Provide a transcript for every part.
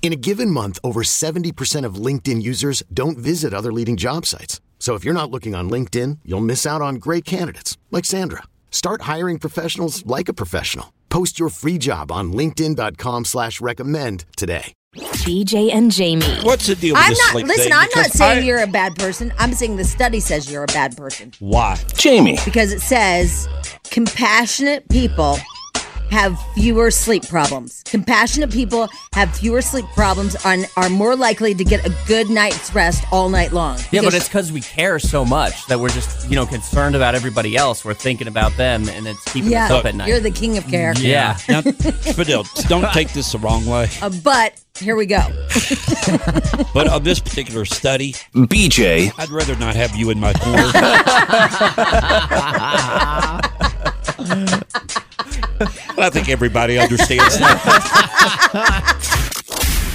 In a given month, over 70% of LinkedIn users don't visit other leading job sites. So if you're not looking on LinkedIn, you'll miss out on great candidates like Sandra. Start hiring professionals like a professional. Post your free job on LinkedIn.com slash recommend today. BJ and Jamie. What's the deal with I'm this not sleep listen. thing? I'm not Because saying I- you're a bad person. I'm saying the study says you're a bad person Why? Jamie. because it says compassionate people have fewer sleep problems. Compassionate people have fewer sleep problems and are more likely to get a good night's rest all night long. Yeah, but Because- it's because we care so much that we're just, you know, concerned about everybody else. We're thinking about them and it's keeping us yeah. up at night. Mm-hmm. You're the king of care. yeah. Now, Fidel, don't take this the wrong way, Uh, but here we go. but on this particular study, BJ. I'd rather not have you in my corner. But I think everybody understands that.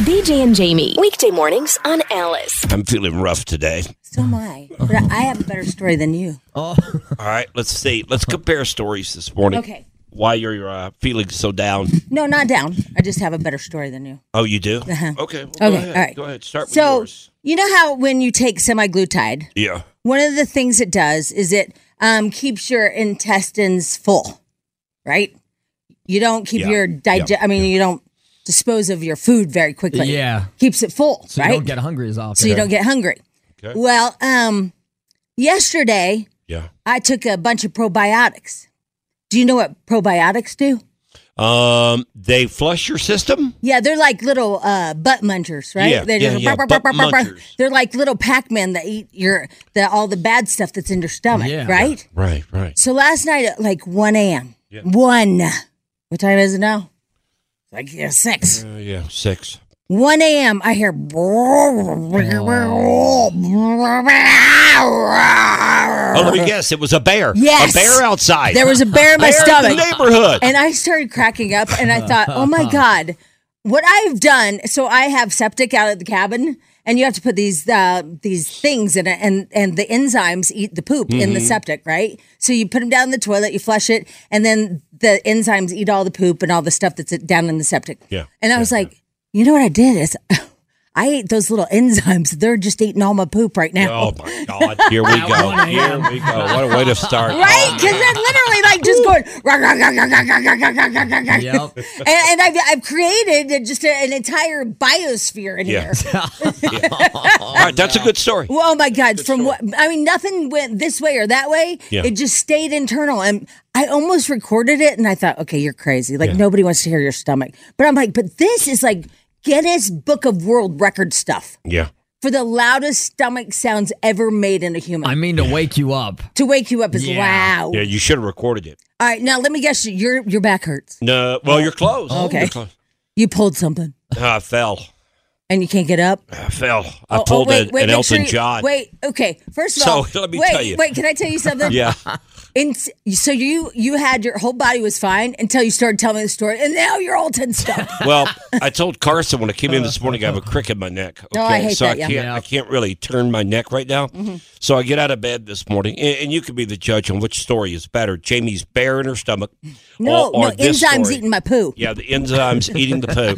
BJ and Jamie. Weekday mornings on Alice. I'm feeling rough today. So am I. But I have a better story than you. All right, let's see. Let's compare stories this morning. Okay. Why you're uh, feeling so down? No, not down. I just have a better story than you. Oh, you do? Okay. well, Go Okay, ahead. all right. Go ahead. Start with So yours. you know how when you take semi-glutide, Yeah. one of the things it does is it um, keeps your intestines full, right? You don't keep Yeah. your digest. I mean, you don't dispose of your food very quickly. Yeah. keeps it full, So right? you don't get hungry as often. so you don't get hungry. Okay. Well, um, yesterday Yeah. I took a bunch of probiotics. Do you know what probiotics do? Um, they flush your system. Yeah, they're like little uh, butt munchers, right? Yeah, they're yeah, yeah, butt munchers. They're like little Pac-Man that eat your the all the bad stuff that's in your stomach, Yeah. right? Right. Right. So last night at like 1 a.m. 1. What time is it now? It's Like yeah, 6. Uh, yeah. Six. 1 a.m. I hear. Oh, let me guess. It was a bear. Yes. A bear outside. There was a bear in my Bear stomach. In the neighborhood. And I started cracking up and I thought, oh my God, what I've done. So I have septic out at the cabin. And you have to put these uh, these things in it, and and the enzymes eat the poop in the Mm-hmm. septic, right? So you put them down the toilet, you flush it, and then the enzymes eat all the poop and all the stuff that's down in the septic. Yeah. And I was like, you know what I did is, I ate those little enzymes. They're just eating all my poop right now. oh my God! Here we go. Here we go. What a way to start. Right? Because they're literally like just going. "Rah, rah, rah, rah, rah, rah, rah, rah, rah, rah, rah." Yep. And, and I've, I've created a- just a, an entire biosphere in Yeah. here. All right, that's a good story. Well, oh my God. From what, I mean, nothing went this way or that way. Yeah. It just stayed internal. And I almost recorded it and I thought, okay, you're crazy. Like, nobody wants to hear your stomach. But I'm like, but this is like Guinness Book of World Record stuff Yeah. for the loudest stomach sounds ever made in a human. I mean to wake you up. to wake you up is Yeah. loud. Yeah, you should have recorded it. All right, now let me guess. Your your back hurts. No, well, you're close. Okay. You're close. Ah, You pulled something I fell. and you can't get up. I fell. I Oh, oh, pulled wait, a- wait, an make Elton sure you- John. Wait, okay. First of So, all, let me wait, tell you. Wait, can I tell you something? Yeah. In, so you you had your whole body was fine until you started telling me the story, and now you're all tensed up. Well, I told Carson when I came in this morning I have a crick in my neck. Okay, No, Oh, I hate so that, I yeah. Mm-hmm. can't I can't really turn my neck right now. So I get out of bed this morning, and, and you can be the judge on which story is better: Jamie's bear in her stomach, No, or, or no, this enzymes story. eating my poo. Yeah, the enzymes eating the poo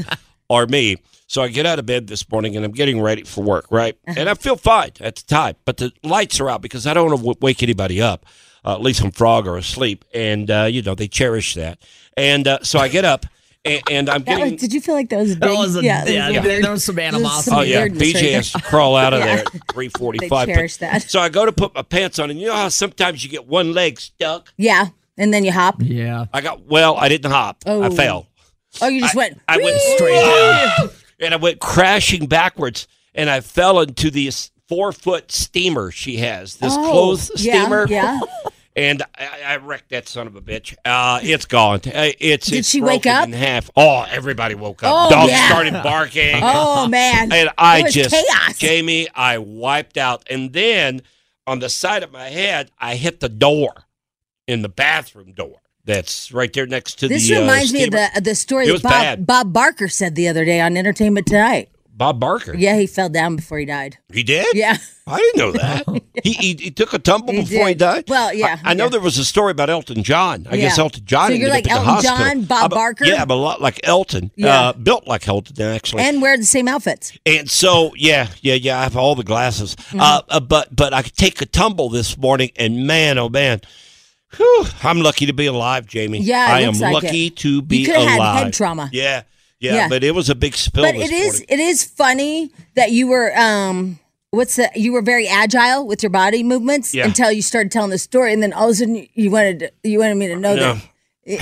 are me. So I get out of bed this morning and I'm getting ready for work, right? Uh-huh. And I feel fine at the time, but the lights are out because I don't want to w- wake anybody up. Uh, at least I'm frog or asleep, and uh, you know they cherish that. And uh, so I get up, and, and I'm That was, getting. did you feel like that was a big? That was a yeah, that was a big- There, there's some animosity. Oh some yeah, weirdness right BJ there. has to crawl out of Yeah. there at three They forty-five. cherish that. So I go to put my pants on, and you know how sometimes you get one leg stuck. yeah. And then you hop. Yeah. I got well. I didn't hop. I Oh. fell. Oh, you just I- went. I went "Whee!" straight down, and I went crashing backwards, and I fell into this four foot steamer she has. This Oh, clothes yeah, steamer. Yeah. And I, I wrecked that son of a bitch. Uh, it's gone. Uh, It's Did it's she wake broken up? in half. Oh, everybody woke up. Oh, Dogs yeah. started barking. Oh man. And I It was just chaos. Jamie, I wiped out, and then on the side of my head, I hit the door in the bathroom door. That's right there next to This the. uh, reminds me of steamer. the the story It was that Bob bad. Bob Barker said the other day on Entertainment Tonight. Bob Barker. Yeah, he fell down before he died. he did. Yeah. I didn't know that. he, he he took a tumble He before he did. died. Well, yeah, I, I know yeah. there was a story about Elton John. I guess Yeah. Elton John. So ended you're up like at the Elton hospital. John, Bob I'm a- Barker? Yeah, I'm a lot like Elton. Yeah. Uh, built like Elton, uh, actually. And wear the same outfits. And so, yeah, yeah, yeah. I have all the glasses, uh, Mm-hmm. uh, but but I could take a tumble this morning, and man, oh man, whew, I'm lucky to be alive, Jamie. Yeah, it I am looks like lucky it. to You be could have had alive. head trauma. Yeah, yeah, Yeah. but it was a big spill. But this it is morning. it is funny that you were um what's the you were very agile with your body movements Yeah. until you started telling the story and then all of a sudden you- you wanted to- you wanted me to know No. that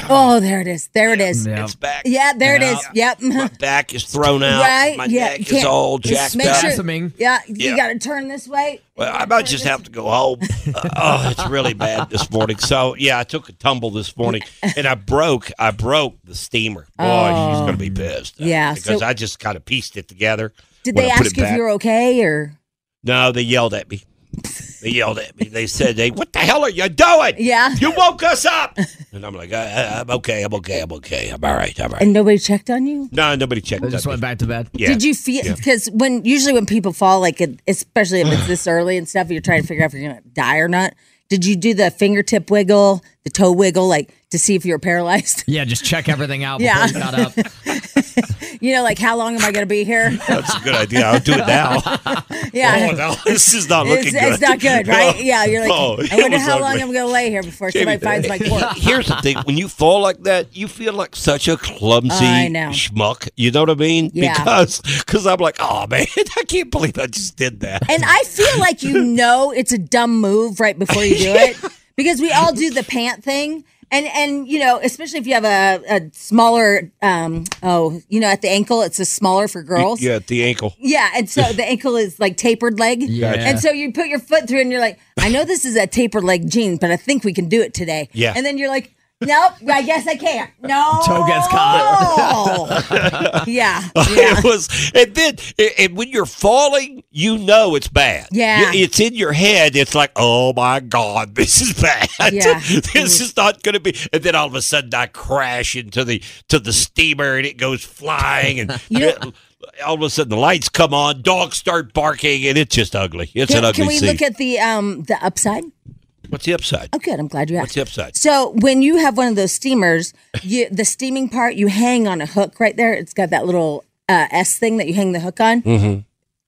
Oh, there it is. There it is. Yeah. It's back. Yeah, there it is. My Yep. back is thrown out. Right? My yeah. you neck is can't- all just jacked make up. sure- Spasming. yeah, you Yeah. got to turn this way. Well, I might just have to go home. Uh, oh, it's really bad this morning. So yeah, I took a tumble this morning, and I broke. I broke the steamer. Boy, she's gonna be pissed. Oh. Yeah, because so- I just kind of pieced it together. Did when they I put ask it you if back. you were okay or No, they yelled at me. They yelled at me. They said, "Hey, what the hell are you doing? Yeah. you woke us up." And I'm like, I, I, "I'm okay. I'm okay. I'm okay. I'm all right. I'm all right." and nobody checked on you? No, nobody checked. I just on went me. back to bed. Yeah. Did you feel because when usually when people fall, like it- especially if it's this early and stuff, you're trying to figure out if you're gonna die or not. Did you do the fingertip wiggle, the toe wiggle, like to see if you were paralyzed? Yeah, just check everything out before Yeah. you got up. you know, like how long am I gonna be here? That's a good idea. I'll do it now. yeah, Oh no, this is not looking it's, good. it's not good, right? Yeah, you're like, Oh, I it wonder was how long ugly. I'm gonna lay here before somebody finds my corpse. Here's the thing: when you fall like that, you feel like such a clumsy I know. schmuck. You know what I mean? Yeah. Because because I'm like, oh man, I can't believe I just did that. And I feel like you know it's a dumb move right before you do it because we all do the pant thing. And and you know, especially if you have a, a smaller um oh, you know, at the ankle it's a smaller for girls. yeah, at the ankle. Yeah, and so the ankle is like tapered leg. Yeah. And so you put your foot through and you're like, I know this is a tapered leg jean, but I think we can do it today. Yeah. And then you're like, Nope, I guess I can't. No. Toe gets caught. yeah. Yeah. It was, and then, and- and when you're falling, you know it's bad. Yeah. You- it's in your head. It's like, oh my god, this is bad. Yeah. Mm. this is not going to be. And then all of a sudden, I crash into the to the steamer, and it goes flying, and You know- and it- all of a sudden the lights come on, dogs start barking, and it's just ugly. It's an Can, ugly can we scene. look at the um the upside? What's the upside? Oh, good. I'm glad you What's asked. the upside? So when you have one of those steamers, you, the steaming part, you hang on a hook right there. It's got that little uh, S thing that you hang the hook on. Mm. Mm-hmm.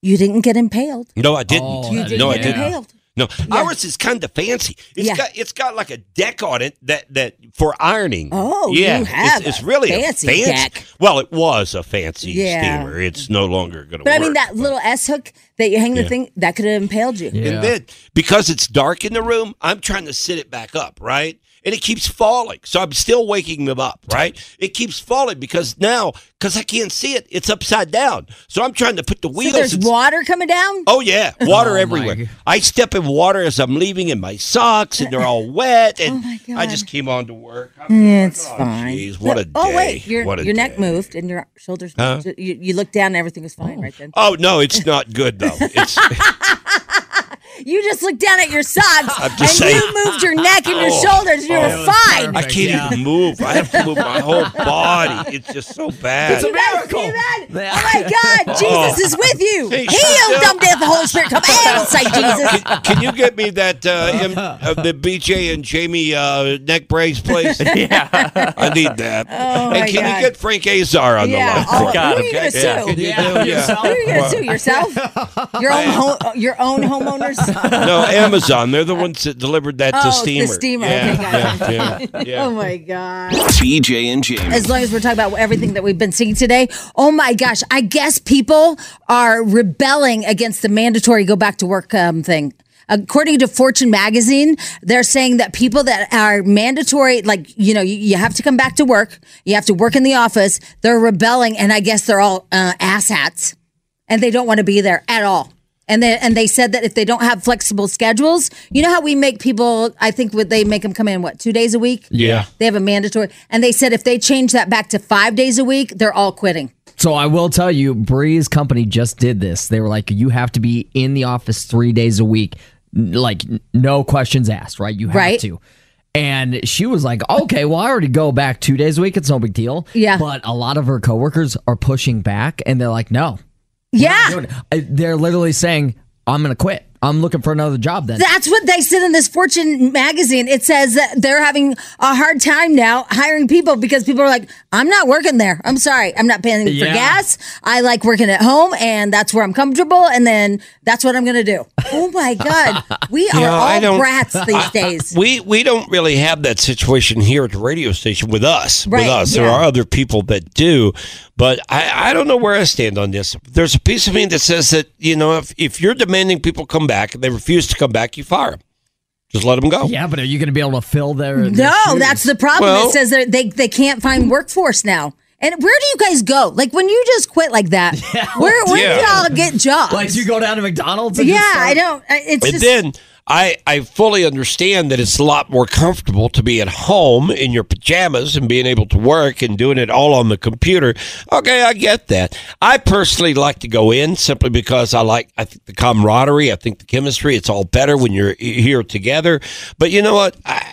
You didn't get impaled. No, I didn't. Oh, You that didn't no, I get didn't. impaled. No, ours is kind of fancy. It's Yeah. got it's got like a deck on it that that for ironing. Oh, yeah, you have it's, it's a really fancy a fancy deck. Well, it was a fancy Yeah. steamer. It's no longer going to. But I mean, that little S hook that you hang the thing, that could have impaled you. Yeah. And then because it's dark in the room, I'm trying to sit it back up, right? And it keeps falling. So I'm still waking them up, right? It keeps falling because now, because I can't see it, it's upside down. So I'm trying to put the So wheels. there's in- water coming down? Oh yeah, water my everywhere. g- I step in water as I'm leaving in my socks, and they're all wet. And Oh, my God. I just came on to work. It's fine. Jeez, Oh what a No- Oh, wait. day. Your, What a your neck day. moved and your shoulders moved. So You, you looked down and everything was fine right then. Oh no, it's not good though. It's You just looked down at your socks and just saying. Oh. you moved your neck and your shoulders and you were fine. I can't Yeah. even move. I have to move my whole body. It's just so bad. You guys see that? Yeah. Oh my God, Jesus is with you. Hey, Heal, shut dumb death, the Holy Spirit. Come and inside Jesus. Can, can you get me that uh, M, uh, the BJ and Jamie uh, neck brace, please? Yeah. I need that. Oh, and my can God. you get Frank Azar on Yeah, the all- line? God, who are you okay. going Yeah, to sue? Yeah, yeah. Who are you going to sue? Yourself? Your own, ho- your own homeowners? No, Amazon. They're the ones that delivered that Oh, to the Steamer. steamer. Yeah, Okay, got yeah, yeah, yeah. Oh my God. BJ and Jamie. As long as we're talking about everything that we've been seeing today, oh my gosh, I guess people are rebelling against the mandatory go back to work um, thing. According to Fortune magazine, they're saying that people that are mandatory, like, you know, you, you have to come back to work, you have to work in the office, they're rebelling. And I guess they're all uh, asshats and they don't want to be there at all. And they, and they said that if they don't have flexible schedules, you know how we make people, I think would they make them come in, what, two days a week? Yeah. They have a mandatory. And they said if they change that back to five days a week, they're all quitting. So I will tell you, Bree's company just did this. They were like, you have to be in the office three days a week, n- like n- no questions asked, right? You have Right. to. And she was like, okay, well, I already go back two days a week. It's no big deal. Yeah. But a lot of her coworkers are pushing back and they're like, no, Yeah. I- they're literally saying, I'm going to quit. I'm looking for another job then. That's what they said in this Fortune magazine. It says that they're having a hard time now hiring people because people are like, I'm not working there. I'm sorry. I'm not paying for Yeah. gas. I like working at home and that's where I'm comfortable. And then that's what I'm going to do. Oh my God. We are You know, I all don't- brats these days. We we don't really have that situation here at the radio station with us. Right, with us, there yeah. are other people that do, but I, I don't know where I stand on this. There's a piece of me that says that you know if if you're demanding people come back and they refuse to come back, you fire them. Just let them go. yeah, but are you going to be able to fill their. their No, shoes? that's the problem. Well- it says that they, they can't find workforce now. And where do you guys go? Like when you just quit like that, where, where do Yeah. y'all get jobs? Like you go down to McDonald's and yeah, just start- I don't. I- It's And just, then I, I fully understand that it's a lot more comfortable to be at home in your pajamas and being able to work and doing it all on the computer. Okay, I get that. I personally like to go in simply because I like I think the camaraderie, I think the chemistry, it's all better when you're here together. But you know what? I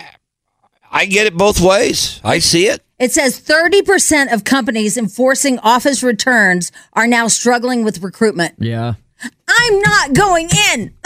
I get it both ways. I see it. It says 30% of companies enforcing office returns are now struggling with recruitment. Yeah. I'm not going in.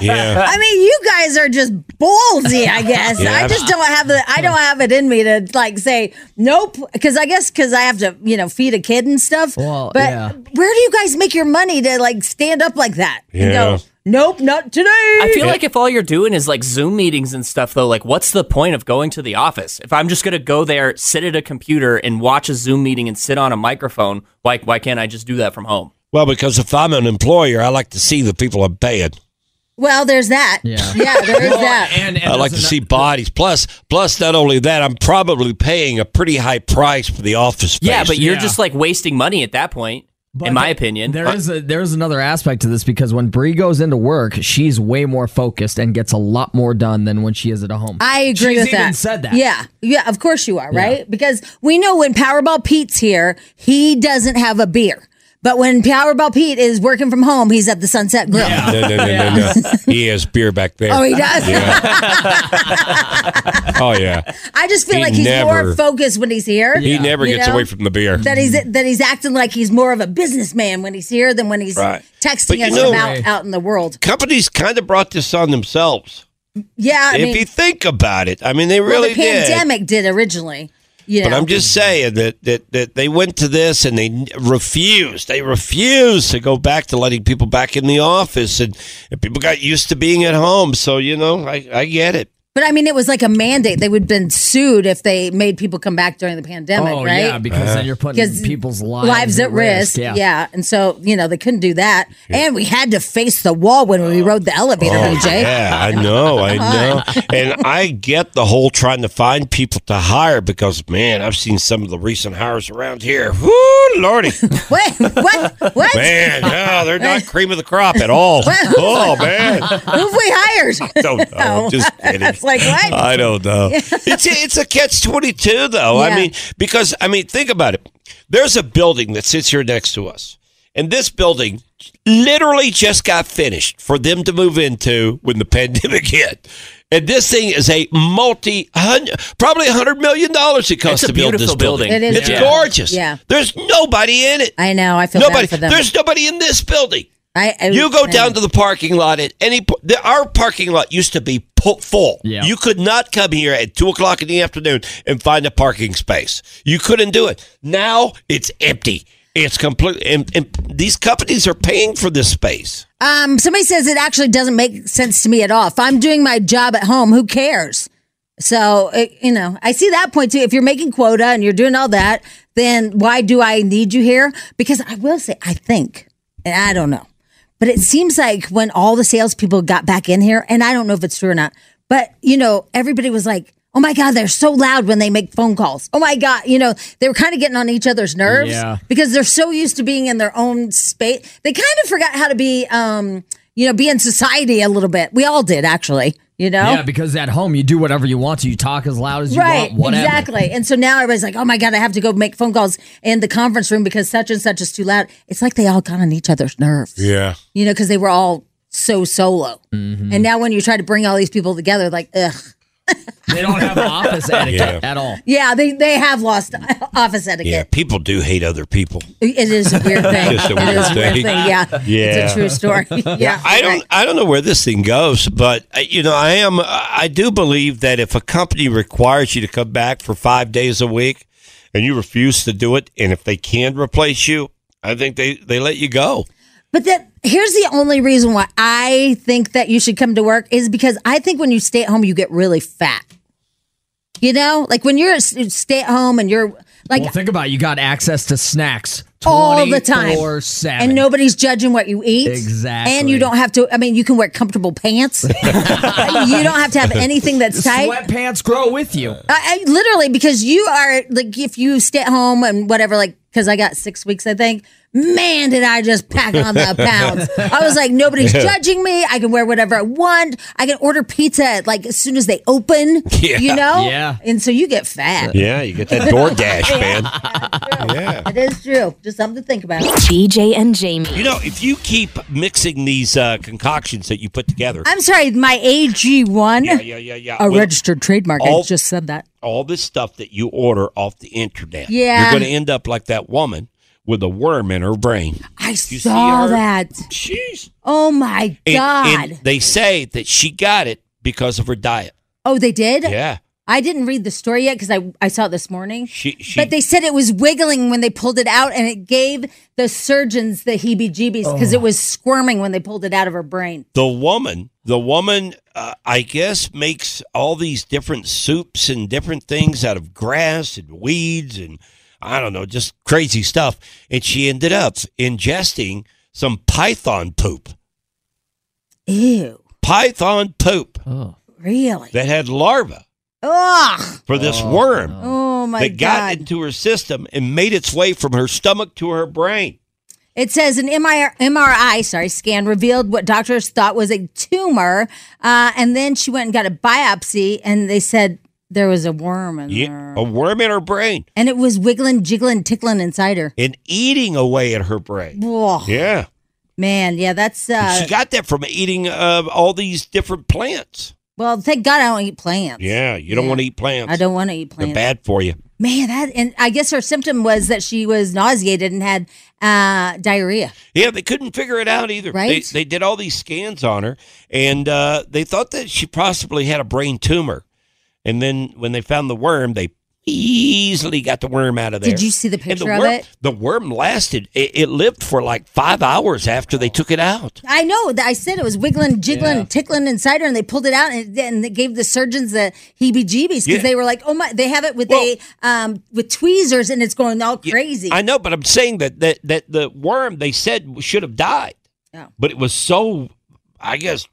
Yeah. I mean, you guys are just ballsy, I guess. Yeah, I I've- just don't have the I don't have it in me to like say nope cuz I guess cuz I have to, you know, feed a kid and stuff. Well, but yeah. where do you guys make your money to like stand up like that? Yeah. And go, nope, not today. I feel like if all you're doing is like Zoom meetings and stuff, though, like what's the point of going to the office? If I'm just going to go there, sit at a computer and watch a Zoom meeting and sit on a microphone, why, why can't I just do that from home? Well, because if I'm an employer, I like to see the people I'm paying. well, there's that. Yeah, there is that. And, and I like to there's see bodies. Plus, plus, not only that, I'm probably paying a pretty high price for the office space. Yeah, but you're Yeah. just like wasting money at that point, in my opinion. There is a, there is another aspect to this because when Bree goes into work, she's way more focused and gets a lot more done than when she is at home. I agree She's with even that. said that. Yeah, yeah. Of course you are, right? Because we know when Powerball Pete's here, he doesn't have a beer. But when Powerball Pete is working from home, he's at the Sunset Grill. no, no, no, no, no. He has beer back there. Oh, he does. Oh, yeah. I just feel He like he's never- more focused when he's here. He never You gets know? away from the beer. that he's that he's acting like he's more of a businessman when he's here than when he's Right. But texting you us know- about out in the world. Companies kind of brought this on themselves. Yeah, I if mean, you think about it, I mean, they well, really the pandemic did, originally. You know, did. But I'm just saying that, that that they went to this and they n- refused. They refused to go back to letting people back in the office, and, and people got used to being at home. So you know, I, I get it. But I mean, it was like a mandate. They would have been sued if they made people come back during the pandemic, oh right? yeah, because then you're Because putting people's lives, lives at risk. Yeah. Yeah. And so, you know, they couldn't do that. And we had to face the wall when we rode the elevator, Oh, BJ. Yeah, I know, I know. And I get the whole trying to find people to hire because, man, I've seen some of the recent hires around here. Whoo, Oh, lordy. Wait, what? What? Man, no, they're not cream of the crop at all. Oh, man. Who've we hired? Don't know. I'm just kidding. That's like, what? I don't know. It's a, it's a catch twenty two though. I Yeah. mean, because I mean, think about it. There's a building that sits here next to us, and this building literally just got finished for them to move into when the pandemic hit. And this thing is a multi, hundred, probably a hundred million dollars it costs It's a to build this beautiful building. building. It is It's Yeah. gorgeous. Yeah. There's nobody in it. I know. I feel nobody. bad for them. There's nobody in this building. I, I- You go I- down to the parking lot at any po- the, our parking lot used to be pu- full. Yeah. You could not come here at two o'clock in the afternoon and find a parking space. You couldn't do it. Now it's empty. It's completely and, and these companies are paying for this space. Um, somebody says it actually doesn't make sense to me at all. If I'm doing my job at home, who cares? So, it, you know, I see that point too. If you're making quota and you're doing all that, then why do I need you here? Because I will say, I think, and I don't know, But it seems like when all the salespeople got back in here, and I don't know if it's true or not, but you know, everybody was like, "Oh my God, they're so loud when they make phone calls." Oh my God, you know, they were kind of getting on each other's nerves Yeah. because they're so used to being in their own space. They kind of forgot how to be, um, you know, be in society a little bit. We all did, actually. You know, Yeah, because at home you do whatever you want to. You talk as loud as you right want, whatever. exactly and so now everybody's like oh my god i have to go make phone calls in the conference room because such and such is too loud it's like they all got on each other's nerves Yeah. you know because they were all so solo Mm-hmm. and now when you try to bring all these people together like ugh They don't have office etiquette at all. yeah they they have lost office Yeah. etiquette People do hate other people. it is a weird thing It's just a It is weird thing. yeah it's Yeah. a true story yeah I don't. I don't know where this thing goes, but uh, you know, I am. I do believe that if a company requires you to come back for five days a week, and you refuse to do it, and if they can replace you, I think they they let you go. But that here's the only reason why I think that you should come to work is because I think when you stay at home, you get really fat. You know, like when you're a s- stay at home and you're like Oh, Well, think about it. You got access to snacks all the time, 24/7. and nobody's judging what you eat. Exactly. And you don't have to. I mean, you can wear comfortable pants. you don't have to have anything that's tight. Sweatpants grow with you. I, I literally because you are like if you stay at home and whatever like because I got six weeks I think man did I just pack on the pounds I was like nobody's judging me I can wear whatever I want I can order pizza like as soon as they open Yeah. you know Yeah. and so you get fat Yeah, you get that DoorDash, man. it is true just something to think about BJ and Jamie. You know, if you keep mixing these uh, concoctions that you put together, I'm sorry my AG one yeah, yeah, yeah, yeah, a with registered trademark all- I just said that all this stuff that you order off the internet, Yeah. you're going to end up like that woman with a worm in her brain. I see saw her? that Jeez. oh my And- god and they say that she got it because of her diet. oh they did Yeah. I didn't read the story yet because I I saw it this morning. She, she, But they said it was wiggling when they pulled it out, and it gave the surgeons the heebie-jeebies because it Oh. was squirming when they pulled it out of her brain. the woman, the woman, uh, I guess, makes all these different soups and different things out of grass and weeds and I don't know, just crazy stuff. And she ended up ingesting some python poop, Ew, python poop really? that had larvae Ugh. for this worm Oh my that got god! into her system and made its way from her stomach to her brain. It says an MRI, MRI, sorry, scan revealed what doctors thought was a tumor, uh, and then she went and got a biopsy, and they said there was a worm in Yeah, there, a worm in her brain and it was wiggling, jiggling, tickling inside her. and eating away at her brain. Whoa, Yeah. man, yeah, that's And uh, she got that from eating uh, all these different plants. well. Thank God I don't eat plants. Yeah, you don't want to eat plants. I don't want to eat They're plants. bad for you. Man, that and I guess her symptom was that she was nauseated and had uh, diarrhea. Yeah, they couldn't figure it out either. Right? They, they did all these scans on her, and uh, they thought that she possibly had a brain tumor. And then when they found the worm, they easily got the worm out of there. Did you see the And picture of worm, it? The worm lasted. It, it lived for like five hours after they took it out. I know that I said it was wiggling, jiggling, tickling inside her, and they pulled it out and, and they gave the surgeons the heebie-jeebies because Yeah. they were like, "Oh my!" They have it with Well- a um, with tweezers, and it's going all crazy. I know, but I'm saying that that, that the worm they said should have died, Yeah. but it was so. I guess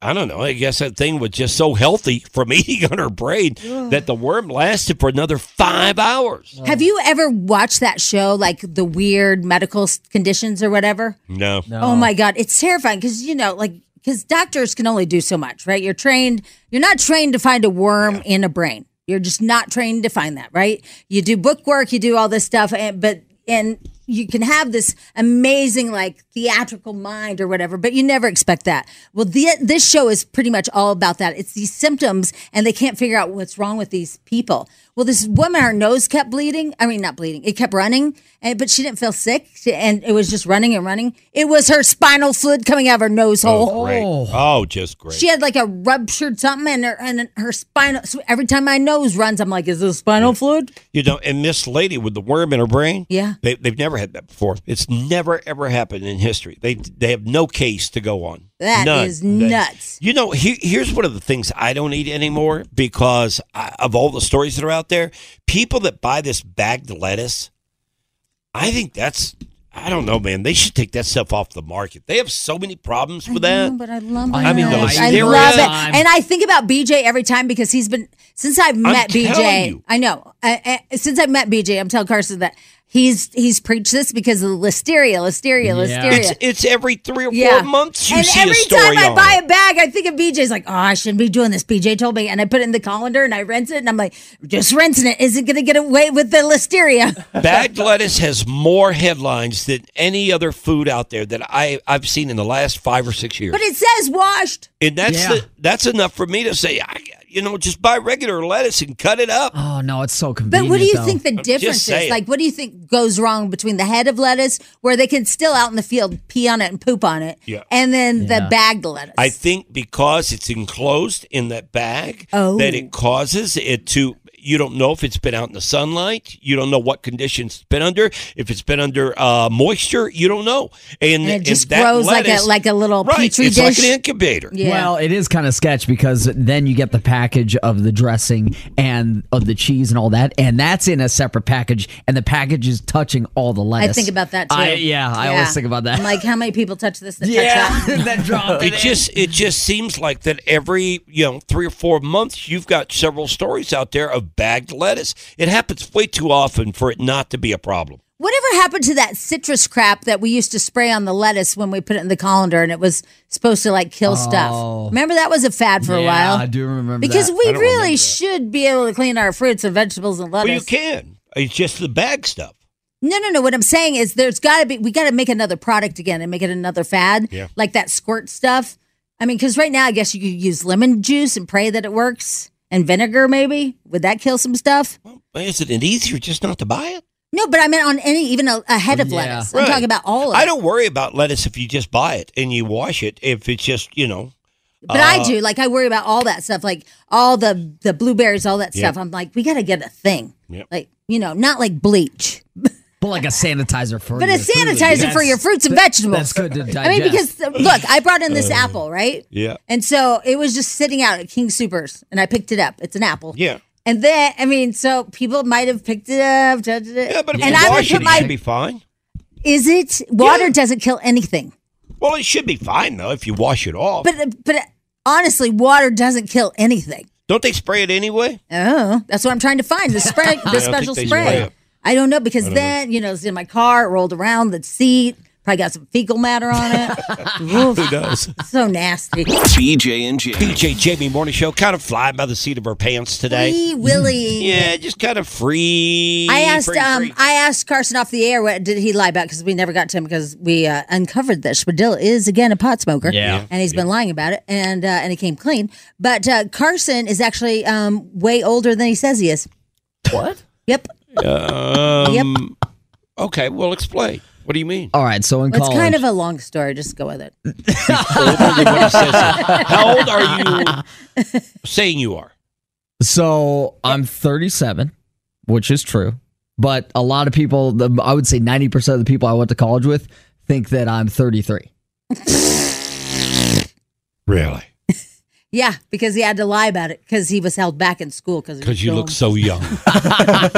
I don't know. I guess that thing was just so healthy from eating on her brain that the worm lasted for another five hours. have you ever watched that show, like the weird medical s- conditions or whatever? No, Oh my God, it's terrifying because you know, like, because doctors can only do so much, right? You're trained, you're not trained to find a worm in a brain. You're just not trained to find that, right? You do book work, you do all this stuff, and but and you can have this amazing like theatrical mind or whatever, but you never expect that. Well, the, this show is pretty much all about that. It's these symptoms, and they can't figure out what's wrong with these people. Well, this woman, her nose kept bleeding. I mean, not bleeding. It kept running, and, but she didn't feel sick, she- and it was just running and running. It was her spinal fluid coming out of her nose hole. great. Oh, just great. She had like a ruptured something, and her and her spinal. So every time my nose runs, I'm like, "Is this spinal fluid?" you know, and this lady with the worm in her brain. Yeah. they, they've never had that before. It's never ever happened in history. They they have no case to go on. That None. is They- nuts. You know, he, here's one of the things I don't eat anymore because I, of all the stories that are out there. People that buy this bagged lettuce, I think that's I don't know, man. They should take that stuff off the market. They have so many problems with I that. know, but I love it. Uh, I mean, the I hysteria. love it. And I think about BJ every time because he's been since I've met telling BJ. you. I know. I, I- since I've met BJ, I'm telling Carson that he's he's preached this because of the listeria, listeria, listeria. It's, it's every three or yeah, four months you and see every a story time I on buy it. a bag, I think of BJ's like, oh, I shouldn't be doing this. BJ told me, and I put it in the colander and I rinse it, and I'm like, just rinsing it isn't going to get away with the listeria. Bagged lettuce has more headlines than any other food out there that I I've seen in the last five or six years. but it says washed. and that's Yeah. the, that's enough for me to say, I, you know, just buy regular lettuce and cut it up. Oh no, it's so But convenient. what do you though. think the difference is? saying. Like, what do you think goes wrong between the head of lettuce, where they can still out in the field pee on it and poop on it, Yeah. and then the bagged lettuce? I think because it's enclosed in that bag, Oh. that it causes it to. You don't know if it's been out in the sunlight. You don't know what conditions it's been under. If it's been under uh, moisture, you don't know. And, And it just that grows like a- lettuce- like a little right, petri it's like dish. an incubator. yeah. Well, it is kind of sketch because then you get the package of the dressing and of the cheese and all that, and that's in a separate package, and the package is touching all the lettuce. I think about that too. I- yeah, I always think about that. I'm like, how many people touch this? That touch that? yeah, that dropped It just it just seems like that every you know three or four months you've got several stories out there of bagged lettuce. It happens way too often for it not to be a problem. Whatever happened to that citrus crap that we used to spray on the lettuce when we put it in the colander and it was supposed to like kill stuff? Remember that was a fad for a Oh. Yeah, while. I do remember because that. we I don't remember really that. should be able to clean our fruits and vegetables and Well, lettuce. you can. It's just the bag stuff. No, no, no. What I'm saying is there's got to be, we got to make another product again and make it another fad. Yeah. Like that squirt stuff. I mean, because right now, I guess you could use lemon juice and pray that it works and vinegar, maybe. Would that kill some stuff? Well, isn't it easier just not to buy it? No, but I meant on any, even a, a head of lettuce. I'm Right. talking about all of it. I don't worry about lettuce if you just buy it and you wash it. If it's just you know, uh, but I do. Like, I worry about all that stuff, like all the, the blueberries, all that stuff. I'm like, we got to get a thing. Yep. Like, you know, not like bleach, But like a sanitizer for but a your food. sanitizer for That's- your fruits and vegetables. That's good to digest. I mean, because look, I brought in this apple, right? Uh, yeah, And so it was just sitting out at King Supers, and I picked it up. It's an apple. yeah, And then, I mean, so people might have picked it up. da, da, da. yeah. But if and you I would wash it, put it my. should be fine. is it water Yeah. doesn't kill anything? Well, it should be fine though if you wash it off. But but honestly, water doesn't kill anything. Don't they spray it anyway? Oh, that's what I'm trying to find the spray, the think special they spray spray. it. I don't know because then you know it's in my car, it rolled around the seat, probably got some fecal matter on it. Oof, Who knows? so nasty. BJ and Jamie. DJ Jamie Morning Show kind of fly by the seat of her pants today. Wee Willie. Yeah, just kind of free. I asked free, um free. I asked Carson off the air what did he lie about because we never got to him because we uh, uncovered that Spadil is again a pot smoker Yeah. and he's been lying about it and uh, and he came clean but uh, Carson is actually um way older than he says he is What? yep yep Um, okay, well, explain. What do you mean? all right, so in it's college, kind of a long story just go with it How old are you saying you are? So I'm 37, which is true, but a lot of people, the, I would say 90% of the people I went to college with, think that I'm 33. Really? yeah because he had to lie about it because he was held back in school because Because you look so young. what?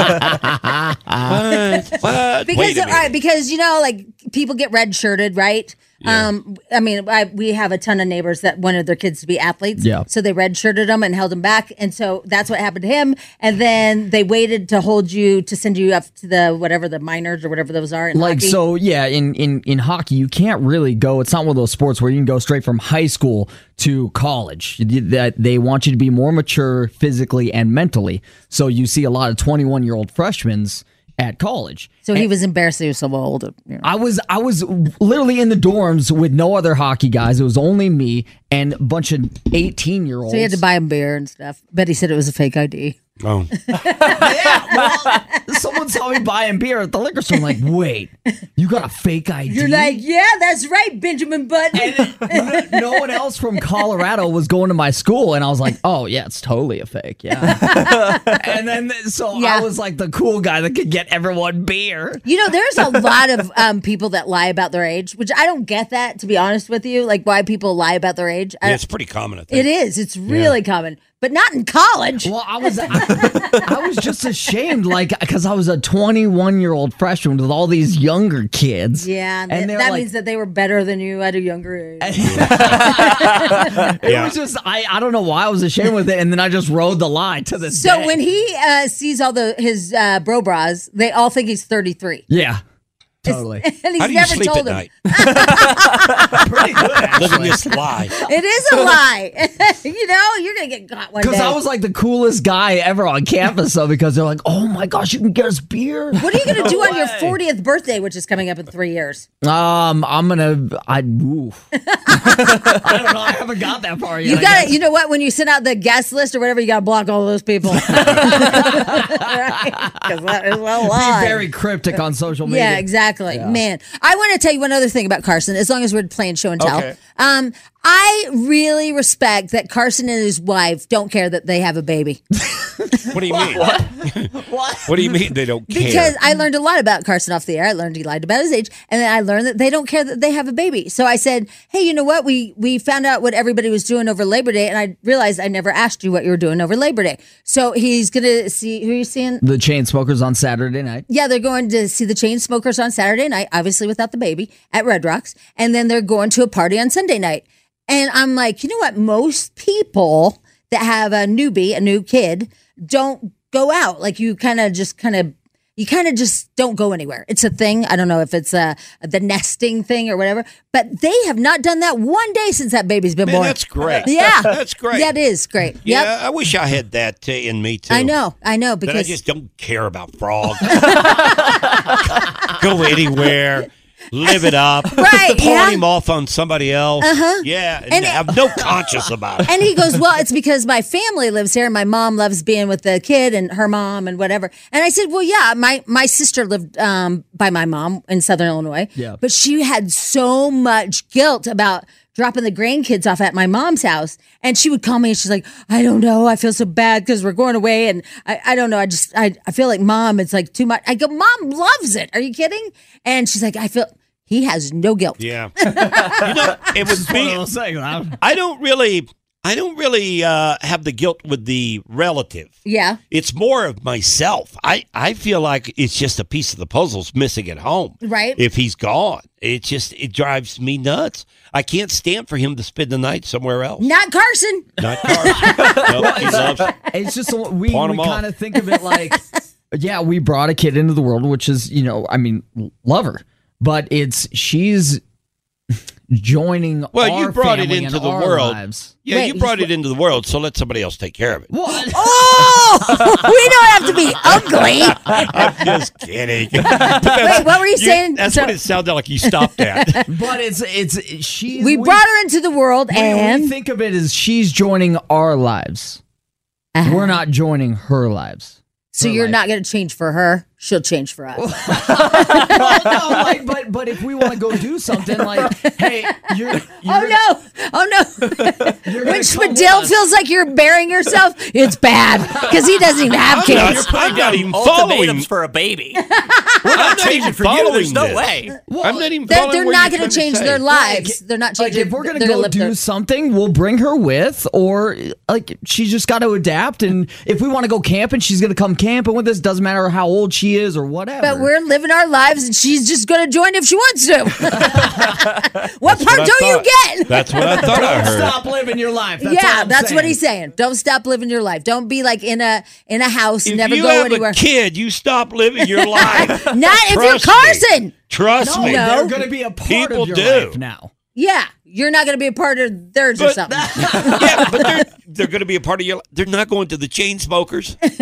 What? Because Wait a all right, minute. because you know, like people get red shirted, right? Um, I mean, I, we have a ton of neighbors that wanted their kids to be athletes. Yeah. So they red shirted them and held them back, and so that's what happened to him. And then they waited to hold you to send you up to the whatever the minors or whatever those are. in Like hockey. so, yeah. In in in hockey, you can't really go. It's not one of those sports where you can go straight from high school to college. You- That they want you to be more mature physically and mentally. So you see a lot of twenty one year old freshmen at college. So he was embarrassed. He was so old. you know. I was I was literally in the dorms with no other hockey guys. It was only me and a bunch of eighteen year olds. So he had to buy him beer and stuff, but he said it was a fake ID. Oh. Someone saw me buying beer at the liquor store. I'm like, wait, you got a fake ID? You're like, yeah, that's right, Benjamin Button. no one else from Colorado was going to my school, and I was like, "Oh yeah, it's totally a fake." Yeah. and then so Yeah. I was like the cool guy that could get everyone beer. You know, there's a lot of um, people that lie about their age, which I don't get that, to be honest with you. Like, why people lie about their age. I, Yeah, it's pretty common, I think. It is. It's really common. but not in college. Well, I was I, I was just ashamed, like because I was a 21 year old freshman with all these younger kids. yeah, and th- they're that like- means that they were better than you at a younger age. It was just I, I don't know why I was ashamed with it, and then I just rode the line to this. So day. when he uh, sees all the his uh, bro bras, they all think he's 33. yeah, totally And he's How do you never sleep told at him. night? pretty good Living actually. this lie. It is a lie. you know, you're going to get caught one day. Because I was like the coolest guy ever on campus, though, because they're like, "Oh my gosh, you can get us beer." what are you going to do on your way. 40th birthday, which is coming up in three years? Um, I'm gonna. I. Ooh. I don't know. I haven't got that far yet. You I got guess. to You know what? When you send out the guest list or whatever, you got to block all those people. Because that is a lie. Be very cryptic on social media. Yeah, exactly. Man, I want to tell you one other thing about Carson. As long as we're playing show and tell, Okay. um, I really respect that Carson and his wife don't care that they have a baby What do you mean? What? What do you mean they don't care? because I learned a lot about Carson off the air. I learned he lied about his age, and then I learned that they don't care that they have a baby. So I said, "Hey, you know what? We we found out what everybody was doing over Labor Day, and I realized I never asked you what you were doing over Labor Day. So he's gonna see who are you seeing The chain smokers on Saturday night. Yeah, they're going to see the chain smokers on Saturday night, obviously without the baby, at Red Rocks. And then they're going to a party on Sunday night. And I'm like, you know what? Most people that have a newbie, a new kid, don't go out. Like you kind of just kind of you kind of just don't go anywhere. It's a thing. I don't know if it's uh the nesting thing or whatever, but they have not done that one day since that baby's been Man, born. that's great. Yeah. That's great. That is great. yeah, Yep. I wish I had that uh, in me too. I know. I know But I because just don't care about frogs. Go anywhere, live it up, Right, pawn yeah. him off on somebody else. Uh-huh. Yeah, and, And it- have no conscience about it. And he goes, Well, it's because my family lives here. and My mom loves being with the kid and her mom and whatever. And I said, Well, yeah, my, my sister lived um, by my mom in Southern Illinois. Yeah. But she had so much guilt about dropping the grandkids off at my mom's house. And she would call me and she's like, I don't know. I feel so bad because we're going away. And I, I don't know. I just, I, I feel like mom, it's like too much. I go, Mom loves it. Are you kidding? And she's like, I feel, he has no guilt. Yeah, you know, it was One of me. those things, I don't- I don't really, I don't really uh, have the guilt with the relative. Yeah. It's more of myself. I, I feel like it's just a piece of the puzzle's missing at home. Right. If he's gone, it just it drives me nuts. I can't stand for him to spend the night somewhere else. Not Carson. Not Carson. no, he loves. It's just we, we Pawn 'em off. kind of think of it like, yeah, we brought a kid into the world, which is you know, I mean, love her, but it's she's joining. Well, you our brought it family and into the our world. lives. Yeah, Wait, you brought it into the world, so let somebody else take care of it. What? Oh, we don't have to be ugly. I'm just kidding. Wait, what were you You- saying? that's So, what it sounded like you stopped at. But it's it's she's we brought her into the world, we- and we think of it as she's joining our lives. Uh-huh. We're not joining her lives. so you're not going to change for her. She'll change for us. no, like, but but if we want to go do something, like, hey, you're, you're Oh no! Oh no! When You're gonna come with Spadil us. feels like you're burying yourself, it's bad because he doesn't even have I'm not- kids. I'm not even following. ultimatums for a baby. We're not Changing for you, there's no way. I'm not even. They're, following they're what not you're going to trying change say. their lives. They're not Like, changing. if we're gonna they're go live do their- something, we'll bring her with, or like she's just got to adapt. And if we want to go camping, she's gonna come camping with us. Doesn't matter how old she is or whatever. but we're living our lives, and she's just going to join if she wants to. what That's part what I don't you thought. get? That's what I thought I heard. stop living your life. That's yeah, all I'm that's what saying. he's saying. Don't stop living your life. Don't be like in a in a house, If never you go have anywhere. a kid, you stop living your life. Not if you're Trust me. Carson. Trust No, me. No. they're gonna be a part People of your do. life now. Yeah, you're not going to be a part of theirs or But- something. yeah, but they're they're going to be a part of your. li- They're not going to the chain smokers.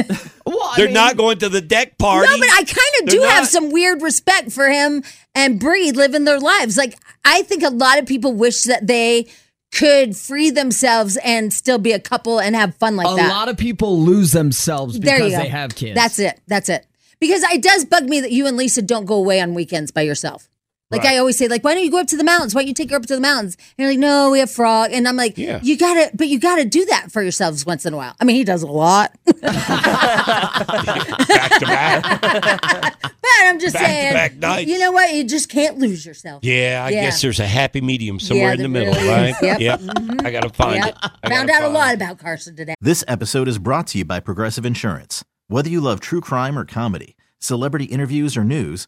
Well, I They're mean, not going to the deck party. no, but I kind of They're do have not- some weird respect for him and Bree living their lives. Like I think a lot of people wish that they could free themselves and still be a couple and have fun like A that. lot of people lose themselves there because you go. they have kids. That's it. That's it. Because it does bug me that you and Lisa don't go away on weekends by yourself. Like I always say, like, why don't you go up to the mountains? Why don't you take her up to the mountains? And you're like, no, we have frog. And I'm like, Yeah. you gotta, but you gotta do that for yourselves once in a while. I mean, he does a lot, but back to back. I'm just Back to saying, back nights. you know what? You just can't lose yourself. Yeah, I Yeah. guess there's a happy medium somewhere in there the middle, really is. right? Yep. Mm-hmm. I gotta find Yep. it. I Found gotta out find a lot it. about Carson today. This episode is brought to you by Progressive Insurance. Whether you love true crime or comedy, celebrity interviews or news,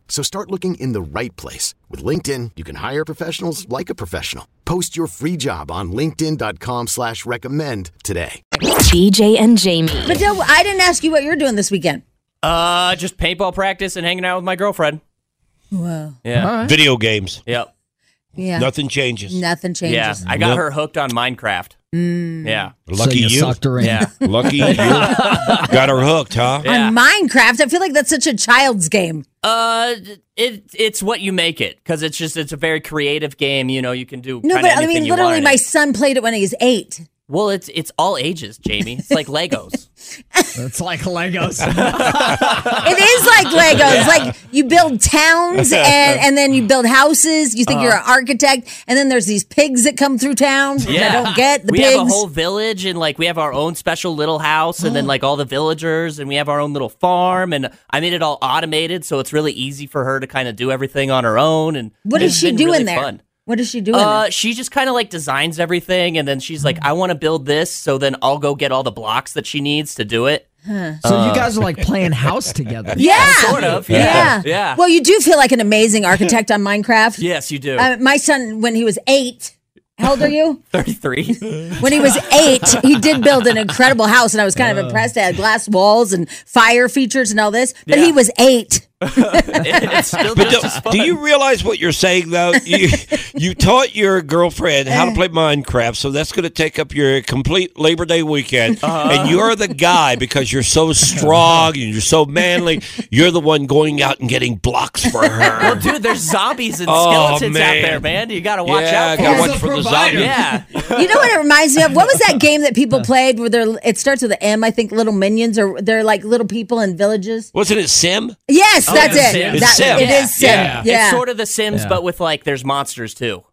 So start looking in the right place. With LinkedIn, you can hire professionals like a professional. Post your free job on linkedin.com/recommend slash recommend today. BJ and Jamie. But no, I didn't ask you what you're doing this weekend. Uh, just paintball practice and hanging out with my girlfriend. Whoa. Yeah. Video games. Yep. Yeah. Nothing changes. Nothing changes. Mm. Yeah. I got Nope. her hooked on Minecraft. Yeah. Lucky so you, you. sucked her in. Yeah. Lucky you. Got her hooked, huh? Yeah. On Minecraft, I feel like that's such a child's game. Uh, it it's what you make it because it's just it's a very creative game. You know, you can do No, kinda but I anything mean, you literally, want in my it. son played it when he was eight. well, it's it's all ages, Jamie. It's like Legos. It's like Legos. It is like Legos. Like you build towns and, and then you build houses. You think Uh-huh. you're an architect, and then there's these pigs that come through town. which I don't get the we pigs. have a whole village, and like we have our own special little house, and then like all the villagers, and we have our own little farm, and I made it all automated, so it's really easy for her to kind of do everything on her own. And what it's is she been doing really there? fun. What is she doing? Mm. Uh, there? she just kind of like designs everything, and then she's like, "I want to build this," so then I'll go get all the blocks that she needs to do it. so you guys are like playing house together. yeah, sort of, Yeah. yeah. Yeah. Well, you do feel like an amazing architect on Minecraft. Yes, you do. Uh, my son, when he was eight, how old are you? Thirty-three. When he was eight, he did build an incredible house, and I was kind of impressed. It had glass walls and fire features and all this, but Yeah. he was eight. it's still But just as do, fun. do you realize what you're saying though? You you taught your girlfriend how Uh. to play Minecraft, so that's going to take up your complete Labor Day weekend. Uh-huh. And you're the guy because you're so strong and you're so manly. You're the one going out and getting blocks for her. Dude, there's zombies and Oh, skeletons man. out there, man. You gotta watch yeah, out I for gotta He's watch a for the provider. zombies. Yeah. You know what it reminds me of? What was that game that people played where they're it starts with an M, I think little minions or they're like little people in villages. Wasn't it Sim? Yes, that's Oh, it's it. Sims. It's That- Sims. It is Sim. Yeah. Yeah. Yeah. It's sort of The Sims, but with like there's monsters too.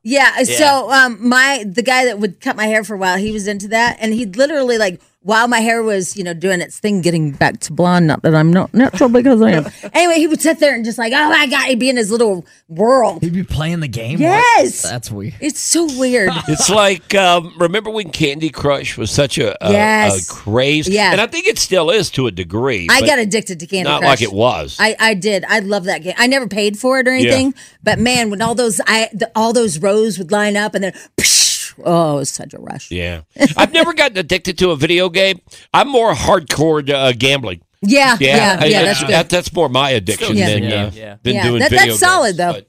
So um my the guy that would cut my hair for a while, he was into that and he'd literally like while my hair was, you know, doing its thing, getting back to blonde, not that I'm not natural because I am. anyway, he would sit there and just like, oh my God, he'd be in his little world. You'd be playing the game. Yes. What? That's weird. It's so weird. It's like um, remember when Candy Crush was such a, a, Yes. a craze, Yeah. and I think it still is to a degree. I but got addicted to Candy not Crush. like it was. I, I did. I love that game. I never paid for it or Yeah. anything, but man, when all those I the, all those rows would line up and then psh, oh, it was such a rush. Yeah. I've never gotten addicted to a video game. I'm more hardcore to, uh, gambling. Yeah, Yeah. yeah, yeah, I- that's good. That, that's more my addiction Yeah. than, Yeah. uh, Yeah. than Yeah. doing That- video that's games, solid, though. Uh, But,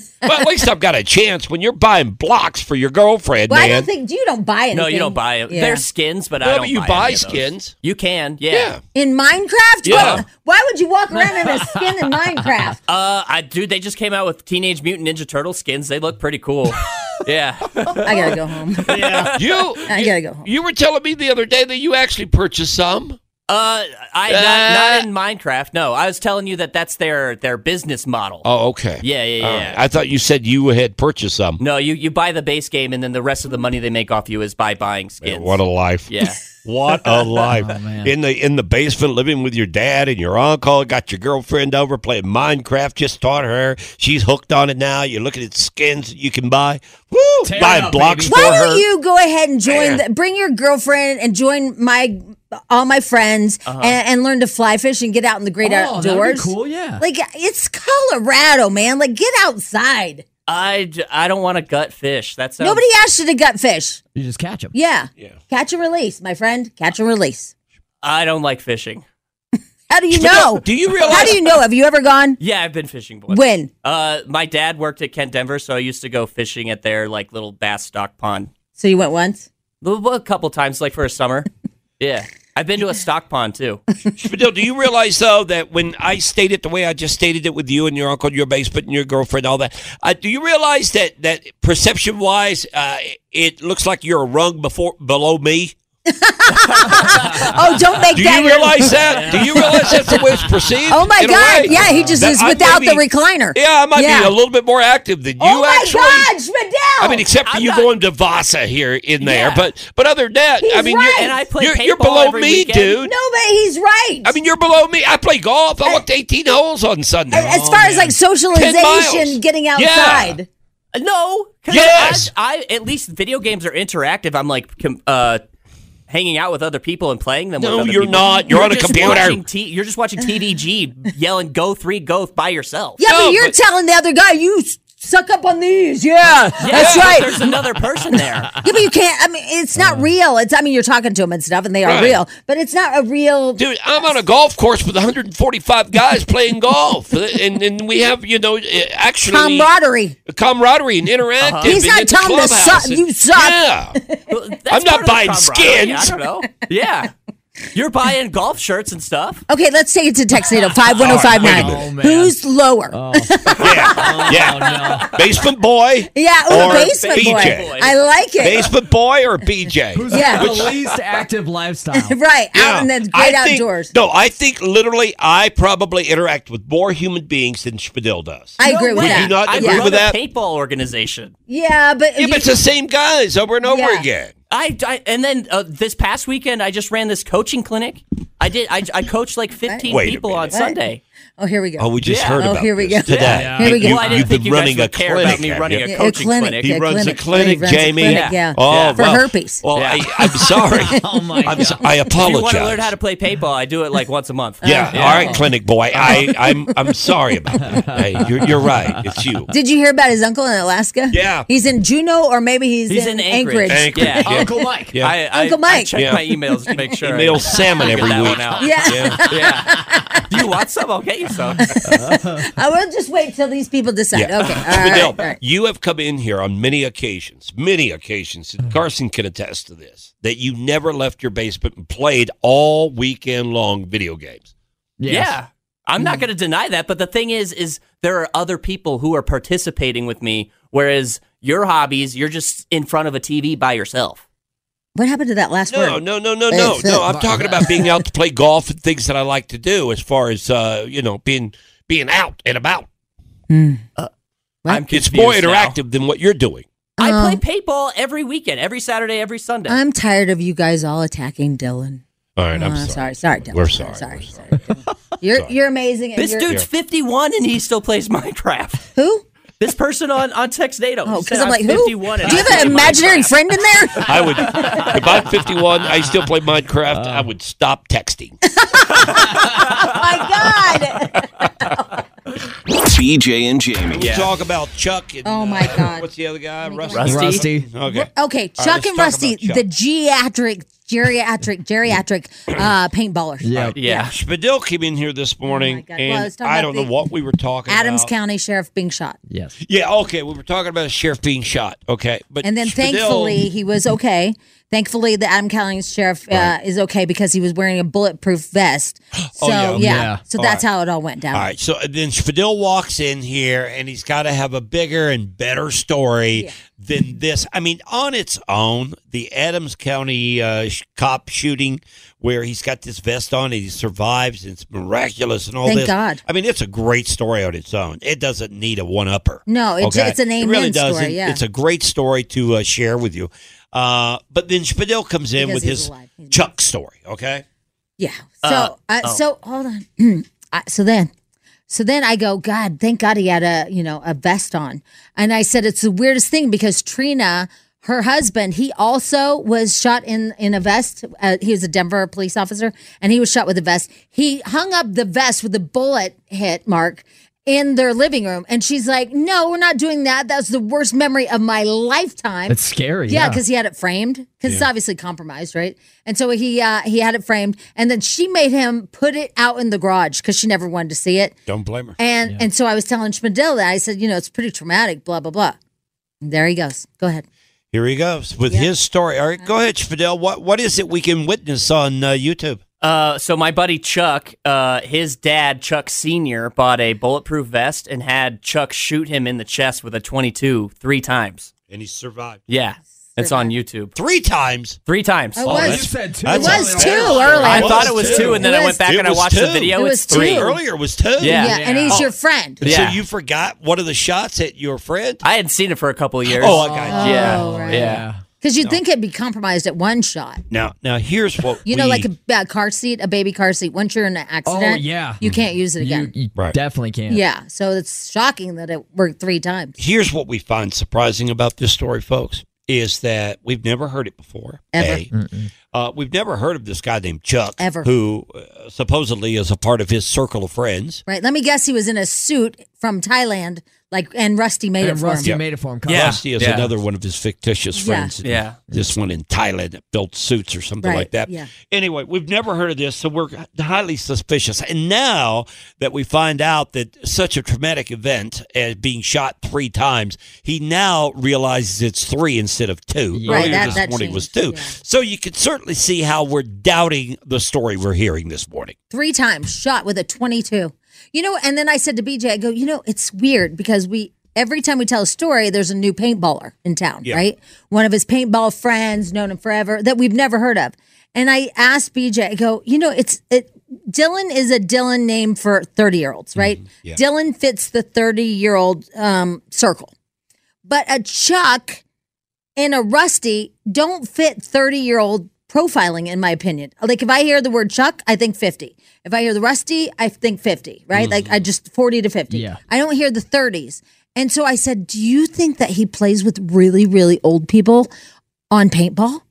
yeah. Well, at least I've got a chance when you're buying blocks for your girlfriend, well, I man. don't think you don't buy anything. No, you don't buy it. Yeah. There's skins, but I Yeah, don't. but you buy, buy any of those. skins. You can, yeah. yeah. in Minecraft. Yeah. What- why would you walk around in a skin in Minecraft? Uh, I dude, they just came out with Teenage Mutant Ninja Turtle skins. They look pretty cool. yeah. I gotta go home. You, I gotta go home. you were telling me the other day that you actually purchased some. Uh, Uh. I not, not in Minecraft. No, I was telling you that that's their their business model. Oh, okay. Yeah, yeah, All yeah. right. I thought you said you had purchased some. No, you you buy the base game, and then the rest of the money they make off you is by buying skins. Man, what a life. Oh, yeah. What a life! in the in the basement, living with your dad and your uncle. Got your girlfriend over, playing Minecraft. Just taught her. She's hooked on it now. You're looking at skins that you can buy. Woo! Tear it Buying up, blocks for baby. Why her. don't you go ahead and join? Man. The, bring your girlfriend and join my all my friends and, and learn to fly fish and get out in the great Uh-huh. Oh, that'd be outdoors. cool, yeah. Like it's Colorado, man. Like get outside. I, j- I don't want to gut fish. That sounds Nobody asked you to gut fish. You just catch them. Yeah. Yeah. Catch and release, my friend. Catch and release. I don't like fishing. How do you But know? do you realize? How do you know? Have you ever gone? Yeah, I've been fishing before. When? Uh, my dad worked at Kent Denver, so I used to go fishing at their like little bass stock pond So you went once? a a couple times, like for a summer. yeah, I've been to a stock pond too. Fidel, do you realize though that when I stated the way I just stated it with you and your uncle, and your basement, and your girlfriend, all that, uh, do you realize that that perception wise, uh, it looks like you're a rung before below me? Oh, don't make Do that. you your- realize that? Do you realize that's the way it's perceived? Oh my in a God! way? Yeah, he just That is I without may the be- recliner. Yeah, I might be Yeah. a little bit more active than you. oh my actually. God, Schmidel! I mean, except for I'm you not- going to Vasa here in there, Yeah. but but other than that, I He's mean, right. you're, And I play you're, you're paintball below every me, weekend. dude. no, but he's right. I mean, you're below me. I play golf. I walked 18 holes on Sunday. as far as like 10 Oh, miles. socialization, getting Yeah. outside. No, 'cause Yes! I, I at least video games are interactive. I'm like com- uh, hanging out with other people and playing them. No, with other you're people. not. You're on a just computer. watching T- you're just watching TVG yelling "Go three, go" by yourself. Yeah, No, but you're but- telling the other guy you s- suck up on these. Yeah, that's Yeah, but right. There's another person there. Yeah, but you can't. I mean, it's not real. It's. I mean, you're talking to them and stuff, and they are Right. real. But it's not a real. Dude, I'm on a golf course with 145 guys playing golf, and and we have you know actually Camaraderie. camaraderie and interactive. Uh-huh. He's and not at the telling the clubhouse suck- and- you suck. Yeah, Well, that's I'm not part of the buying camaraderie. skins. I don't know. Yeah, you're buying golf shirts and stuff. Okay, let's take it to Texanito five one zero five nine. All right, wait a minute. Who's lower? yeah, yeah. Basement boy, yeah, oh, Or basement BJ. boy. I like it. basement boy, or BJ. Yeah. the least active lifestyle. right Yeah. out in the great I think- outdoors. No, I think literally I probably interact with more human beings than Spadil does. I agree with Would that. you not I agree run with that? a paintball organization. Yeah, but, yeah, you- but it's the same guys over and over Yeah. again. I, I- and then uh, this past weekend I just ran this coaching clinic. I did. I, I coached like 15 Wait a people on minute. Sunday. oh, here we go. Oh, we just Yeah. heard Oh, about here we this go. today. Yeah. Here we go. You, Well, I didn't have think been you guys running a would care clinic. about me have running you? a Yeah, coaching clinic. He yeah, runs a He clinic, runs a Jamie. clinic, yeah. Oh, for well. herpes. Well, Yeah. I, I'm sorry. Oh my I'm, so- I If apologize. you want to learn how to play paintball, I do it like once a month. yeah, all right, clinic boy. I, I'm I'm sorry about that. Hey, you're, you're right. It's you. Did you hear about his uncle in Alaska? Yeah. He's in Juneau or maybe he's, He's in Anchorage. Anchorage. Yeah. Yeah. Uncle Mike. Yeah. I, I, Uncle I Mike. check Yeah. my emails to make sure. I- Email salmon figure every that week. one out. Yeah. Yeah. Do you want some? I'll get you some. I will just wait till these people decide. Yeah. Okay. All right. Fidel, all right. you have come in here on many occasions, many occasions, and Carson can attest to this, that you never left your basement and played all weekend long video games. Yeah. I'm Hmm. not going to deny that, but the thing is is there are other people who are participating with me whereas your hobbies you're just in front of a TV by yourself. What happened to that last No, word? no, no, no, no, It's no. it. I'm talking about being out to play golf and things that I like to do as far as, uh, you know, being being out and about. Hmm. Uh, What? I'm It's more confused now. interactive than what you're doing. I Um, play paintball every weekend, every Saturday, every Sunday. I'm tired of you guys all attacking Dylan. All right, I'm Oh, sorry. sorry. Sorry, Dylan. We're I'm sorry, Sorry. we're sorry, Dylan. You're you're amazing. and this you're- dude's 51 and he still plays Minecraft. who? This person on on Text NATO. Oh, he said, because I'm like who? Do you 51 and I have an play imaginary Minecraft." friend in there? I would, if I'm 51, I still play Minecraft, I would stop texting. My God. BJ and Jamie. We talk about Chuck and Oh, my uh, God. What's the other guy? Rusty. Rusty. Rusty. Okay. Okay, All right, Chuck let's and talk Rusty, about Chuck. the geriatric, geriatric, geriatric uh, paintballers. Yeah. Yeah. Spadil came in here this morning, Oh, God. Well, I and was talking I about don't know the- what we were talking Adams about. County Sheriff being shot, Yes. Yeah, okay. We were talking about a sheriff being shot. Okay. but and then Spadil- thankfully he was okay. Thankfully, the Adam County Sheriff uh, is okay because he was wearing a bulletproof vest. So Oh, yeah. yeah. Yeah. so that's how it all went down. All right. So uh, then Spadil walks in here, and he's got to have a bigger and better story than this. I mean, on its own, the Adams County uh, sh- cop shooting, where he's got this vest on and he survives, and it's miraculous and all Thank this. God. I mean, it's a great story on its own. It doesn't need a one upper. No, it j- it's an It really amen story, doesn't. yeah. It's a great story to uh, share with you. Uh, but then Spadil comes in Because with he's his alive. He's- Chuck story. Okay. Yeah. So Uh, I, oh. so hold on. I, so then, so then I go. God, thank God he had a you know a vest on. And I said it's the weirdest thing because Trina her husband, he also was shot in in a vest. Uh, he was a Denver police officer, and he was shot with a vest. He hung up the vest with a bullet hit mark in their living room, and she's like, "No, we're not doing that. That's the worst memory of my lifetime." That's scary. Yeah, because he had it framed because it's obviously compromised, right? And so he uh, he had it framed, and then she made him put it out in the garage because she never wanted to see it. Don't blame her. And and so I was telling Schmidl that I said, you know, it's pretty traumatic, blah blah blah. And there he goes. Go ahead. Here he goes with his story. All right, go ahead, Fidel. What what is it we can witness on uh, YouTube? Uh, so my buddy Chuck, uh, his dad Chuck Senior bought a bulletproof vest and had Chuck shoot him in the chest with a 22 three times. And he survived Yeah, it's on YouTube. three times. Oh, Three times. It was. that's- You said two. that's it was a- two earlier. I thought it was two, and then It I was- went back It and I was watched the two. video. It it's was three. two. Earlier was two. Yeah. Yeah, and he's your friend. And Yeah. So you forgot one of the shots at your friend? I hadn't seen it for a couple years. Oh, I got you. yeah, Oh, right. yeah. Because you'd think it'd be compromised at one shot. Now, now here's what You know, we- like a, a car seat, a baby car seat. Once you're in an accident, Oh, yeah. Mm-hmm. you can't use it You, again. you Right. definitely can. yeah, so it's shocking that it worked three times here's what we find surprising about this story, folks, is that we've never heard it before. Ever. A. Uh, we've never heard of this guy named Chuck, Ever. who uh, supposedly is a part of his circle of friends. right? Let me guess, he was in a suit from Thailand, like, and Rusty made And it for Rusty him. made it for him. Yeah. Rusty is Yeah. another one of his fictitious Yeah. friends. Yeah. This one in Thailand that built suits or something Right, like that. yeah. Anyway, we've never heard of this, so we're highly suspicious. And now that we find out that such a traumatic event as being shot three times, he now realizes it's three instead of two. Yeah. Right, Earlier that- this that morning was two. changed, yeah. So you can certainly see how we're doubting the story we're hearing this morning. three times shot with a 22 you know and then i said to bj i go you know it's weird because we every time we tell a story there's a new paintballer in town Yeah. right one of his paintball friends known him forever that we've never heard of and i asked bj i go you know it's it dylan is a dylan name for 30 year olds right dylan fits the 30 year old um, circle but a chuck and a rusty don't fit 30 year old profiling in my opinion like if i hear the word chuck i think 50 if i hear the rusty i think 50 right like i just 40 to 50 Yeah. i don't hear the 30s and so i said do you think that he plays with really really old people on paintball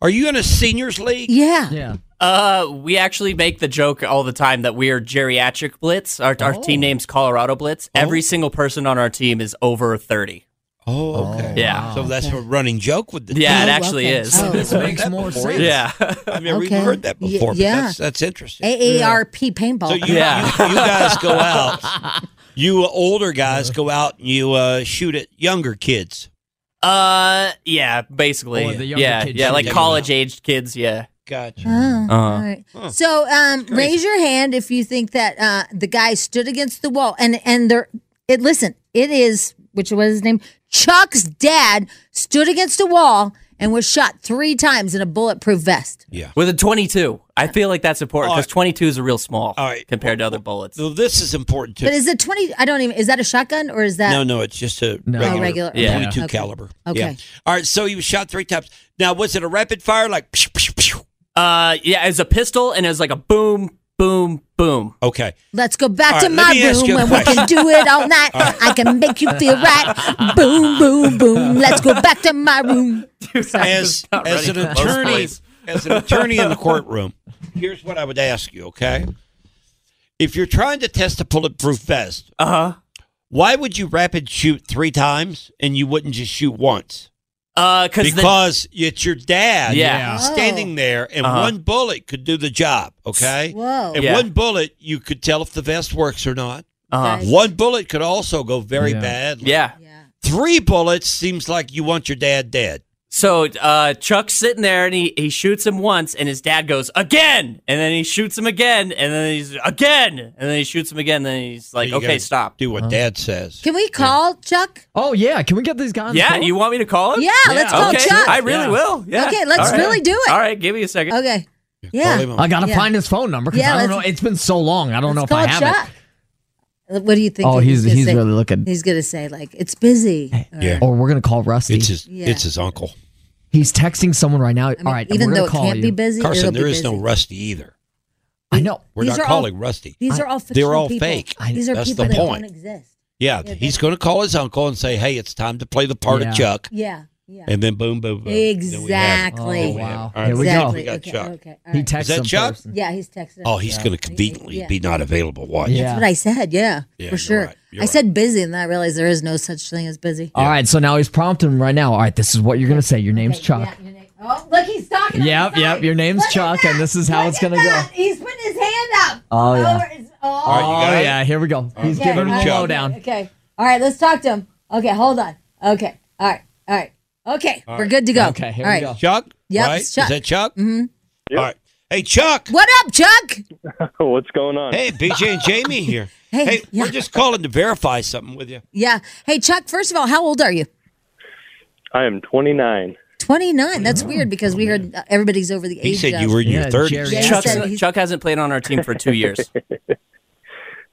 Are you in a seniors league? yeah, Yeah. Uh, we actually make the joke all the time that we are geriatric blitz. Our, Oh. our team name's Colorado Blitz. Every single person on our team is over thirty. Oh, okay. Yeah. So that's a running joke with the Yeah, it Oh, actually okay. is. Oh. This makes more sense. Yeah. I've never Okay. even heard that Y- before. but yeah. that's, that's interesting. aarp paintball so you, Oh, Yeah. you, you guys go out. You older guys go out and you uh, shoot at younger kids. Oh. Uh, yeah, basically. Or the younger yeah, kids yeah, should like be doing college aged kids. Yeah. Gotcha. Uh, Oh, Uh-huh. all right. So, um, raise your hand if you think that uh, the guy stood against the wall and and there. It listen. It is which was his name. Chuck's dad stood against a wall and was shot three times in a bulletproof vest. With a 22. I feel like that's important because 22 is a real small All right. compared to other bullets. So this is important too. But is it twenty? I don't even. Is that a shotgun or is that? no, no, it's just a No. regular, Oh, regular. Yeah. .22 Okay. caliber. Okay. Yeah. All right. So you shot three times. Now was it a rapid fire like? psh, psh, psh? Uh, yeah, it's a pistol and it's like a boom, boom, boom. Okay. Let's go back All to right, let my me ask you room a and we can do it all night. I can make you feel right. boom, boom, boom. Let's go back to my room. as not as ready for an those attorney plays. as an attorney in the courtroom here's what i would ask you okay if you're trying to test a bulletproof vest Uh huh. why would you rapid shoot three times and you wouldn't just shoot once Uh, cause the- because it's your dad Yeah. Oh. standing there and Uh-huh. one bullet could do the job okay Whoa. and Yeah. one bullet you could tell if the vest works or not uh-huh. Okay. one bullet could also go very badly yeah. Yeah. three bullets seems like you want your dad dead So uh, Chuck's sitting there and he, he shoots him once and his dad goes again and then he shoots him again and then he's again and then he shoots him again and then he's like You okay gotta Uh-huh. stop do what dad says Can we call Chuck? Oh yeah. Can we get these guys? on the yeah phone? you want me to call him Yeah, let's call okay Chuck. I really Yeah. will yeah Okay, let's All right. really do it. all right give me a second Okay. Call Yeah. him up. I gotta Yeah. find his phone number because Yeah, I don't know. let's- It's been so long. I don't know if I Call have Chuck. What do you it. think? Oh, he's gonna he's say? really looking. He's gonna say like it's busy. Or- Yeah. Or we're gonna call Rusty. it's his Yeah. it's his uncle he's texting someone right now. I mean, All right, even we're gonna though it call can't you. be busy, Carson, it'll there be is busy. no Rusty either. I know. We're not These are all- calling Rusty. These are all fictional all people. fake. I- These are That's people the that point. don't exist. Yeah, he's going to call his uncle and say, "Hey, it's time to play the part Yeah. of Chuck." Yeah. Yeah. and then boom, boom, boom. Then we have- Exactly. then we have- wow. all right, Here we go. exactly. We got okay, Chuck. okay. all He right. texts that him Chuck? first. yeah, he's texted. Oh, he's Yeah. going to conveniently Yeah. be not available. Watch. Yeah. That's what I said. Yeah, Yeah, for you're sure. right, you're I said busy, and then I realized there is no such thing as busy. All right, so now he's prompting him right now. All right, this is what you're gonna say. Your name's Chuck. Yeah, your name- oh, look, he's talking. Yep, yep. Your name's Chuck, and this is how it's gonna go. He's putting his hand up. Oh, yeah. Over his- oh, All right, you Oh got it? yeah, here we go. He's Okay, giving him all a right, lowdown. Okay. All right, let's talk to him. Okay, hold on. Okay. All right. All right. Okay. We're good to go. Okay, here All we right. go. Chuck? Yep, right? it's Chuck. Is that Chuck? Mm-hmm. All right. Hey, Chuck. What up, Chuck? What's going on? Hey, BJ and Jamie here. Hey, yeah. we're just calling to verify something with you. Yeah. Hey, Chuck, first of all, how old are you? I am 29. 29. That's weird because we heard uh, everybody's over the He age. said of- you were in your Yeah, 30s. Jerry. Yeah, he Chuck's- said he's- Chuck hasn't played on our team for two years.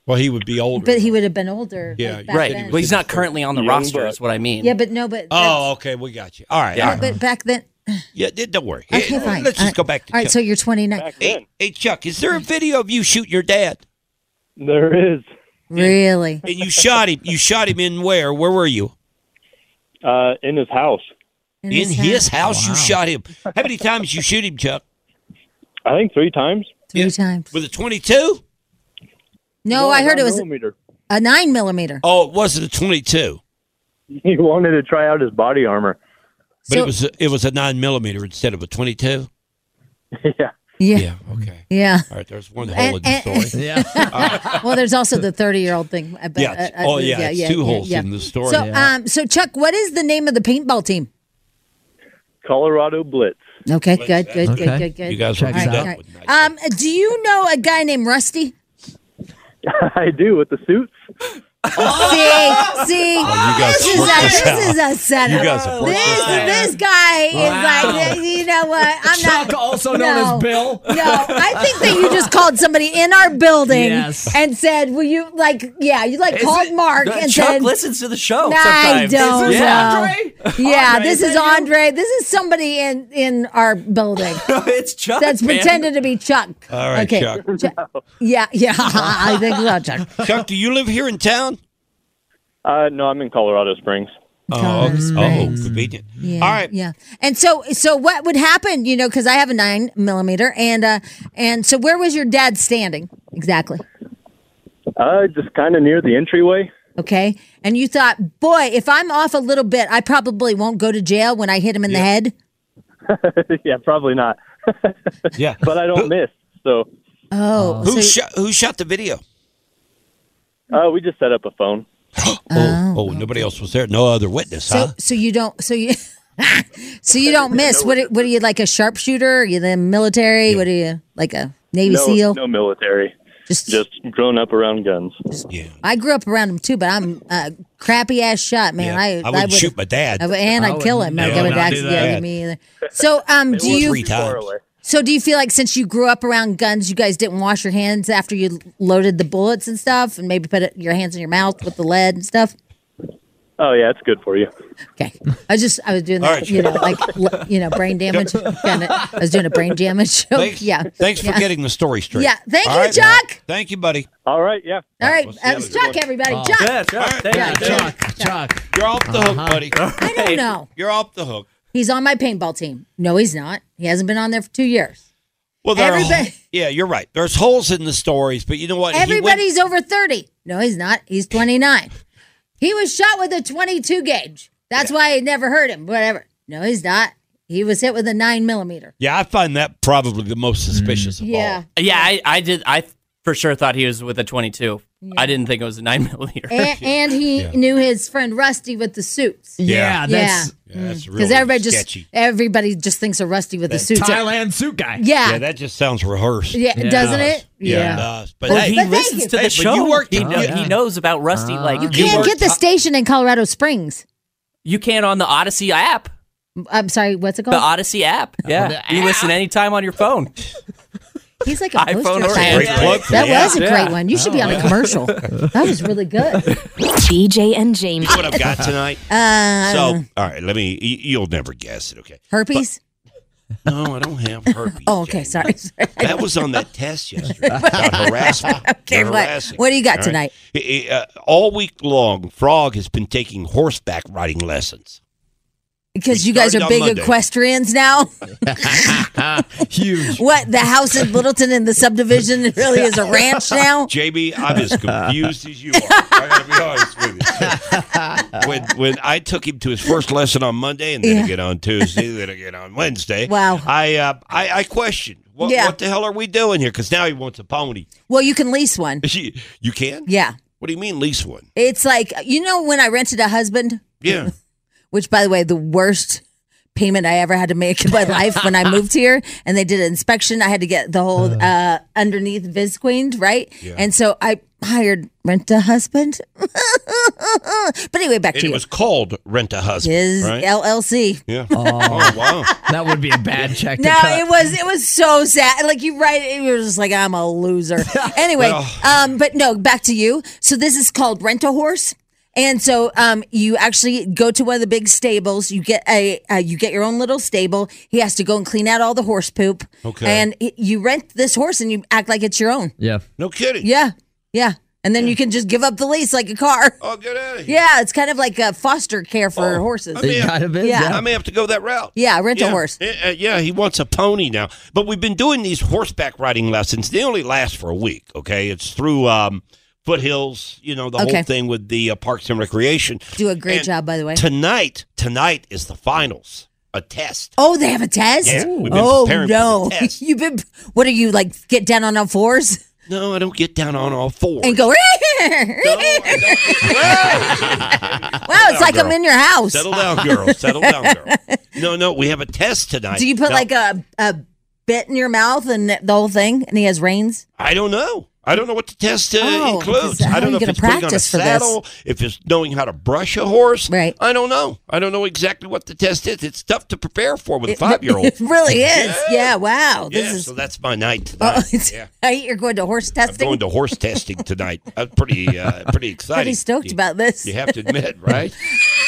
Well, he would be older. But he would have been older. Yeah, like, you back said right. he then. Well, he's not currently on the Young roster, buck. is what I mean. Yeah, but no, but. oh, okay. We got you. All right. that's- all right. But back then. Yeah, d- don't worry. Okay, Hey, fine. Let's just All right. go back to All right, Chuck. so you're 29. Back then, hey, hey, Chuck, is there a video of you shooting your dad? there is. Really? And you shot him. You shot him in where? Where were you? Uh, in his house. In, his, house, you shot him. How many times you shoot him, Chuck? I think three times. Three times. With a 22? No, I heard it was Millimeter. a nine millimeter. Oh, it wasn't a 22. He wanted to try out his body armor. But So- it was a, it was a nine millimeter instead of a 22. yeah. Yeah. Okay. Yeah. All right. There's one And- hole in the and- story. Yeah. well, there's also the 30 year old thing. I bet- Yeah. it's- oh, yeah. it's two holes yeah. in the story. So, um, so Chuck, what is the name of the paintball team? Colorado Blitz. Okay, good, good, Okay. good, good, good. you guys were Checks beat out. up. All right. with nice- Um, do you know a guy named Rusty? I do with the suits. Oh, See, see, Oh, you guys Oh, this, is worked a, this this out. is a setup. You guys have worked this, this out. this guy is like, you know what? I'm Chuck, not. also known No. as Bill. No, I think that you just called somebody in our building Yes. and said, "Will you like, yeah, you like Is called it- Mark Uh, and Chuck said, listens to the show. I sometimes. don't Is it know. Andre? Yeah, Andre, this is that is you? Andre. This is somebody in in our building No, it's Chuck. that's man. pretending to be Chuck. All right, okay. Chuck. Chuck. Yeah, yeah, I think so, Chuck. Chuck, do you live here in town? Uh, no, I'm in Colorado Springs. Oh, Colorado oh, Springs. convenient. Yeah, All right. Yeah. And so, so what would happen? You know, because I have a nine millimeter, and uh, and so where was your dad standing exactly? Uh, just kind of near the entryway. Okay, and you thought, boy, if I'm off a little bit, I probably won't go to jail when I hit him in the head. yeah, probably not. Yeah. But I don't miss. So Oh, Who so- shot who shot the video? uh, we just set up a phone. Oh, oh, nobody else was there. No other witness, So, huh? so you don't. So you. so you don't miss. What? Are, what are you like a sharpshooter? Are you the military? What are you like a Navy No, SEAL? no military. just, Just grown up around guns. Yeah. I grew up around him too, but I'm a crappy ass shot, man. yeah. I, I wouldn't would- shoot my dad. I would- and I I'd kill would him. Like, I never would do actually, that. yeah, me either. So, um, do was you? three Far times. away. So, do you feel like since you grew up around guns, you guys didn't wash your hands after you loaded the bullets and stuff, and maybe put it, your hands in your mouth with the lead and stuff? Oh, yeah, it's good for you. Okay. I was just I was doing All that, right. you know, like l- you know, brain damage. Kinda- I was doing a brain damage joke. Thanks, yeah. Thanks for Yeah. getting the story straight. Yeah. Thank All you, right, Chuck. Matt. Thank you, buddy. All right, yeah. All right, see that you was later. Chuck, everybody. Oh, Chuck. Oh, Yeah, Chuck. Thank Yeah, you, Chuck. Uh-huh. Chuck, Chuck. You're off the hook, buddy. I don't know. You're off the hook. He's on my paintball team. No, he's not. He hasn't been on there for two years. Well, there are, Everybody- yeah, you're right. There's holes in the stories, but you know what? He went- Everybody's over thirty. No, he's not. He's twenty nine. he was shot with a twenty two gauge. That's why it never hurt him. Whatever. No, he's not. He was hit with a nine millimeter. yeah, I find that probably the most suspicious of Yeah. Yeah, I, I did. I for sure thought he was with a 22. I didn't think it was a nine millimeter. And, and he knew his friend Rusty with the suits. Yeah, that's all. Yeah, that's really Because Mm. everybody just sketchy. everybody just thinks of Rusty with the suits. Thailand suit guy. Yeah. yeah, that just sounds rehersed. yeah, doesn't it? Yeah, it does. Uh, But, Well, hey, he But thank listens you. Ah. to the Hey, but show. you worked- he, Oh, kno- yeah. he knows about Rusty. like You can't worked- get the station in Colorado Springs. You can on the Odyssey app. I'm sorry, what's it The called? Odyssey app. Yeah, the you listen anytime on your phone. He's like a iPhone poster or child. great Yeah. plug for That the app. was a Yeah. great one. You should be Oh. on a commercial. that was really good. BJ and Jamie. You know what I've got tonight. Uh, so, all right, let me. You, you'll never guess it. Okay. herpes? No, I don't have herpes. Oh, okay. Jamie. Sorry. sorry. That was on that test yesterday about harassment. Okay, They're what- harassing. what do you got All tonight? Eh, eh, uh, all week long, Frog has been taking horseback riding lessons. Because We you guys started are on big Monday. equestrians now. Huge. what the house in Littleton in the subdivision really is a ranch now. JB, I'm as confused as you are. I gotta be honest with you. When when I took him to his first lesson on Monday, and then Uh, Yeah. again on Tuesday, then again on Wednesday. Wow. I uh, I, I questioned what, Yeah. what the hell are we doing here? Because now he wants a pony. Well, you can lease one. You, you can? Yeah, What do you mean lease one? it's like you know when I rented a husband, Yeah. which by the way, the worst payment I ever had to make in my life when I moved here, and they did an inspection. I had to get the whole uh, underneath vis cleaned, right? And so I hired rent a husband. but anyway, back And to it you. was called Rent a Husband. His right? LLC. yeah. Oh, wow. That would be a bad check to No, cut. it was it was so sad. Like you write it, you're just like I'm a loser. anyway, Well- um, but no, back to you. So this is called rent a horse. And so um, you actually go to one of the big stables. You get a uh, you get your own little stable. He has to go and clean out all the horse poop. Okay. And y- you rent this horse and you act like it's your own. yeah. No kidding. Yeah, yeah. And then you can just give up the lease like a car. Oh, get out of here. Oh. Yeah, it's kind of like a foster care for horses. I mean- It Yeah. kind of is. Yeah. Yeah. I may have to go that route. yeah, rent a horse. Uh, uh, yeah, he wants a pony now. But we've been doing these horseback riding lessons. They only last for a week, okay? It's through um, Foothills, you know, the Okay. whole thing with the uh, Parks and Recreation. Do a great And job, by the way. Tonight, tonight is the finals, a test. Oh, they have a test. Yeah, we've been oh preparing for no, the test. you've been. What are you like? Get down on all fours No, I don't get down on all fours. and go. No, I don't. wow, it's down, like I'm girl. in your house. Settle down, girl. Settle down, girl. No, no, we have a test tonight. Do you put Now, like a a bit in your mouth and the whole thing? And he has reins. I don't know. I don't know what the test uh, Oh, includes. because how I are don't know you if gonna it's putting on a practice for this? saddle, if it's knowing how to brush a horse. Uh, Right. I don't know. I don't know exactly what the test is. It's tough to prepare for with a five year old. It really is. Yeah. wow. This Yeah, is. so that's my night tonight. oh, it's, yeah. I hate you're going to horse I'm testing. going to horse testing tonight. I'm pretty, uh, pretty excited. Pretty stoked You- about this. You have to admit, right?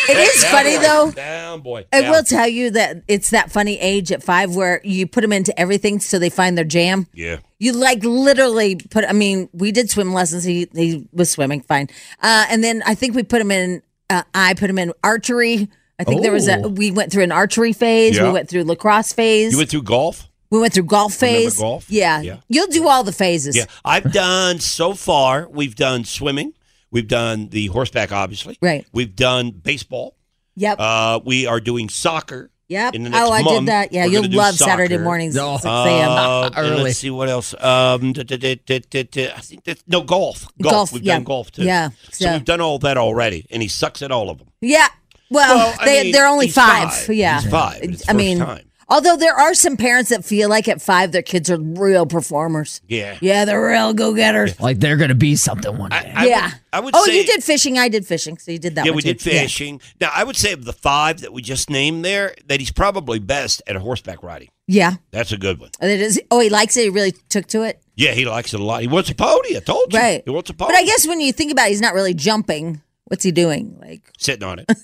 it is Down, funny boy. though. Down, boy. I Down. will tell you that it's that funny age at five where you put them into everything so they find their jam. Yeah. You like literally put. I mean, we did swim lessons. He he was swimming fine, uh, and then I think we put him in. Uh, I put him in archery. I think there was a. Oh. We went through an archery phase. Yeah. We went through lacrosse phase. You went through golf? we went through golf Remember phase. golf? Yeah. Yeah. you'll do all the phases. Yeah, I've done so far. We've done swimming. We've done the horseback, obviously. Right. We've done baseball. Yep. Uh, we are doing soccer. yep. in the next Oh, I did month, that. Yeah, we're you'll gonna do love Saturday soccer. mornings. at No. 6 a.m. Uh, and Early. let's see what else. Um, da- da- da- da- da- da- I think that's no golf. Golf. Golf, we've yeah. done golf too. Yeah, So, so- we've done all that already, and he sucks at all of them. Yeah. Well, Well, I they mean, they're only he's five. five. Yeah. He's five, but it's I first mean, time. although there are some parents that feel like at five their kids are real performers. Yeah. Yeah, they're real go getters. Like they're gonna be something one day. I yeah. would- I would oh, say- you did fishing. I did fishing. So you did that. yeah, one we too. did fishing. Now, I would say of the five that we just named there, that he's probably best at horseback riding. Yeah. That's a good one. yeah. It is- Oh, he likes it. He really took to it. Yeah, he likes it a lot. He wants a pony. I told you. Right. He wants a pony. But I guess when you think about it, he's not really jumping. What's he doing? Like, sitting on it.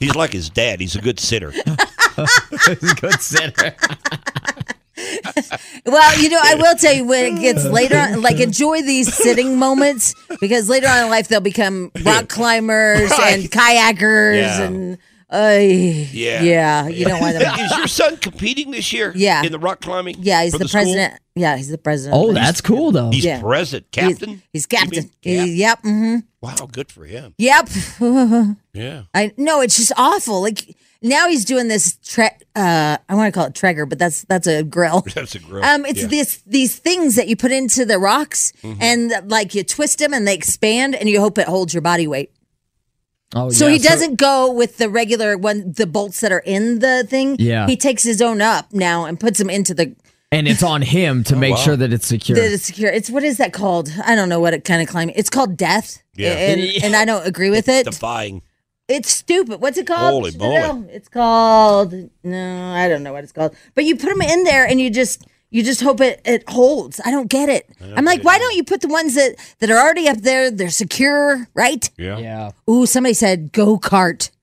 He's like his dad. He's a good sitter. Good center. well, you know, I will tell you when it gets later on, like, enjoy these sitting moments because later on in life they'll become rock climbers and Right. kayakers Yeah. and, uh, yeah. Yeah. You don't want them. Is your son competing this year? Yeah. In the rock climbing? Yeah, he's for the, school? president. Yeah, he's the president. Oh, He's- that's cool though. He's Yeah. president, he's- captain. He's, You mean captain. cap- He- yep. hmm Wow, good for him. Yep. Yeah. I no, it's just awful. Like now he's doing this. Tre- uh, I want to call it Traeger, but that's that's a grill. That's a great. Um, it's this these things that you put into the rocks, Mm-hmm. and like you twist them and they expand, and you hope it holds your body weight. Oh, So yeah, he doesn't go with the regular one, the bolts that are in the thing. Yeah. he takes his own up now and puts them into the and it's on him Oh, to make sure that it's secure. that it's secure. It's what is that called? I don't know what it kind of climb. It's called death. Yeah. and, and I don't agree with it. Defying. It's stupid. What's it called? Holy moly. Chanel? It's called no, I don't know what it's called. But you put them in there and you just you just hope it it holds. I don't get it. I'm like, why don't you put the ones that that are already up there? They're secure, right? yeah. Ooh, somebody said go kart. Go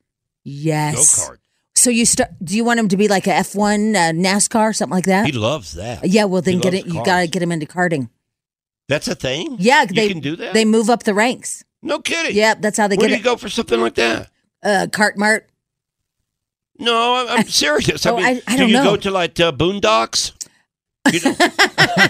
Yes. kart. So you start? Do you want him to be like a F1 uh, NASCAR something like that? He loves that. yeah. Well, then he get loves it. You cars. gotta get him into karting. That's a thing. Yeah, You they can do that. They move up the ranks. no kidding. Yep, that's how they Where do get it. you go for something like that? uh, Cart Mart. No, I'm, I'm serious. I Oh, mean, I- I do don't you know. go to like uh, Boondocks? You know-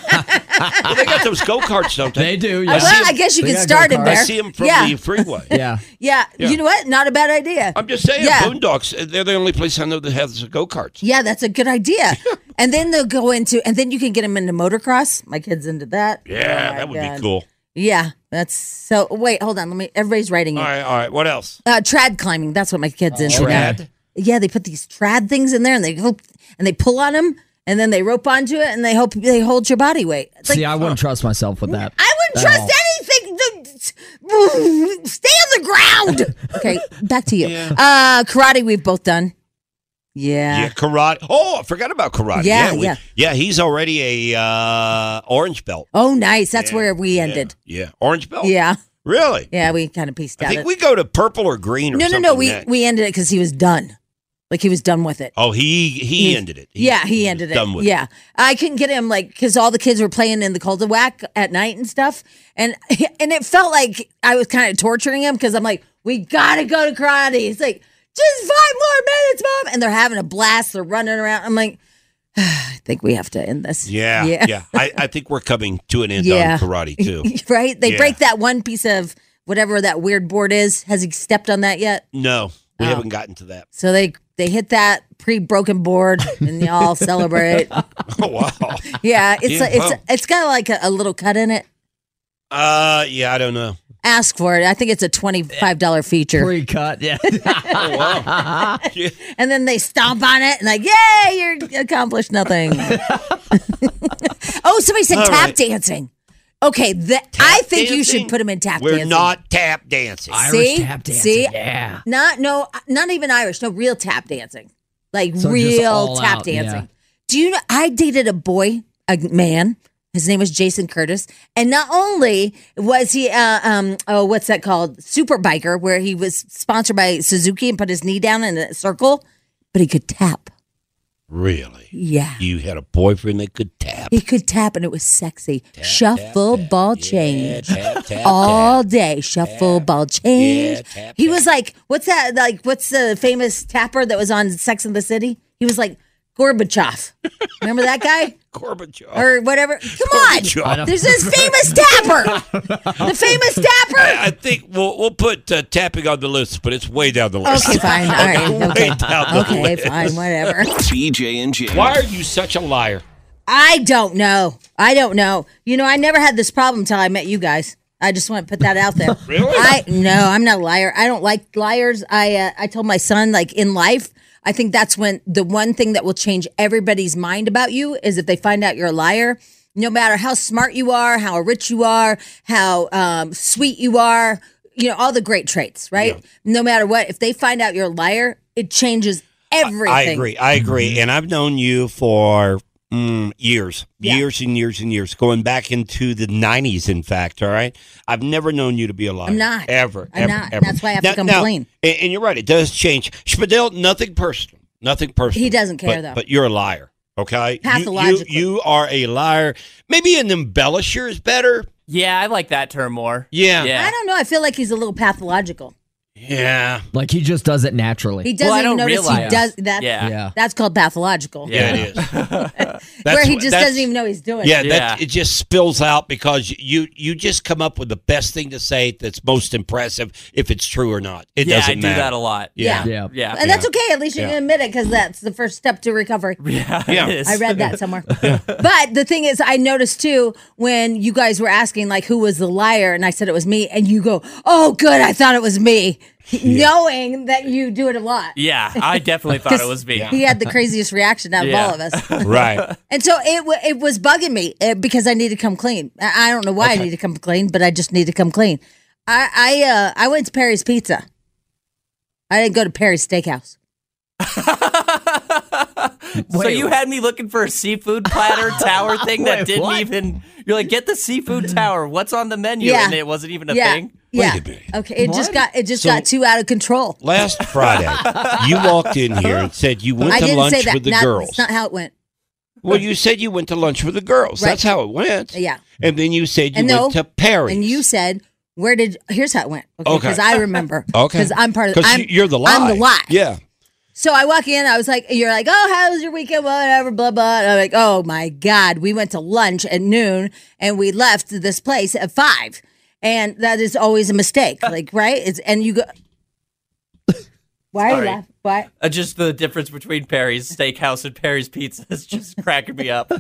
Well, they got those go karts, don't they? They do, I yeah. see well, 'em- I guess you They can got start in go-karts. I there. see them from yeah. the freeway. Yeah. yeah, Yeah. You know what? Not a bad idea. I'm just saying, Yeah. Boondocks. uh, They're the only place I know that has go karts. yeah, that's a good idea. and then they'll go into, and then you can get them into motocross. My kid's into that. Yeah, Oh my that would God. be cool. Yeah, that's so. Wait, hold on. Let me. Everybody's writing it. All right, all right. What else? Uh, trad climbing. That's what my kid's into. now. Trad? Yeah, they put these trad things in there, and they hope, and they pull on them, and then they rope onto it, and they hope they hold your body weight. It's like, oh. See, I wouldn't trust myself with that. I wouldn't at trust anything. to- Stay on the ground. okay, back to you. Uh, karate, we've both done. Yeah, Yeah. karate. Oh, I forgot about karate. Yeah, we- yeah. yeah. He's already a uh, orange belt. Oh, nice. That's where we ended. Yeah, orange belt. Yeah. really. Yeah, we kind of pieced I out. think it. we go to purple or green. Or no, no, something no. We next. we ended it because he was done. Like he was done with it. Oh, he he He's- ended it. yeah, he was ended it. Done with yeah, I couldn't get him like because all the kids were playing in the cul-de-sac at night and stuff, and and it felt like I was kind of torturing him because I'm like, we gotta go to karate. He's like, just five more minutes, mom, and they're having a blast. They're running around. I'm like, I think we have to end this. Yeah, yeah. I, I think we're coming to an end Yeah. on karate too. right. They Yeah. break that one piece of whatever that weird board is. Has he stepped on that yet? No, we Oh. haven't gotten to that. So they they hit that pre-broken board and y'all celebrate. Oh wow. Yeah, it's Yeah, like it's wow. it's got like a, a little cut in it. uh, yeah, I don't know. Ask for it. I think it's a twenty five dollar feature. Pre cut, yeah. Oh wow. Yeah. And then they stomp on it and like, yay, you accomplished nothing. oh, somebody said All tap right. dancing. Okay, the, I think you dancing? should put him in tap We're dancing. not tap dancing. See? Irish tap dancing. See? Yeah. not no not even Irish, no real tap dancing. Like So just real all tap out, dancing. yeah. Do you know I dated a boy, a man. His name was Jason Curtis. And not only was he uh, um oh what's that called? Super biker where he was sponsored by Suzuki and put his knee down in a circle, but he could tap. Really? Yeah. You had a boyfriend that could tap. He could tap and it was sexy. Shuffle ball change. tap, tap, all day shuffle ball change. Yeah, tap, he tap. was like, what's that? Like, what's the famous tapper that was on Sex and the City? He was like Gorbachev. Remember that guy Gorbachev. or whatever? Come on, Gorbachev. there's this famous tapper. The famous I, tapper. I think we'll we'll put uh, tapping on the list, but it's way down the list. Okay, fine. All right. Way Okay. down the Okay, list. fine. Whatever. BJ and Jamie. Why are you such a liar? I don't know. I don't know. You know, I never had this problem till I met you guys. I just want to put that out there. Really? I no, I'm not a liar. I don't like liars. I uh, I told my son like in life, I think that's when the one thing that will change everybody's mind about you is if they find out you're a liar. No matter how smart you are, how rich you are, how um, sweet you are, you know all the great traits, right? No matter what, if they find out you're a liar, it changes everything. I agree. I agree. And I've known you for mm, years, Yeah. years and years and years, going back into the 90s, in fact. All right. I've never known you to be a liar. I'm not. Ever. I'm ever, not. ever. That's why I have now, to now, complain. and, and you're right. It does change. Spadil, nothing personal. Nothing personal. He doesn't care, But- though. But you're a liar. Okay. You- You, Pathologically. you, are a liar. Maybe an embellisher is better. Yeah, I like that term more. Yeah. Yeah. I don't know. I feel like he's a little pathological. Yeah. Like he just does it naturally. He doesn't Well, I don't even notice he realize. does that. Yeah. Yeah. That's called pathological. Yeah, it is. That's Where he what- just that's- doesn't even know he's doing Yeah, it. That, Yeah. it just spills out because you you just come up with the best thing to say that's most impressive if it's true or not. It yeah, I doesn't do matter. that a lot. Yeah. Yeah. Yeah. And that's okay. At least you Yeah. can admit it because that's the first step to recovery. Yeah. Yeah. it is. I read that somewhere. But the thing is, I noticed too when you guys were asking, like, who was the liar? And I said it was me. And you go, oh, good. I thought it was me, knowing that you do it a lot. Yeah, I definitely thought it was me. He had the craziest reaction out of Yeah. all of us. Right. And so it wa it was bugging me uh, because I need to come clean. I I don't know why I need to come clean, but I just need to come clean. I I uh, I went to Perry's Pizza. I didn't go to Perry's Steakhouse. so you had me looking for a seafood platter tower thing that Wait, didn't what? even. You're like, get the seafood tower. What's on the menu? Yeah. And it wasn't even a yeah, thing. yeah. Wait a minute. Okay, it just What? got it just So- got too out of control. Last Friday, you walked in here and said you went I to didn't lunch say that. with the Not- girls. That's not how it went. well, you said you went to lunch with the girls. Right. That's how it went. Yeah. And then you said you And went no, to Perry. And you said, "Where did?" Here's how it went. Okay, Okay. because I remember. Okay. because I'm part of. Because I'm, you're the lie. I'm the lie. Yeah. So I walk in, I was like, you're like, oh, how was your weekend? Whatever, blah, blah. And I'm like, oh my God. We went to lunch at noon and we left this place at five. And that is always a mistake. Like, right? It's and you go Why are Sorry. you laughing? Why? Uh, just the difference between Perry's Steakhouse and Perry's Pizza is just cracking me up.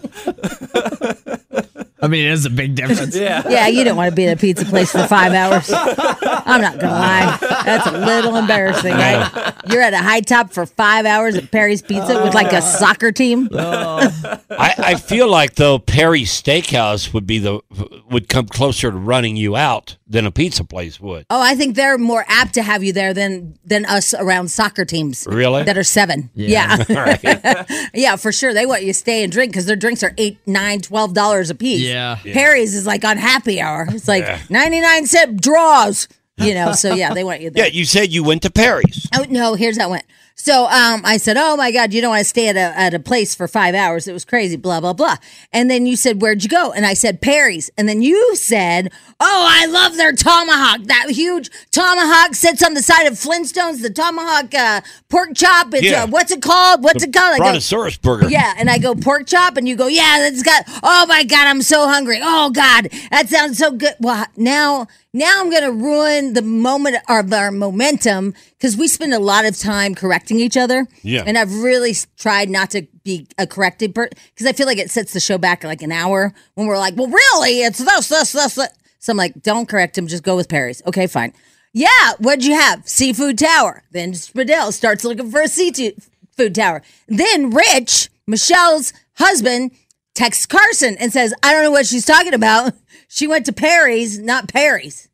I mean, it is a big difference. Yeah. Yeah, you don't want to be at a pizza place for five hours. I'm not gonna lie, that's a little embarrassing, right? You're at a high top for five hours at Perry's Pizza with like a soccer team. I, I feel like though Perry's Steakhouse would be the would come closer to running you out than a pizza place would. Oh, I think they're more apt to have you there than than us around soccer teams. Really? That are seven. Yeah. All right. Yeah, for sure. They want you to stay and drink because their drinks are eight, nine, twelve dollars a piece. Yeah. Perry's is like on happy hour. It's like Yeah. 99 cent draws. You know, so yeah, they want you there. Yeah, you said you went to Perry's. Oh no, here's how it went. So um, I said, "Oh my God, you don't want to stay at a at a place for five hours. It was crazy." Blah blah blah. And then you said, "Where'd you go?" And I said, "Perry's." And then you said, "Oh, I love their tomahawk. That huge tomahawk sits on the side of Flintstones. The tomahawk uh, pork chop. It's Yeah. uh, what's it called? What's it called?" I go, Brontosaurus burger. yeah, and I go pork chop, and you go, yeah, that's got. Oh my god, I'm so hungry. Oh god, that sounds so good. Well, now, now I'm gonna ruin the moment of our momentum because we spend a lot of time correcting each other. Yeah. and I've really s- tried not to be a corrected person because I feel like it sets the show back like an hour when we're like, well, really, it's this, this, this, this. So I'm like, don't correct him, just go with Perry's. Okay, fine. Yeah, what'd you have? Seafood Tower. Then Spadell starts looking for a seafood tower. Then Rich, Michelle's husband, texts Carson and says, I don't know what she's talking about. She went to Perry's, not Perry's.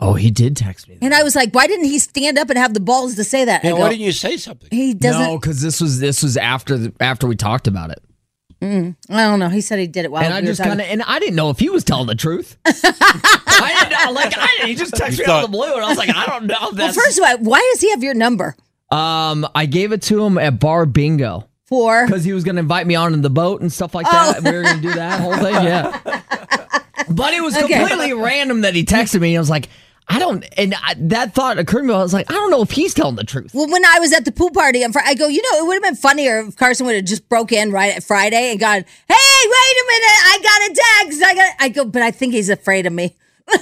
Oh, he did text me. that. And I was like, why didn't he stand up and have the balls to say that? I Yeah, go, why didn't you say something? he doesn't. No, because this was this was after the, after we talked about it, Mm, I don't know. He said he did it while and I we were just talking. kind of and I didn't know if he was telling the truth. I didn't know, like I, he just texted You me out thought- of the blue, and I was like, I don't know. Well, That's, first of all, why does he have your number um, I gave it to him at Bar Bingo for? Oh. because he was going to invite me on in the boat and stuff like that. and we were going to do that whole thing, yeah. But it was Okay. completely random that he texted me. And I was like, I don't, and I, that thought occurred to me. I was like, I don't know if he's telling the truth. Well, when I was at the pool party on Friday, I go, you know, it would have been funnier if Carson would have just broke in right at Friday and gone, hey, wait a minute, I got a text. I got, I go, but I think he's afraid of me. I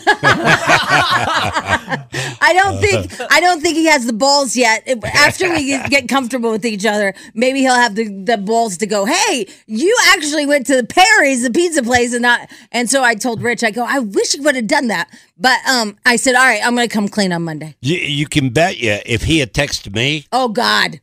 don't think I don't think he has the balls yet. If- After we get get comfortable with each other, maybe he'll have the, the balls to go. Hey, you actually went to the Perry's, the pizza place, and not. And so I told Rich, I go, I wish he would have done that. But um, I said, all right, I'm going to come clean on Monday. You, you can bet you if he had texted me, Oh God.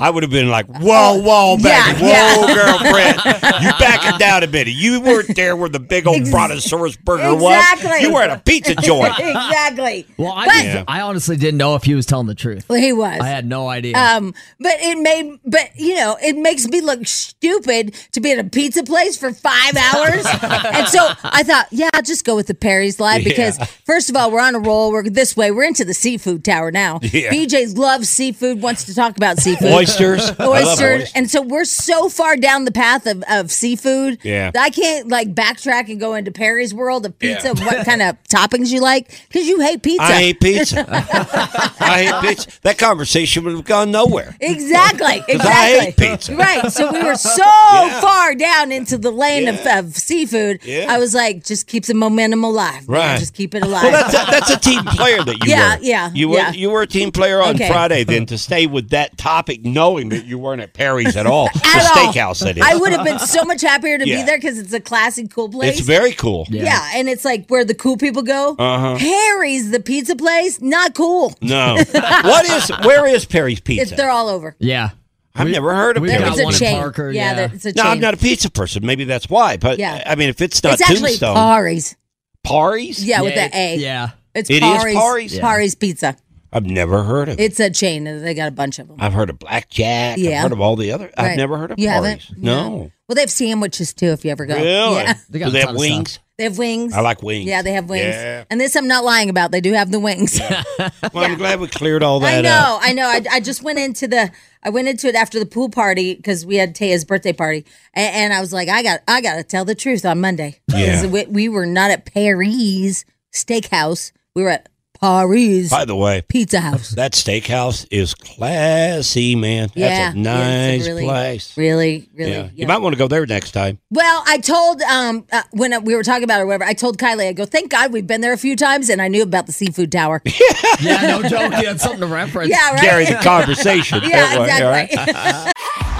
I would have been like, "Whoa, whoa, baby, Yeah, whoa, yeah. girlfriend, you back it down a minute. You weren't there where the big old Brontosaurus burger was. exactly. You were at a pizza joint." exactly. Well, I, But- just- I honestly didn't know if he was telling the truth. Well, he was. I had no idea. um, but it made, but you know, it makes me look stupid to be at a pizza place for five hours. and so I thought, yeah, I'll just go with the Perry's live because, Yeah. first of all, we're on a roll. We're this way. We're into the seafood tower now. Yeah. BJ loves seafood, wants to talk about seafood. Oysters, I love Oysters. And so we're so far down the path of, of seafood. Yeah. that I can't like backtrack and go into Perry's world of pizza, what kind of toppings you like, because you hate pizza. I hate pizza. I hate pizza. That conversation would have gone nowhere. Exactly. Exactly. I hate pizza. Right. So we were so Yeah. far down into the lane Yeah. of, of seafood. Yeah. I was like, just keep the momentum alive. man. Right. Just keep it alive. Well, that's a, that's a team player that you Yeah, were. yeah, You were yeah. you were a team player on Okay. Friday. Then to stay with that topic, knowing that you weren't at Perry's at all, the At all. steakhouse that is. I would have been so much happier to be Yeah. there because it's a classic cool place. It's very cool. yeah. and it's like where the cool people go. Uh-huh. Harry's the pizza place, not cool. No, what is where is Perry's It's, Pizza? they're all over. yeah. I've never heard of we've Perry's. got It's a one in chain. Parker, yeah, yeah. there- it's a No, chain. I'm not a pizza person. Maybe that's why. But Yeah. I mean, if it's not it's actually Tombstone, Pari's. Parry's? Yeah, with yeah, the A. Yeah. It's It is Pari's. Pari's? Yeah. Pari's Pizza. I've never heard of it. It's a chain. and They got a bunch of them. I've heard of Blackjack. Yeah. I've heard of all the other. Right. I've never heard of You haven't? Parry's. No. Well, they have sandwiches too. If you ever go, Really? yeah, They got Do a they have ton of stuff. wings? they have wings. I like wings. Yeah, they have wings. Yeah. And this I'm not lying about. They do have the wings. Well, I'm glad we cleared all that I know. up. I know. I, I just went into the. I went into it after the pool party because we had Taya's birthday party, and, and I was like, I got, I got to tell the truth on Monday. 'Cause Yeah. we, we were not at Perry's Steakhouse. We were at Paris By the way, Pizza House. that steakhouse is classy, man. yeah, That's a yeah, nice it's really, place. Really, really. yeah. yeah. You might want to go there next time. Well, I told um uh, when we were talking about it or whatever, I told Kylie, I go, thank God we've been there a few times, and I knew about the seafood tower. yeah, no joke. Yeah, it's something to reference. yeah, right. Carry the conversation. yeah, that way, all right? exactly.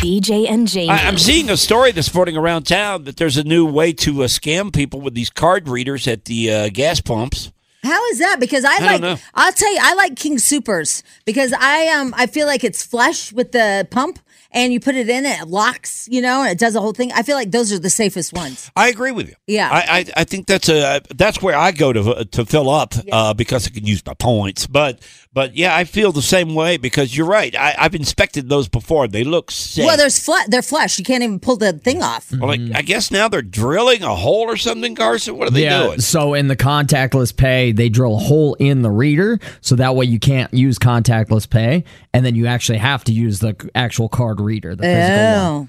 BJ and Jamie. I, I'm seeing a story this morning around town that there's a new way to uh, scam people with these card readers at the uh, gas pumps. How is that? Because I, don't know. like I'll tell you, I like King Supers because I um I feel like it's flush with the pump and you put it in and it locks, you know, and it does the whole thing. I feel like those are the safest ones. I agree with you. Yeah. I, I, I think that's a that's where I go to to fill up uh, because I can use my points. But but yeah, I feel the same way because you're right. I, I've inspected those before. They look sick. Well, there's fl- they're flush. You can't even pull the thing off. Well, like, Mm-hmm. I guess now they're drilling a hole or something, Carson. What are they yeah, doing? so in the contactless pay, they drill a hole in the reader, so that way you can't use contactless pay, and then you actually have to use the c- actual card reader, the physical Oh. one.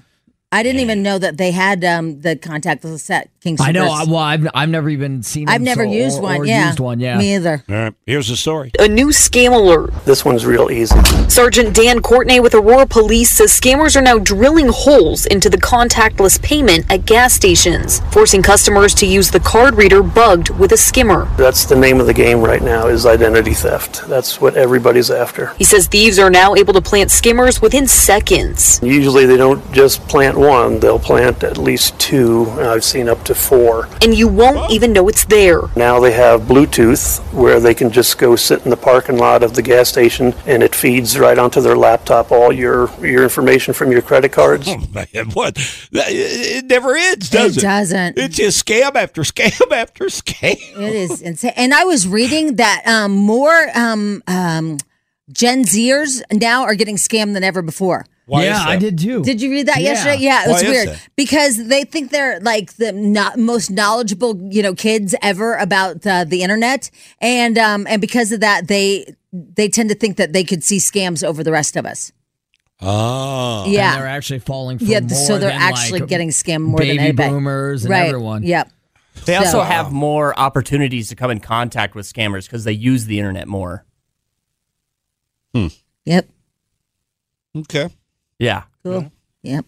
I didn't even know that they had um the contactless set King Supers. I know. I, well, I've, I've never even seen. I've them, never so- used or- one. Or yeah. used one. Yeah. Me either. All right, here's the story. A new scam alert. This one's real easy. Sergeant Dan Courtney with Aurora Police says scammers are now drilling holes into the contactless payment at gas stations, forcing customers to use the card reader bugged with a skimmer. That's the name of the game right now is identity theft. That's what everybody's after. He says thieves are now able to plant skimmers within seconds. Usually they don't just plant one, they'll plant at least two, and I've seen up to four. And you won't even know it's there. Now they have Bluetooth where they can just go sit in the parking lot of the gas station and it feeds right onto their laptop all your, your information from your credit cards. Oh, man, what? That- It it never ends, does it? It doesn't. It's just scam after scam after scam. It is insane. And I was reading that um, more um, um, Gen Zers now are getting scammed than ever before. Why yeah, is that? I did too. Did you read that Yeah. yesterday? Yeah, it was Why is weird that? because they think they're like the not most knowledgeable, you know, kids ever about uh, the internet, and um, and because of that, they they tend to think that they could see scams over the rest of us. Oh. Yeah. yeah, they're actually falling for yeah. more So they're than, actually like, getting scammed more baby than anybody. boomers and right. everyone. Yep. They also Wow. have more opportunities to come in contact with scammers because they use the internet more. Yep. Okay. Yeah. Cool. Yep.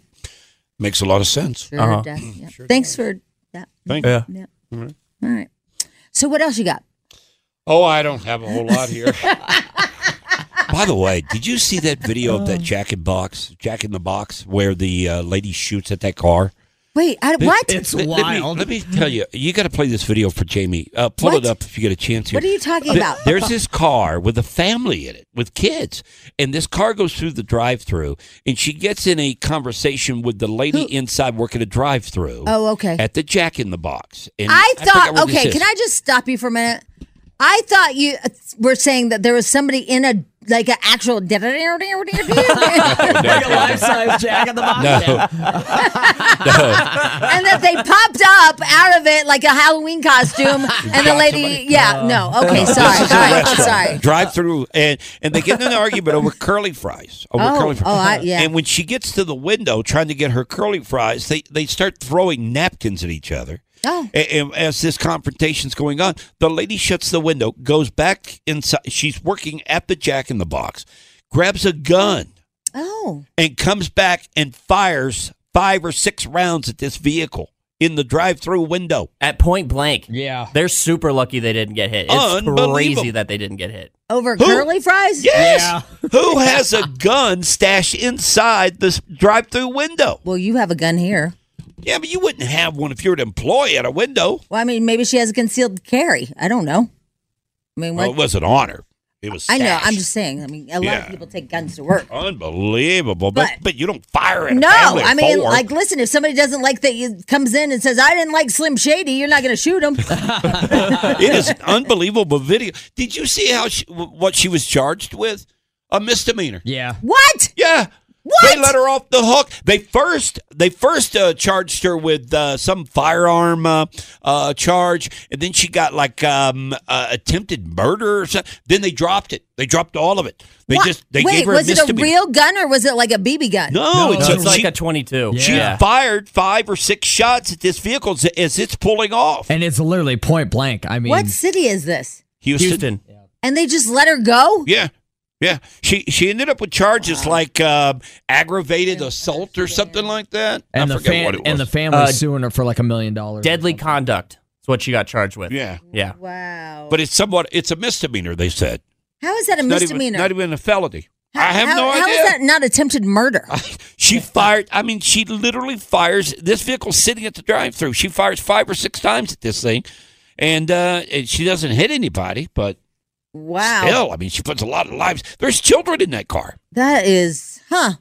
Makes a lot of sense. Sure Uh-huh. does. Yep. Thanks for that. Thank you. Yeah. All right. So what else you got? Oh, I don't have a whole lot here. By the way, did you see that video of Oh. that Jack in Box, Jack in the Box, where the uh, lady shoots at that car? Wait, I, what? It's Let- let me- wild. Let me, tell you, you got to play this video for Jamie. Uh, pull What? it up if you get a chance here. What are you talking Th- about? There's this car with a family in it, with kids, and this car goes through the drive-through, and she gets in a conversation with the lady inside working a drive-through. Oh, okay. At the Jack in the Box. And I forgot thought. where this okay, is. can I just stop you for a minute? I thought you uh, were saying that there was somebody in a like an actual. and like a life size Jack in the box. No, that they popped up out of it like a Halloween costume, and the lady, yeah, no, okay, sorry, This is a all right, I'm restaurant. sorry. Drive through, and and they get in an argument over curly fries. Over Oh, curly fries. oh, I- yeah. And when she gets to the window trying to get her curly fries, they they start throwing napkins at each other. Oh. And, and as this confrontation's going on, the lady shuts the window, goes back inside. She's working at the Jack in the Box, grabs a gun, Oh, and comes back and fires five or six rounds at this vehicle in the drive-through window. At point blank. Yeah. They're super lucky they didn't get hit. It's Unbelievable. crazy that they didn't get hit. over Who? curly fries? Yes. Yeah. Who has a gun stashed inside this drive-through window? Well, you have a gun here. Yeah, but you wouldn't have one if you were an employee at a window. Well, I mean, maybe she has a concealed carry. I don't know. I mean, Well, what? it wasn't on her. It was. I know. stashed. I'm just saying. I mean, a lot Yeah. of people take guns to work. Unbelievable, but, but you don't fire at a No, family of I mean, four. like, listen, if somebody doesn't like that, you comes in and says, "I didn't like Slim Shady," you're not going to shoot him. it is an unbelievable video. Did you see how she, what she was charged with? A misdemeanor. Yeah. What? Yeah. They let her off the hook. They first they first uh, charged her with uh, some firearm uh, uh, charge, and then she got like um, uh, attempted murder or something. Then they dropped it. They dropped all of it. They What? just they Wait, gave her was a it a misdemeanor. real gun or was it like a BB gun? No, it's, it's like she, a 22. she fired five or six shots at this vehicle as- as it's pulling off. And it's literally point blank. I mean, What city is this? Houston. And they just let her go? Yeah. Yeah. She she ended up with charges like um aggravated assault or something like that. and I the forget fam- what it was. and the family Uh, suing her for like a million dollars. Deadly conduct. That's what she got charged with. Yeah. Yeah. Wow. But it's somewhat it's a misdemeanor, they said. How is that a Not even- misdemeanor? Not even, a felony. I have how, no idea. How is that not attempted murder? She fired I mean, she literally fires this vehicle sitting at the drive through. She fires five or six times at this thing. And uh and she doesn't hit anybody, but wow. still, I mean she puts a lot of lives there's children in that car. That is, huh?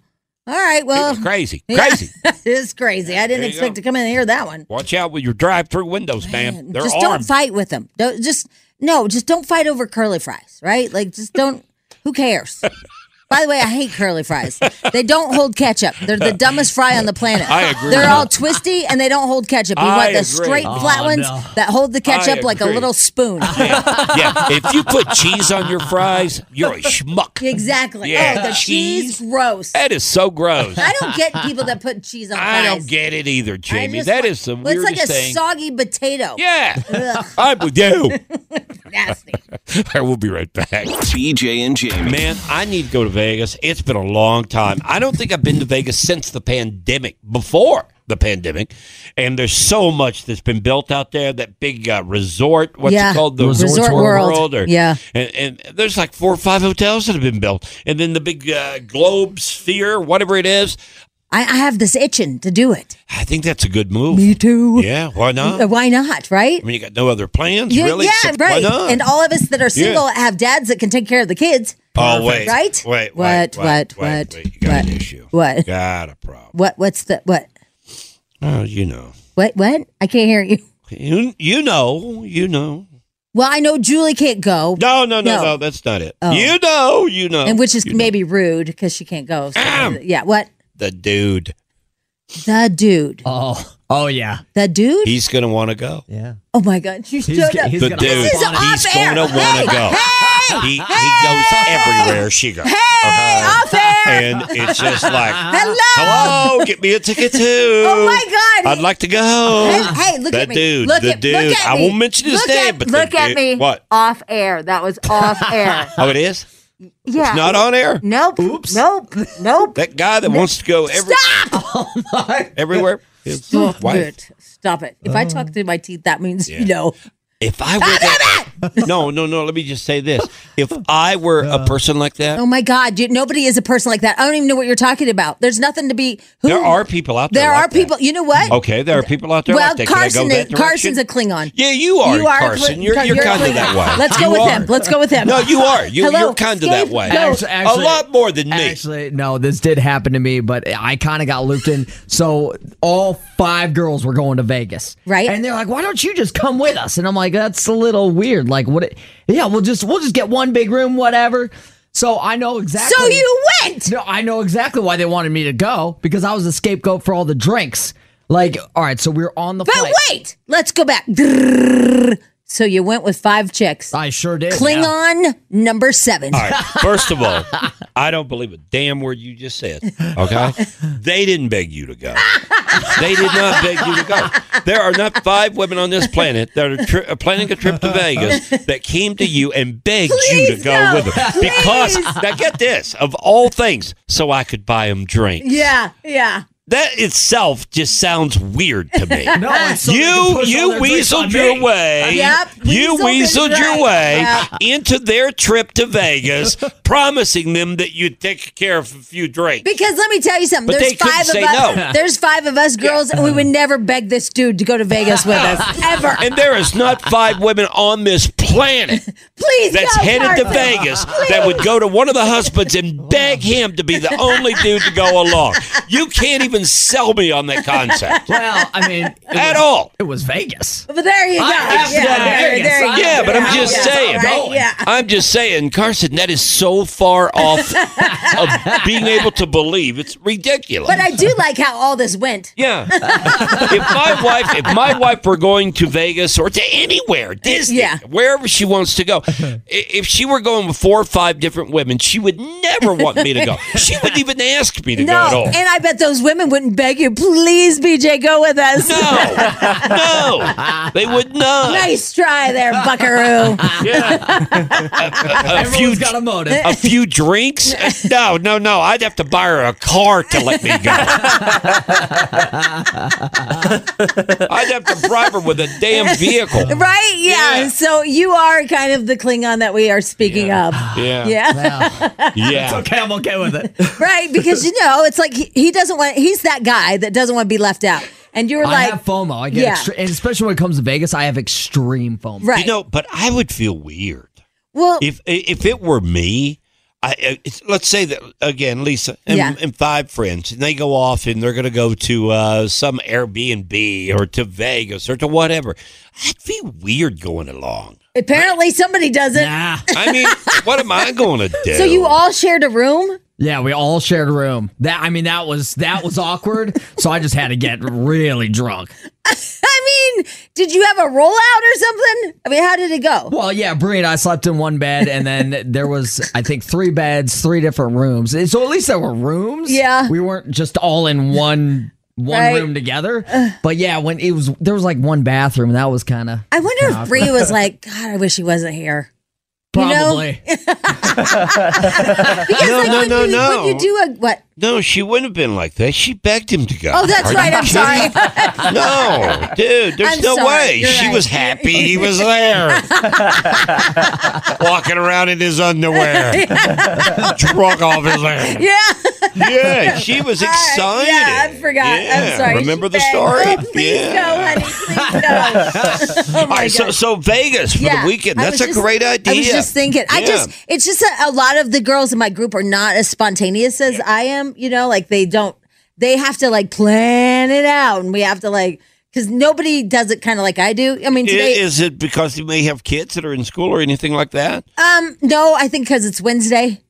All right. Well, Crazy. yeah, Crazy. that is crazy. I didn't There you expect go. to come in and hear that one. Watch out with your drive through windows, man. They're just armed. don't fight with them. Don't, just no. Just don't fight over curly fries. Right? Like, just don't. who cares? By the way, I hate curly fries. They don't hold ketchup. They're the dumbest fry on the planet. I agree. They're all twisty and they don't hold ketchup. You I want the agree. straight Oh, flat ones no. that hold the I ketchup like a agree. Ah, little spoon. yeah, yeah. If you put cheese on your fries, you're a schmuck. Exactly. Yeah. Oh, the cheese, gross. That is so gross. I don't get people that put cheese on I fries. don't get it either, Jamie. just That like- is the Well, it's weirdest like a thing. soggy potato. yeah, Ugh. I'm with you. Nasty. I will be right back. BJ and Jamie. Man, I need to go to Vegas. It's been a long time. I don't think I've been to Vegas since the pandemic, before the pandemic. And there's so much that's been built out there. That big uh, resort, what's Yeah. it called? The Resort World. or, Yeah. And, and there's like four or five hotels that have been built. And then the big uh, Globe Sphere, whatever it is. I, I have this itching to do it. I think that's a good move. Me too. Yeah, why not? Uh, Why not? Right? I mean, you got no other plans, Yeah, really? yeah, So why right. not? And all of us that are single have dads that can take care of the kids. Oh, wait. Right? Wait, wait, wait, What? wait, What? What? wait. You got what? an issue. What? Got a problem. What? What's the what? Oh, you know. What? What? I can't hear you. You, you know, you know. Well, I know Julie can't go. No, no, no, No. no, that's not it. Oh. You know, you know. and which is you know. maybe rude because she can't go. so- Ahem. yeah. What? the dude. The dude. Oh, oh yeah. The dude. He's gonna want to go. Yeah. Oh my God! You He's showed g- up. he's The gonna dude. This is He's off air. gonna want Hey, to go. hey, he he goes everywhere she goes. Hey, off air. And it's just like, Hello. hello, get me a ticket too. Oh my God. I'd like to go. Hey, hey, look the at me. dude, Look the at, dude. Look at I me. won't mention his look name, at, but the look at dude- me. What? Off air. That was off air. Oh, it is. Yeah. It's not on air. Nope. Nope. Nope. That guy that wants to go every, Stop. Oh, everywhere. His Stop wife. it. Stop it. If I talk through my teeth, that means you know. If I were that, no, no, no. Let me just say this: if I were a person like that, Oh my God! Dude, nobody is a person like that. I don't even know what you're talking about. There's nothing to be. Who, there are people out there. There like are that. Oh, people. You know what? Okay, there are people out there. Well, like that. Can I go Carson that is, Carson's a direction? Klingon. Yeah, you are, You are a Carson. Kling- You're, you're, you're a kind of Klingon. that way. Let's go You with are. him. Let's go with him. No, you are. You, Hello, you're kind of that escape. way. Go. Actu- actually- a lot more than me. Actually, no, this did happen to me, but I kind of got looped in. So all five girls were going to Vegas, Right. And they're like, "Why don't you just come with us?" And I'm like, "That's a little weird. Like, what? It, yeah, we'll just we'll just get one big room, whatever." So I know exactly. So you went. No, I know exactly why they wanted me to go because I was the scapegoat for all the drinks. Like, all right, so we were on the But flight. wait, let's go back. Grrrr. So you went with five chicks. I sure did. yeah. Klingon number seven. All right. First of all, I don't believe a damn word you just said. Okay? They didn't beg you to go. They did not beg you to go. There are not five women on this planet that are tri- planning a trip to Vegas that came to you and begged you Please to go no. with them. Because, Please. now get this, of all things, so I could buy them drinks. Yeah, yeah. That itself just sounds weird to me. No, it's so they can you push all you their drinks on weaseled your me. way. Yep, you weaseled weaseled is right. your way Yep. into their trip to Vegas, promising them that you'd take care of a few drinks. Because let me tell you something. But there's they couldn't five of say us. no. There's five of us girls, and we would never beg this dude to go to Vegas with us ever. And there is not five women on this planet Please that's go, headed to Carson. Vegas that would go to one of the husbands and beg him to be the only dude to go along. You can't even sell me on that concept. Well, I mean, at all. It was Vegas. But there you go. have Yeah, done there, it. there you yeah, go. but I'm just Yeah, saying. right? Yeah. I'm just saying, Carson, that is so far off of being able to believe. It's ridiculous. But I do like how all this went. Yeah. if my wife, if my wife were going to Vegas or to anywhere, Disney, Yeah. wherever she wants to go, i- if she were going with four or five different women, she would never want me to go. She wouldn't even ask me to go at No, all. and I bet those women wouldn't beg you, please, BJ, go with us. no, they would not. nice try there, buckaroo. a few, Everyone's got a motive. a few drinks? No, no, no. I'd have to buy her a car to let me go. I'd have to bribe her with a damn vehicle. Right? Yeah. So you are kind of the Klingon that we are speaking of. Yeah. Yeah. Yeah. okay, I'm okay with it. right. Because, you know, it's like he, he doesn't want, he's that guy that doesn't want to be left out. And you were I like, have FOMO. I get Yeah. extre- and especially when it comes to Vegas, I have extreme FOMO. right. You know, but I would feel weird well, if if it were me. I, I- it's, let's say that again, Lisa and, Yeah. and five friends, and they go off and they're going to go to uh, some Airbnb or to Vegas or to whatever. I'd feel weird going along. apparently somebody doesn't. Nah. I mean, what am I going to do? So you all shared a room? Yeah, we all shared a room. That I mean, that was that was awkward. so I just had to get really drunk. I mean, did you have a rollout or something? I mean, how did it go? Well, yeah, Brie and I slept in one bed, and then there was I think three beds, three different rooms. And So at least there were rooms. Yeah. we weren't just all in one one Right. room together. But yeah, when it was there was like one bathroom, that was kind of I wonder if Bree was like, God, I wish he wasn't here. You know- probably. Because, No, like, no, when no, you, no. When you do a what? No, she wouldn't have been like that. She begged him to go. Oh, that's Are you right. I'm kidding? sorry. No, dude, there's I'm no sorry. way. You're She right. was happy he was there. Walking around in his underwear. Drunk off his ass. yeah. Yeah, she was excited. Yeah, I forgot. Yeah, I'm sorry. Remember the She begged. story? Oh, please yeah. go, honey. Please go. oh All right, so, gosh. so Vegas for Yeah, the weekend. I That's was a just- great idea. I was just thinking. I Yeah. just, it's just that a lot of the girls in my group are not as spontaneous as I am. You know, like they don't, they have to like plan it out, and we have to like, because nobody does it kind of like I do. I mean, I- today, Is it because you may have kids that are in school or anything like that? um, no, I think because it's Wednesday.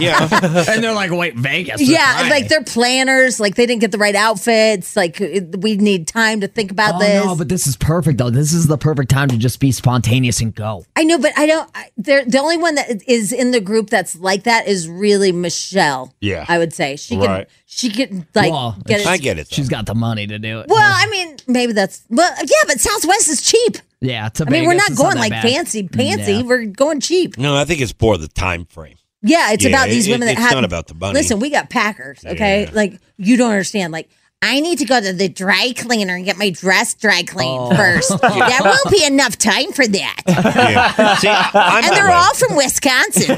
Yeah. and they're like, wait, Vegas. is yeah, Friday. like they're planners. Like they didn't get the right outfits. Like it- we need time to think about Oh, this. no, but this is perfect though. This is the perfect time to just be spontaneous and go. I know, but I don't. I, they're, the only one that is in the group that's like that is really Michelle. Yeah. I would say she Right. can. She can like Well, get it. I get it. though. She's got the money to do it. well, I mean, maybe that's. Well, yeah, but Southwest is cheap. yeah, to I mean, we're Vegas, not it's not going that like bad. fancy pantsy. Yeah. We're going cheap. No, I think it's more the time frame. Yeah, it's Yeah, about these it- women that it's have. not about the money. Listen, we got Packers. Okay, like you don't understand. Like. I need to go to the dry cleaner and get my dress dry cleaned first. There won't be enough time for that. Yeah. See, I, I'm And that they're way. all from Wisconsin.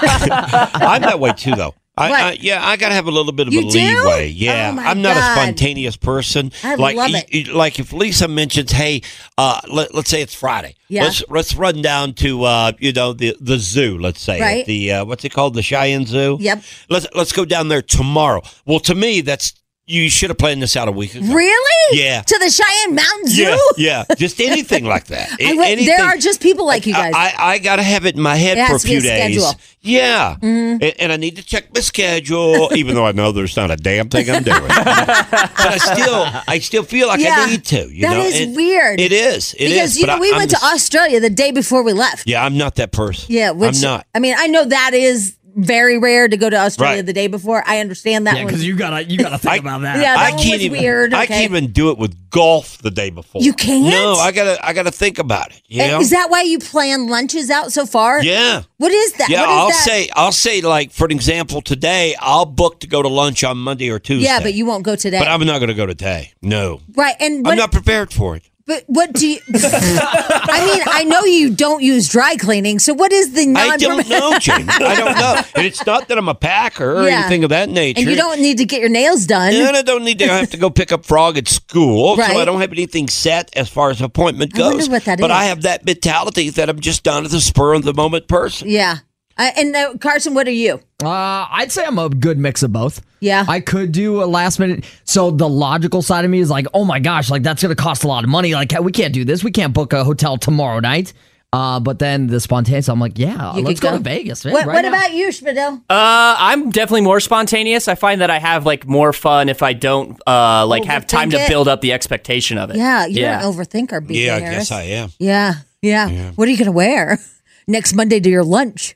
I'm that way too, though. I, What? I, yeah, I gotta have a little bit of a You do? leeway. Oh, Yeah, my I'm not God. a spontaneous person. I like, love y- it. y- Like if Lisa mentions, "Hey, uh, let, let's say it's Friday. Yeah. Let's let's run down to uh, you know the the zoo. Let's say at Right. the uh, what's it called, the Cheyenne Zoo. Yep. Let's let's go down there tomorrow. Well, to me, that's you should have planned this out a week ago. Really? Yeah. To the Cheyenne Mountain Zoo? Yeah, yeah, just anything like that. I A- went- anything. there are just people like you guys. I, I, I got to have it in my head It for a has to few be a days. schedule. Mm-hmm. Yeah. And, and I need to check my schedule, even though I know there's not a damn thing I'm doing. but I still, I still feel like Yeah. I need to. You That know? is It- weird. It is. It is. because, you but know, I- we I'm went just- to Australia the day before we left. Yeah, I'm not that person. Yeah, which uh, I'm not. I mean, I know that is very rare to go to Australia Right. the day before. I understand that Yeah, one. because you gotta you gotta think I- about that. Yeah, that I one can't was even. weird, I okay. can't even do it with golf the day before. You can't? No, I gotta. I gotta think about it. You And know? Is that why you plan lunches out so far? Yeah. What is that? Yeah, What is I'll that? say I'll say like for an example today I'll book to go to lunch on Monday or Tuesday. Yeah, but you won't go today. But I'm not going to go today. No, right. And I'm what, not prepared for it. But what do you? I mean, I know you don't use dry cleaning. So what is the non? I don't know, James. I don't know. And it's not that I'm a packer or Yeah. anything of that nature. And you don't need to get your nails done. And I don't need to have to go pick up Frog at school, Right. so I don't have anything set as far as appointment I wonder goes. what that but is. I have that mentality that I'm just down to the spur of the moment person. Yeah. Uh, and uh, Carson, what are you? Uh, I'd say I'm a good mix of both. Yeah. I could do a last minute. So the logical side of me is like, oh my gosh, like that's going to cost a lot of money. Like we can't do this. We can't book a hotel tomorrow night. Uh, but then the spontaneous, I'm like, yeah, You Uh, let's could go, to Vegas. Man, What, right what now. about you, Spadil? Uh, I'm definitely more spontaneous. I find that I have like more fun if I don't uh Oh, like have time Overthink to it. build up the expectation of it. Yeah, you're an overthinker, BJ Yeah, I Harris. guess I am. Yeah, yeah, What are you going to wear next Monday to your lunch?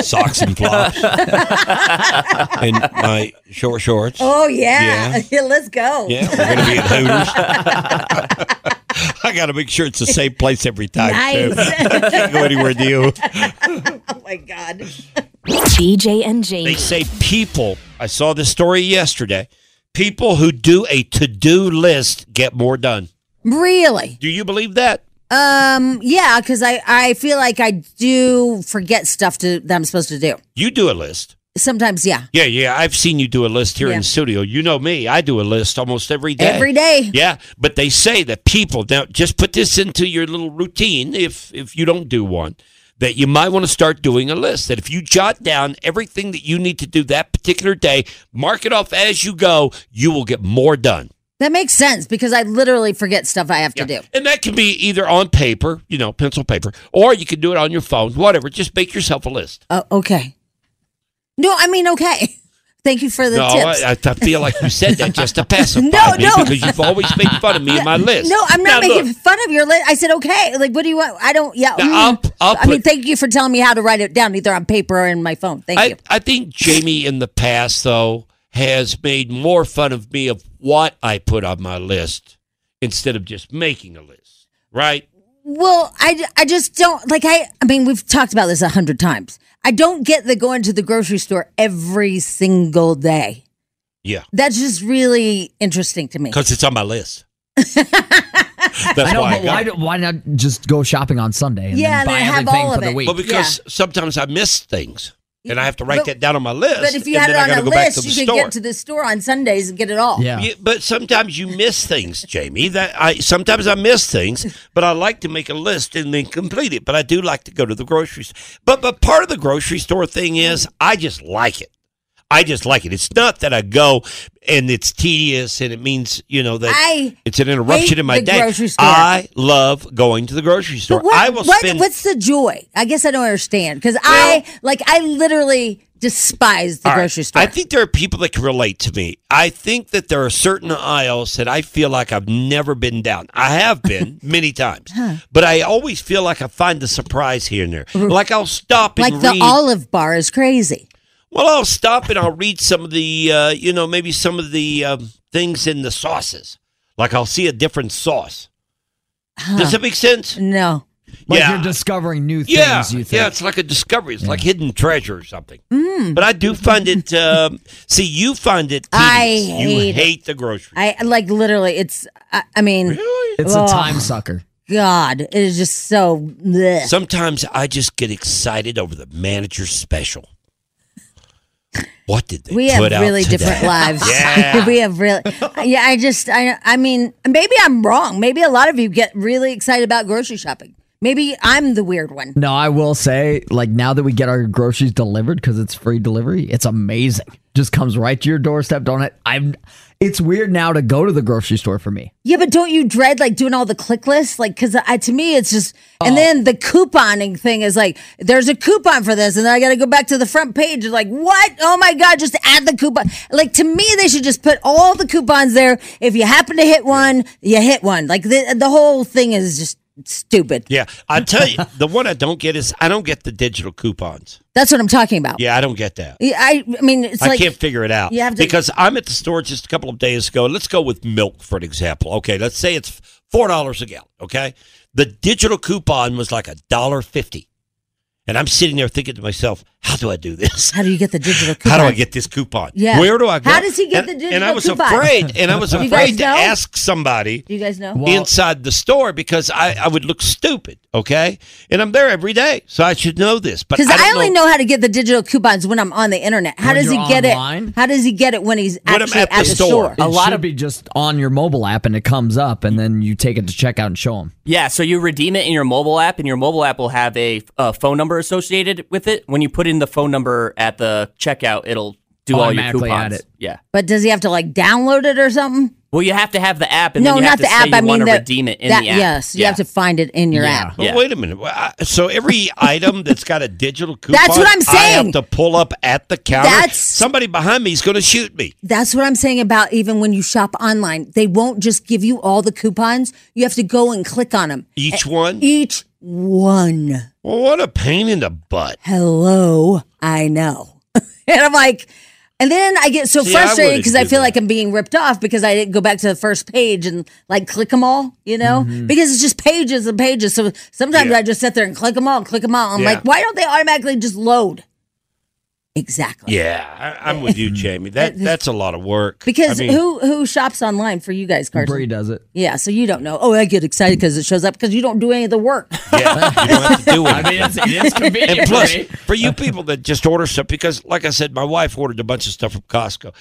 Socks and flops. and my short shorts. oh yeah, Yeah, let's go. Yeah, we're going to be at Hooters. I got to make sure it's the same place every time. too. Nice. Can't go anywhere new. oh my god. BJ and Jamie. They say people, I saw this story yesterday, people who do a to do list get more done. Really? Do you believe that? Um, yeah, because I I feel like I do forget stuff to that I'm supposed to do. You do a list. Sometimes, yeah. Yeah, yeah. I've seen you do a list here Yeah. in the studio. You know me. I do a list almost every day. Every day. Yeah. But they say that people now just put this into your little routine if if you don't do one, that you might want to start doing a list. That if you jot down everything that you need to do that particular day, mark it off as you go, you will get more done. That makes sense because I literally forget stuff I have to do. And that can be either on paper, you know, pencil paper, or you can do it on your phone, whatever. Just make yourself a list. Oh, okay. No, I mean okay. Thank you for the no, tips. I, I feel like you said that just to pacify No, me no. because you've always made fun of me and my list. No, I'm not Now, making look, fun of your list. I said okay. Like, what do you want? I don't. Yeah. Now, mm. I'll- I'll I mean, put- thank you for telling me how to write it down, either on paper or in my phone. Thank I, you. I think Jamie in the past though has made more fun of me of what I put on my list instead of just making a list, right? Well, I, I just don't like I I mean we've talked about this a hundred times. I don't get the going to the grocery store every single day. Yeah, That's just really interesting to me. because it's on my list. I That's know, why I but got why, it. do- why not just go shopping on Sunday and Yeah, then and buy then have everything all for of the it. week? Well, because Yeah. sometimes I miss things and I have to write But- that down on my list. But if you and had it then I on gotta a go back to list, the you could store. get to the store on Sundays and get it all. Yeah. Yeah, but sometimes you miss things, Jamie. That I sometimes I miss things, but I like to make a list and then complete it. But I do like to go to the grocery store. But but part of the grocery store thing is I just like it. I just like it. It's not that I go and it's tedious and it means you know that I it's an interruption hate in my the day. grocery store. I love going to the grocery store. But what, I will what- spend. what's the joy? I guess I don't understand. Because I like I literally despise the All right. grocery store. I think there are people that can relate to me. I think that there are certain aisles that I feel like I've never been down. I have been many times, but I always feel like I find a surprise here and there. Like I'll stop and like the read. olive bar is crazy. well, I'll stop and I'll read some of the, uh, you know, maybe some of the um, things in the sauces. Like I'll see a different sauce. Does that make sense? No. like yeah. you're discovering new things. Yeah, You think. yeah, it's like a discovery. It's like hidden treasure or something. Mm. But I do find it. Um, see, you find it. I tedious. you hate it. hate the grocery. I like literally it's I, I mean It's a Ugh. time sucker. God, it is just so bleh. Sometimes I just get excited over the manager's special. What did they we have put out really today? different lives. Yeah. we have really. Yeah, I just, I, I mean, maybe I'm wrong. Maybe a lot of you get really excited about grocery shopping. Maybe I'm the weird one. No, I will say, like now that we get our groceries delivered because it's free delivery, it's amazing. Just comes right to your doorstep. Don't it? I'm. It's weird now to go to the grocery store for me. Yeah, but don't you dread like doing all the click lists? Like, cause I, to me, it's just, and then the couponing thing is like, there's a coupon for this. And then I got to go back to the front page. It's like, what? Oh my God, just add the coupon. Like, to me, they should just put all the coupons there. If you happen to hit one, you hit one. Like, the, the whole thing is just stupid. Yeah, I tell you, the one I don't get is I don't get the digital coupons. That's what I'm talking about. Yeah, I don't get that. Yeah, I, I mean, it's I like, can't figure it out you have to- because I'm at the store just a couple of days ago. Let's go with milk for an example. Okay, let's say it's four dollars a gallon. Okay, the digital coupon was like a dollar fifty, and I'm sitting there thinking to myself, how do I do this? How do you get the digital coupon? How do I get this coupon? Yeah. Where do I go? How does he get and, the digital And I was coupon? afraid. And I was You guys afraid to know? ask somebody Do you guys know? inside the store because I, I would look stupid. Okay. And I'm there every day. So I should know this. But Because I, I, don't only know. how to get the digital coupons when I'm on the internet. How When does he you're get online? it? How does he get it when he's When I'm actually at the store? A lot of be just on your mobile app and it comes up and then you take it to checkout and show them. Yeah, so you redeem it in your mobile app, and your mobile app will have a, a phone number associated with it. When you put in the phone number at the checkout, it'll do all your Automatically coupons. add it. Yeah. But does he have to like download it or something? Well, you have to have the app, and no, then you not have to the say app. you I mean, want to the, redeem it in that, the app. Yes, you Yeah. have to find it in your app. But wait a minute. Well, I- So every item that's got a digital coupon, That's what I'm I have saying. to pull up at the counter. That's- Somebody behind me is going to shoot me. That's what I'm saying about even when you shop online, they won't just give you all the coupons. You have to go and click on them. Each one? Each one. Well, what a pain in the butt. Hello, I know. and I'm like, and then I get so See, I frustrated wouldn't because I, do feel like I'm being ripped off because I didn't go back to the first page and like click them all, you know? Because it's just pages and pages. So sometimes Mm-hmm. Yeah. I just sit there and click them all and click them all. I'm Yeah. like, why don't they automatically just load? Exactly. Yeah, I, I'm with you, Jamie. That that's a lot of work. eh, Because I mean, who who shops online for you guys, Carson? Bree does it. Yeah, so you don't know. Oh, I get excited because it shows up because you don't do any of the work. Yeah, you don't have to do it. I mean, it's- it is convenient And plus, for me. for you people that just order stuff, because like I said, my wife ordered a bunch of stuff from Costco.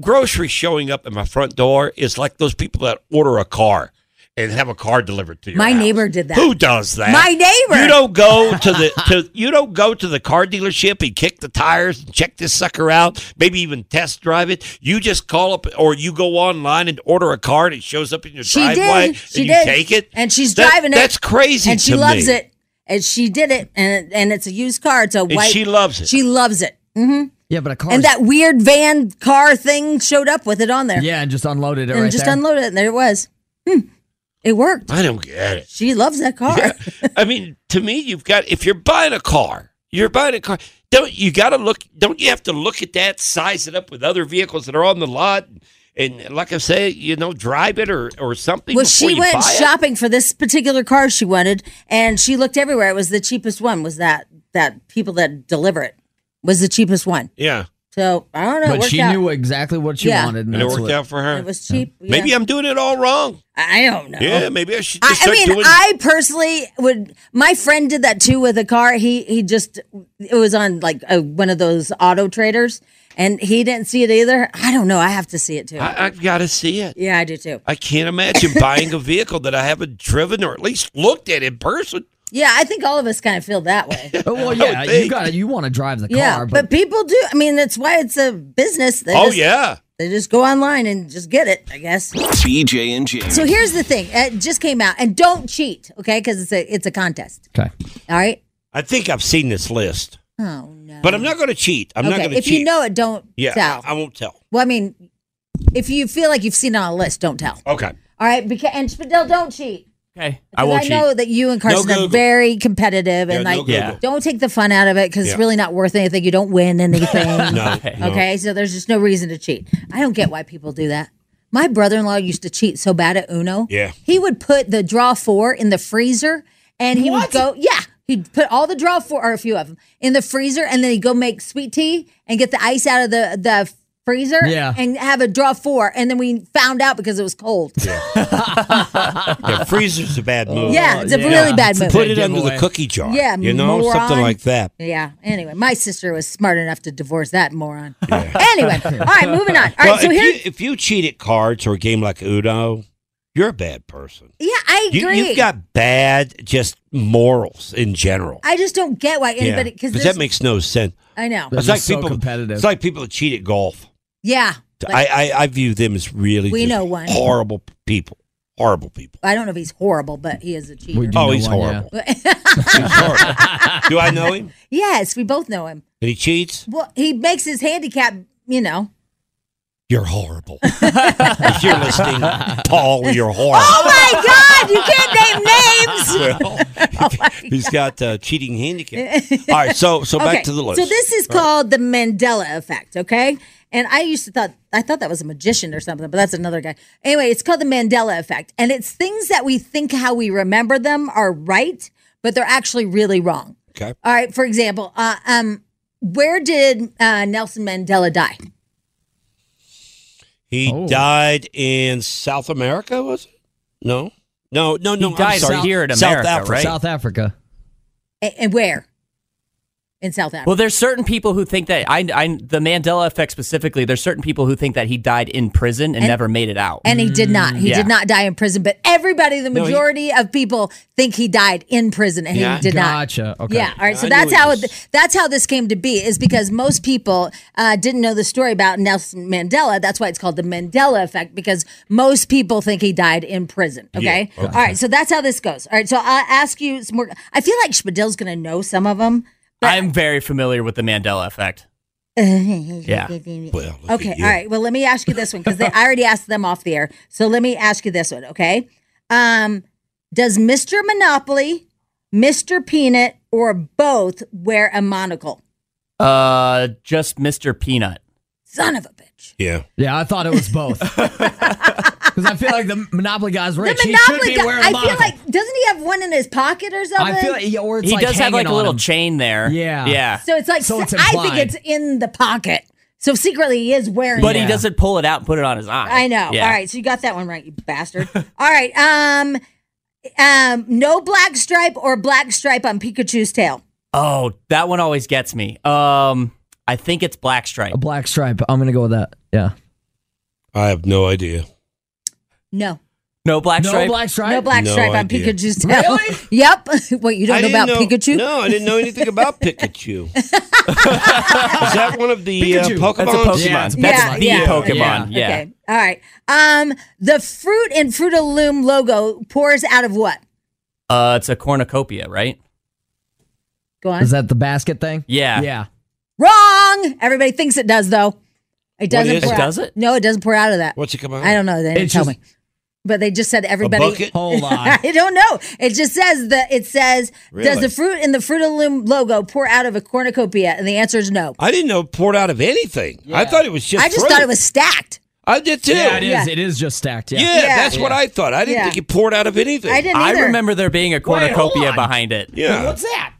Groceries showing up at my front door is like those people that order a car and have a car delivered to you. My neighbor did that. Who does that? My neighbor. You don't go to the to you don't go to the car dealership and kick the tires and check this sucker out, maybe even test drive it. You just call up or you go online and order a car and it shows up in your She driveway did. She and you did. take it. and she's That- driving it. That's crazy. And she to loves me. it. And she did it. And and it's a used car. It's a And white. she loves it. She loves it. hmm Yeah, but a car. And that weird van car thing showed up with it on there. Yeah, and just unloaded it and right just there. unloaded it. And there it was. Hmm. It worked. I don't get it. She loves that car. I mean, to me, you've got if you're buying a car, you're buying a car. Don't you got to look? Don't you have to look at that, size it up with other vehicles that are on the lot, and, like I say, you know, drive it or or something. Well, before she you went buy it? shopping for this particular car she wanted, and she looked everywhere. It was the cheapest one. Was that that people that deliver it was the cheapest one? Yeah, So I don't know. it but worked she out. knew exactly what she Yeah. wanted. And, and it that's worked what- out for her. it was cheap. Maybe I'm doing it all wrong. I I don't know. Yeah, maybe I should. I, Just I start mean, doing I personally would. My friend did that too with a car. He he just it was on like a, one of those auto traders, and he didn't see it either. I don't know. I have to see it too. I, I've got to see it. yeah, I do too. I can't imagine buying a vehicle that I haven't driven or at least looked at in person. Yeah, I think all of us kind of feel that way. Oh, well, yeah, you got to you want to drive the car, yeah, but, but people do. I mean, that's why it's a business. They Oh just- yeah. They just go online and just get it, I guess. BJ and Jamie. So here's the thing: it just came out, and don't cheat, okay? Because it's a it's a contest. okay. All right. I think I've seen this list, Oh no. but I'm not going to cheat. I'm not okay. going to if cheat. you know it, don't yeah, tell. I, I won't tell. well, I mean, if you feel like you've seen it on a list, don't tell. Okay. All right. Because and Spadil, don't cheat. Okay. I Because won't I, cheat. know that you and Carson Google. are very competitive Yeah, and no like, Google. don't take the fun out of it because Yeah. it's really not worth anything. You don't win anything. No, no. Okay, so there's just no reason to cheat. I don't get why people do that. My brother in law used to cheat so bad at Uno. Yeah. He would put the draw four in the freezer and he would go, yeah. He'd put all the draw four or a few of them in the freezer and then he'd go make sweet tea and get the ice out of the, the freezer Yeah. and have a draw four. And then we found out because it was cold. Yeah. Yeah, freezer's a bad move. it's a yeah. really bad It's a move. Put it Yeah, under the giveaway. cookie jar. Yeah, you know something moron. like that. Yeah. Anyway, my sister was smart enough to divorce that moron. Anyway, all right, moving on. All right, well, so if, here, you, if you cheat at cards or a game like Uno, you're a bad person. yeah, I You, agree. you've got bad just morals in general. I just don't get why anybody because because that makes no sense. I know. They're It's like just so people competitive. It's like people that cheat at golf. Yeah, like, I, I I view them as really We just know one. horrible people. Horrible people. I, don't know if he's horrible, but he is a cheater. We do. You Oh, know he's one, yeah. horrible. he's horrible. Do I know him? Yes, we both know him. And he cheats? Well, he makes his handicap. You know. You're horrible. if you're listening, Paul, you're horrible. Oh my God! You can't name names. well, he's got uh, cheating handicap. All right, so so back okay, to the list. So this is called the Mandela effect. Okay. And I used to thought I thought that was a magician or something, but that's another guy. Anyway, it's called the Mandela effect, and it's things that we think how we remember them are right, but they're actually really wrong. okay. All right. For example, uh, um, where did uh, Nelson Mandela die? He Oh. died in South America, was it? No. No, no, no. He died I'm sorry. here in South America, Africa. right? South Africa. A- and where? In South Africa. Well, there's certain people who think that I, I the Mandela effect specifically. There's certain people who think that he died in prison and, And- never made it out. and he did not. He Yeah. did not die in prison, but everybody, the No, he- majority of people think he died in prison, and he did not. Gotcha. Okay. Yeah. All right. So I knew that's it how was- it, that's how this came to be is because most people uh, didn't know the story about Nelson Mandela. That's why it's called the Mandela effect because most people think he died in prison. Okay. Yeah, okay. All right. So that's how this goes. All right. So I'll ask you some more. I feel like Spadil's going to know some of them. I'm very familiar with the Mandela effect. Yeah. Well, Okay. All right. Well, let me ask you this one because I already asked them off the air. So let me ask you this one. Okay. Um, does Mr. Monopoly, Mr. Peanut, or both wear a monocle? Uh, just Mr. Peanut. Son of a bitch. Yeah. Yeah, I thought it was both. Because I feel like the Monopoly guy's The rich. he should Monopoly be guy. wearing a I monocle. feel like doesn't he have one in his pocket or something? I feel like, yeah, or it's he like does have like hanging a on little him. chain there. Yeah. Yeah. So it's like So it's I think implied. it's in the pocket. So secretly he is wearing. But it. he doesn't pull it out and put it on his eye. I know. Yeah. All right, so you got that one right, you bastard. All right. Um, um, no black stripe or black stripe on Pikachu's tail. Oh, that one always gets me. Um, I think it's Black Stripe. a black stripe. I'm gonna go with that. Yeah. I have no idea. No. No Black No Stripe. Black Stripe. No black No stripe on idea. Pikachu's tail. yep. what you don't I know didn't about Pikachu? No, I didn't know anything about Pikachu. Is that one of the uh, Pikachu. Pokemon? That's a Pokemon. That's Yeah, the yeah. Pokemon. Yeah. Okay. All right. Um, the fruit and Fruit of Loom logo pours out of what? Uh, it's a cornucopia, right? Go on. Is that the basket thing? Yeah. Yeah. Wrong. Everybody thinks it does though. It doesn't. is pour it? out- Does it? No, it doesn't pour out of that. What's it come out? I don't know. They didn't It's tell just- me. But they just said everybody. bucket? Hold on. I don't know. It just says that it says does Really? the fruit in the Fruit of Loom logo pour out of a cornucopia? And the answer is no. I didn't know it poured out of anything. I thought it was just. I just fruit. thought it was stacked. I did too. Yeah, it is. Yeah. It is just stacked. Yeah, Yeah. that's what I thought. I didn't Yeah. think it poured out of anything. I didn't I either. remember there being a hold cornucopia on. behind it. Yeah. that?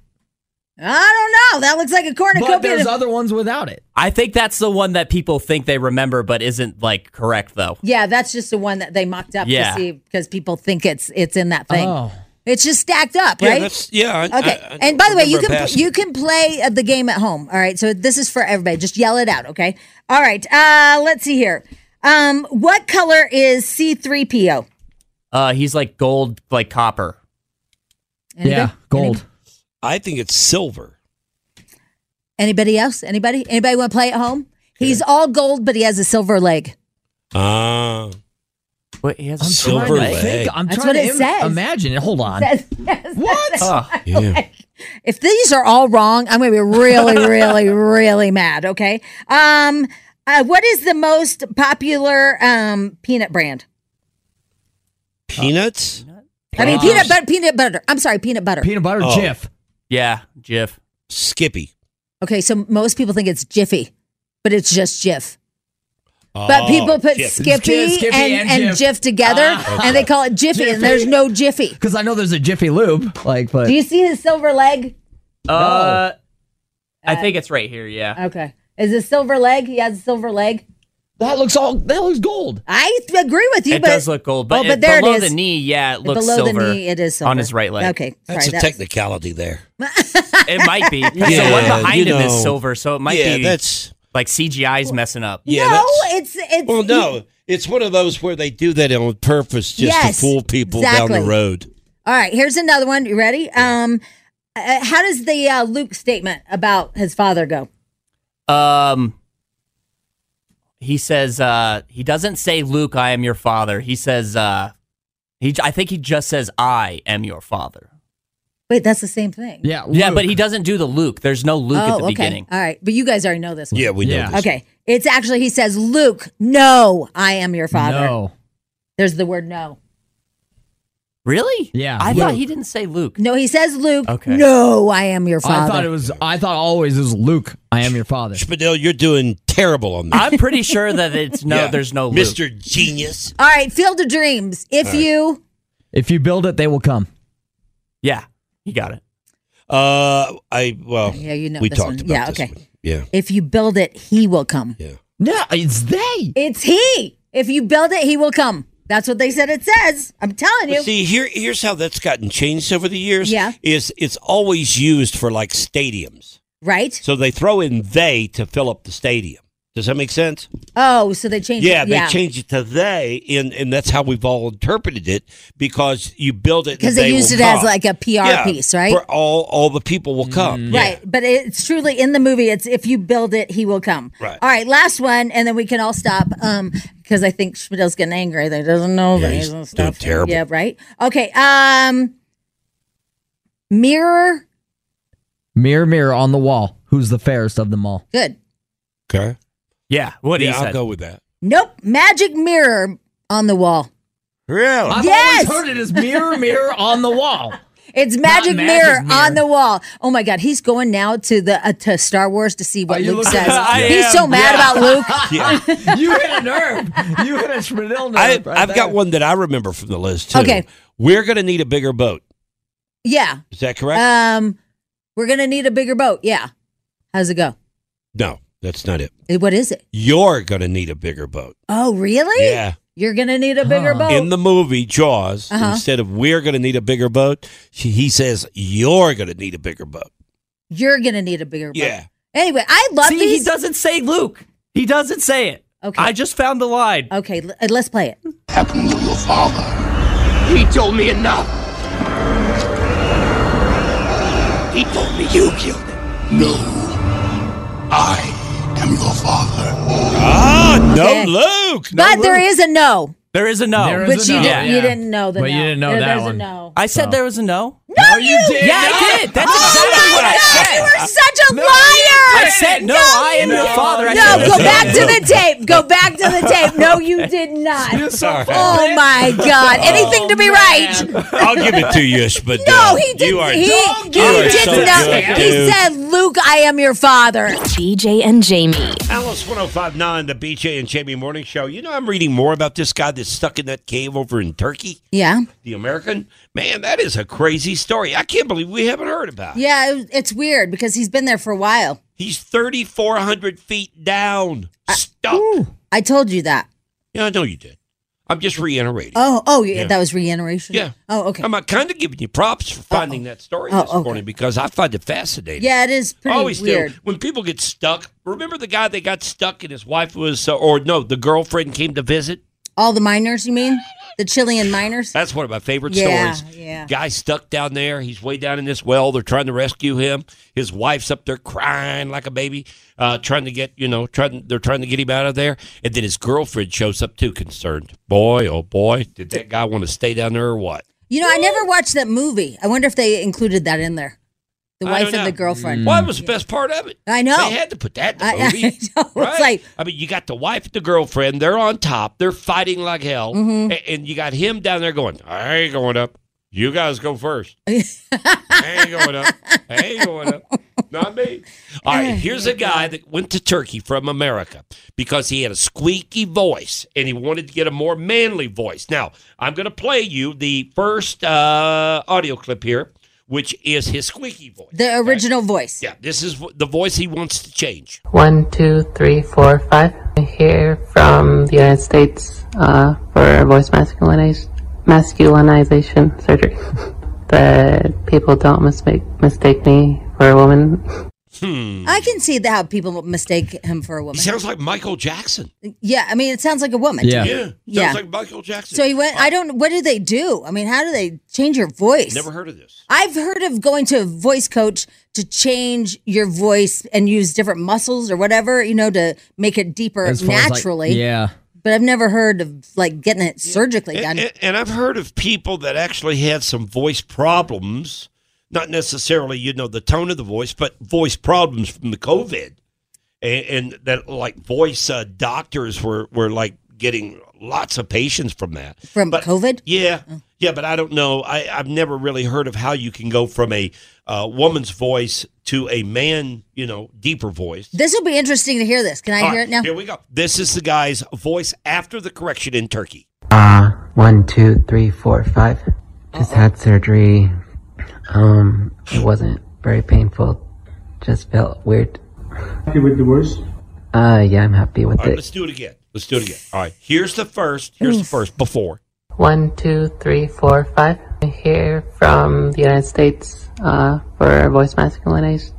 I don't know. That looks like a cornucopia. But there's to- other ones without it. I think that's the one that people think they remember, but isn't like correct though. yeah, that's just the one that they mocked up Yeah. to see because people think it's it's in that thing. Oh. It's just stacked up, Yeah, right? that's- yeah, I- Okay. I- I and by the way, you remember a can basket. you can play uh, the game at home. All right. So this is for everybody. Just yell it out. Okay. All right. Uh, let's see here. Um, what color is C three PO? Uh, he's like gold, like copper. Yeah. Gold. I think it's silver. Anybody else? Anybody? Anybody want to play at home? He's all gold, but he has a silver leg. Ah, What he has I'm Silver trying to leg. think. I'm That's trying what to it says. imagine it. Hold on. what? Ah, Oh, yeah. If these are all wrong, I'm going to be really, really, really mad. Okay. Um, uh, what is the most popular um, peanut brand? Peanuts. I mean, Gosh. peanut butter. Peanut butter. I'm sorry, peanut butter. Peanut butter Oh. Jif. yeah, Jif. Skippy. Okay, so most people think it's Jiffy, but it's just Jif. But Oh, people put Jif. Skippy, Skippy and, and and Jif, Jif. Ah. together, and they call it Jiffy, and there's Jiffy. no Jiffy. Because I know there's a Jiffy Lube. Like, but Do you see his silver leg? Uh, I think it's right here. Yeah. Okay. Is his silver leg? He has a silver leg. that looks all. That looks gold. I th- agree with you, it but does look gold, but, oh, but it- there it below is. the knee, yeah, it looks below silver the knee, it is silver on his right leg. Okay, sorry. That's a that- technicality there. it might be. The one Yeah, behind you him is know. silver, so it might yeah, be that's. like CGI's messing up. Yeah, no, that's- it's it's Well, no, it's one of those where they do that on purpose just Yes, to fool people down exactly. the road. All right, here's another one. You ready? Um, uh, how does the uh, Luke statement about his father go? Um, he says uh, he doesn't say Luke, I am your father. He says uh, he. I think he just says I am your father. Wait, that's the same thing. Oh, Yeah. Yeah, Luke. but he doesn't do the Luke. There's no Luke at the okay. beginning. All right, but you guys already know this. One. Yeah, we Yeah. know. This. Okay. It's actually he says, Luke, no, I am your father. No. There's the word no. Really? Yeah, I thought Luke. he didn't say Luke. No, he says Luke. Okay. No, I am your father. Oh, I thought it was. I thought always it was Luke. I am your father. Spadil, you're doing terrible on that. I'm pretty sure that it's no. Yeah. There's no Luke. Mr. Genius. All right, field of dreams. If you If you build it, they will come. Yeah, you got it. Uh, I well, Yeah, you know we this talked one. about Yeah, this okay. one. Yeah. If you build it, he will come. Yeah. No, it's they. It's he. If you build it, he will come. That's what they said it says. I'm telling you. But see, here here's how that's gotten changed over the years. Yeah. Is it's always used for like stadiums. right? So they throw in they to fill up the stadium. Does that make sense? Oh, so they changed Yeah, it. they changed it to they, and, and that's how we've all interpreted it because you build it and Because they used will it as come. like a PR Yeah, piece, right? For all all the people will come. Yeah. Right, but it's truly in the movie. It's if you build it, he will come. Right. All right, last one, and then we can all stop. Um, because I think Schmidl's getting angry. They doesn't know. Yeah, that he's doesn't doing stop. terrible. Yeah, right. Okay. Um, mirror. Mirror, mirror on the wall, who's the fairest of them all? Good. Okay. Yeah. What yeah, he I'll said. go with that. Nope. Magic mirror on the wall. Really? I've Yes! always heard it as mirror, mirror on the wall. It's magic, magic mirror, mirror. on the wall. Oh my God, he's going now to the uh, to Star Wars to see what you Luke looking- says. I he's am, so mad yeah. about Luke. Yeah. You hit a nerve. You hit a Schmidl nerve. I, right I've there. got one that I remember from the list too. Okay. We're gonna need a bigger boat. Yeah. Is that correct? Um, we're gonna need a bigger boat. Yeah. How's it go? no, that's not it. Eh, What is it? You're gonna need a bigger boat. Oh, really? Yeah. You're gonna need a bigger boat. In the movie Jaws, Uh-huh. instead of we're gonna need a bigger boat, she, he says you're gonna need a bigger boat. You're gonna need a bigger boat. Yeah. Anyway, I love See, these. he doesn't say Luke. He doesn't say it. Okay. I just found the line. okay, l- uh, let's play it. happened to your father. He told me enough. He told me you killed him. No. I am your father. Ah, no, Okay. Luke. No, But Luke. there is a no. There is a no. There is But a you, no. didn't, Yeah. you didn't know the But no. you didn't know There- that there's one. A no. I said there was a no. No, you did. Yeah, I did. That's exactly what I said. Oh You were such a liar. I said no. I am your father. I No, said go it. back to the tape. Go back to the tape. No, you did not. Oh my God! Anything to be right. I'll give it to you, but No, he didn't. You are, he he you are did so not. Good, he dude. said, "Luke, I am your father." BJ and Jamie. Alice 1059, the BJ and Jamie Morning Show. You know, I'm reading more about this guy that's stuck in that cave over in Turkey, Yeah. the American. Man, that is a crazy story. I can't believe we haven't heard about it. Yeah, it- it's weird because he's been there for a while. He's 3,400 feet down, Uh, stuck. I told you that. yeah, I know you did. I'm just reiterating. Oh, oh, yeah, Yeah. that was reiteration. yeah. Oh, okay. I'm kind of giving you props for finding that story Oh, this okay. morning because I find it fascinating. yeah, it is pretty Always weird. do. When people get stuck, remember the guy that got stuck and his wife was, uh, or no, the girlfriend came to visit? All the miners, you mean? The Chilean miners? That's one of my favorite Yeah, stories. yeah. Guy stuck down there. He's way down in this well. They're trying to rescue him. His wife's up there crying like a baby, uh, trying to get you know, trying. They're trying to get him out of there. And then his girlfriend shows up too, concerned. Boy, oh boy, did that guy want to stay down there or what? You know, I never watched that movie. I wonder if they included that in there. The I wife don't and the know. girlfriend. Mm. Mm. Well, that was the best part of it. I know. They had to put that in the I- I movie. know. It's right? like- I mean, you got the wife and the girlfriend. They're on top. They're fighting like hell. Mm-hmm. A- And, you got him down there going, I ain't going up. You guys go first. I ain't going up. I ain't going up. Not me. All right, here's a guy that went to Turkey from America because he had a squeaky voice and he wanted to get a more manly voice. Now, I'm going to play you the first uh, audio clip here, which is his squeaky voice. The original voice. Yeah, this is wh- the voice he wants to change. One, two, three, four, five. I hear from the United States uh, for voice masculinization, masculinization surgery. that people don't mistake mistake me for a woman. Mm. I can see that how people mistake him for a Hmm. He woman. sounds like Michael Jackson. yeah, I mean, it sounds like a woman. to Yeah. me. Yeah, sounds Yeah. like Michael Jackson. So he went, I don't, what do they do? I mean, how do they change your voice? Never heard of this. I've heard of going to a voice coach to change your voice and use different muscles or whatever, you know, to make it deeper As far as, like- naturally. yeah. But I've never heard of like getting it surgically done. And, and- and I've heard of people that actually had some voice problems, not necessarily, you know, the tone of the voice, but voice problems from the COVID. And, and that, like, voice uh, doctors were, were, like, getting lots of patients from that. From But- COVID? Oh. Yeah. Yeah, but I don't know. I, I've never really heard of how you can go from a uh, woman's voice to a man, you know, deeper voice. This will be interesting to hear this. Can I All hear right, it now? Here we go. This is the guy's voice after the correction in Turkey. Uh, one, two, three, four, five. Just had surgery. Um, it wasn't very painful. Just felt weird. Happy with the voice? Uh, yeah, I'm happy with All right, it. let's do it again. Let's do it again. All right, here's the first. Here's the first before. One, two, three, four, five. I hear from the United States uh, for voice masculinization,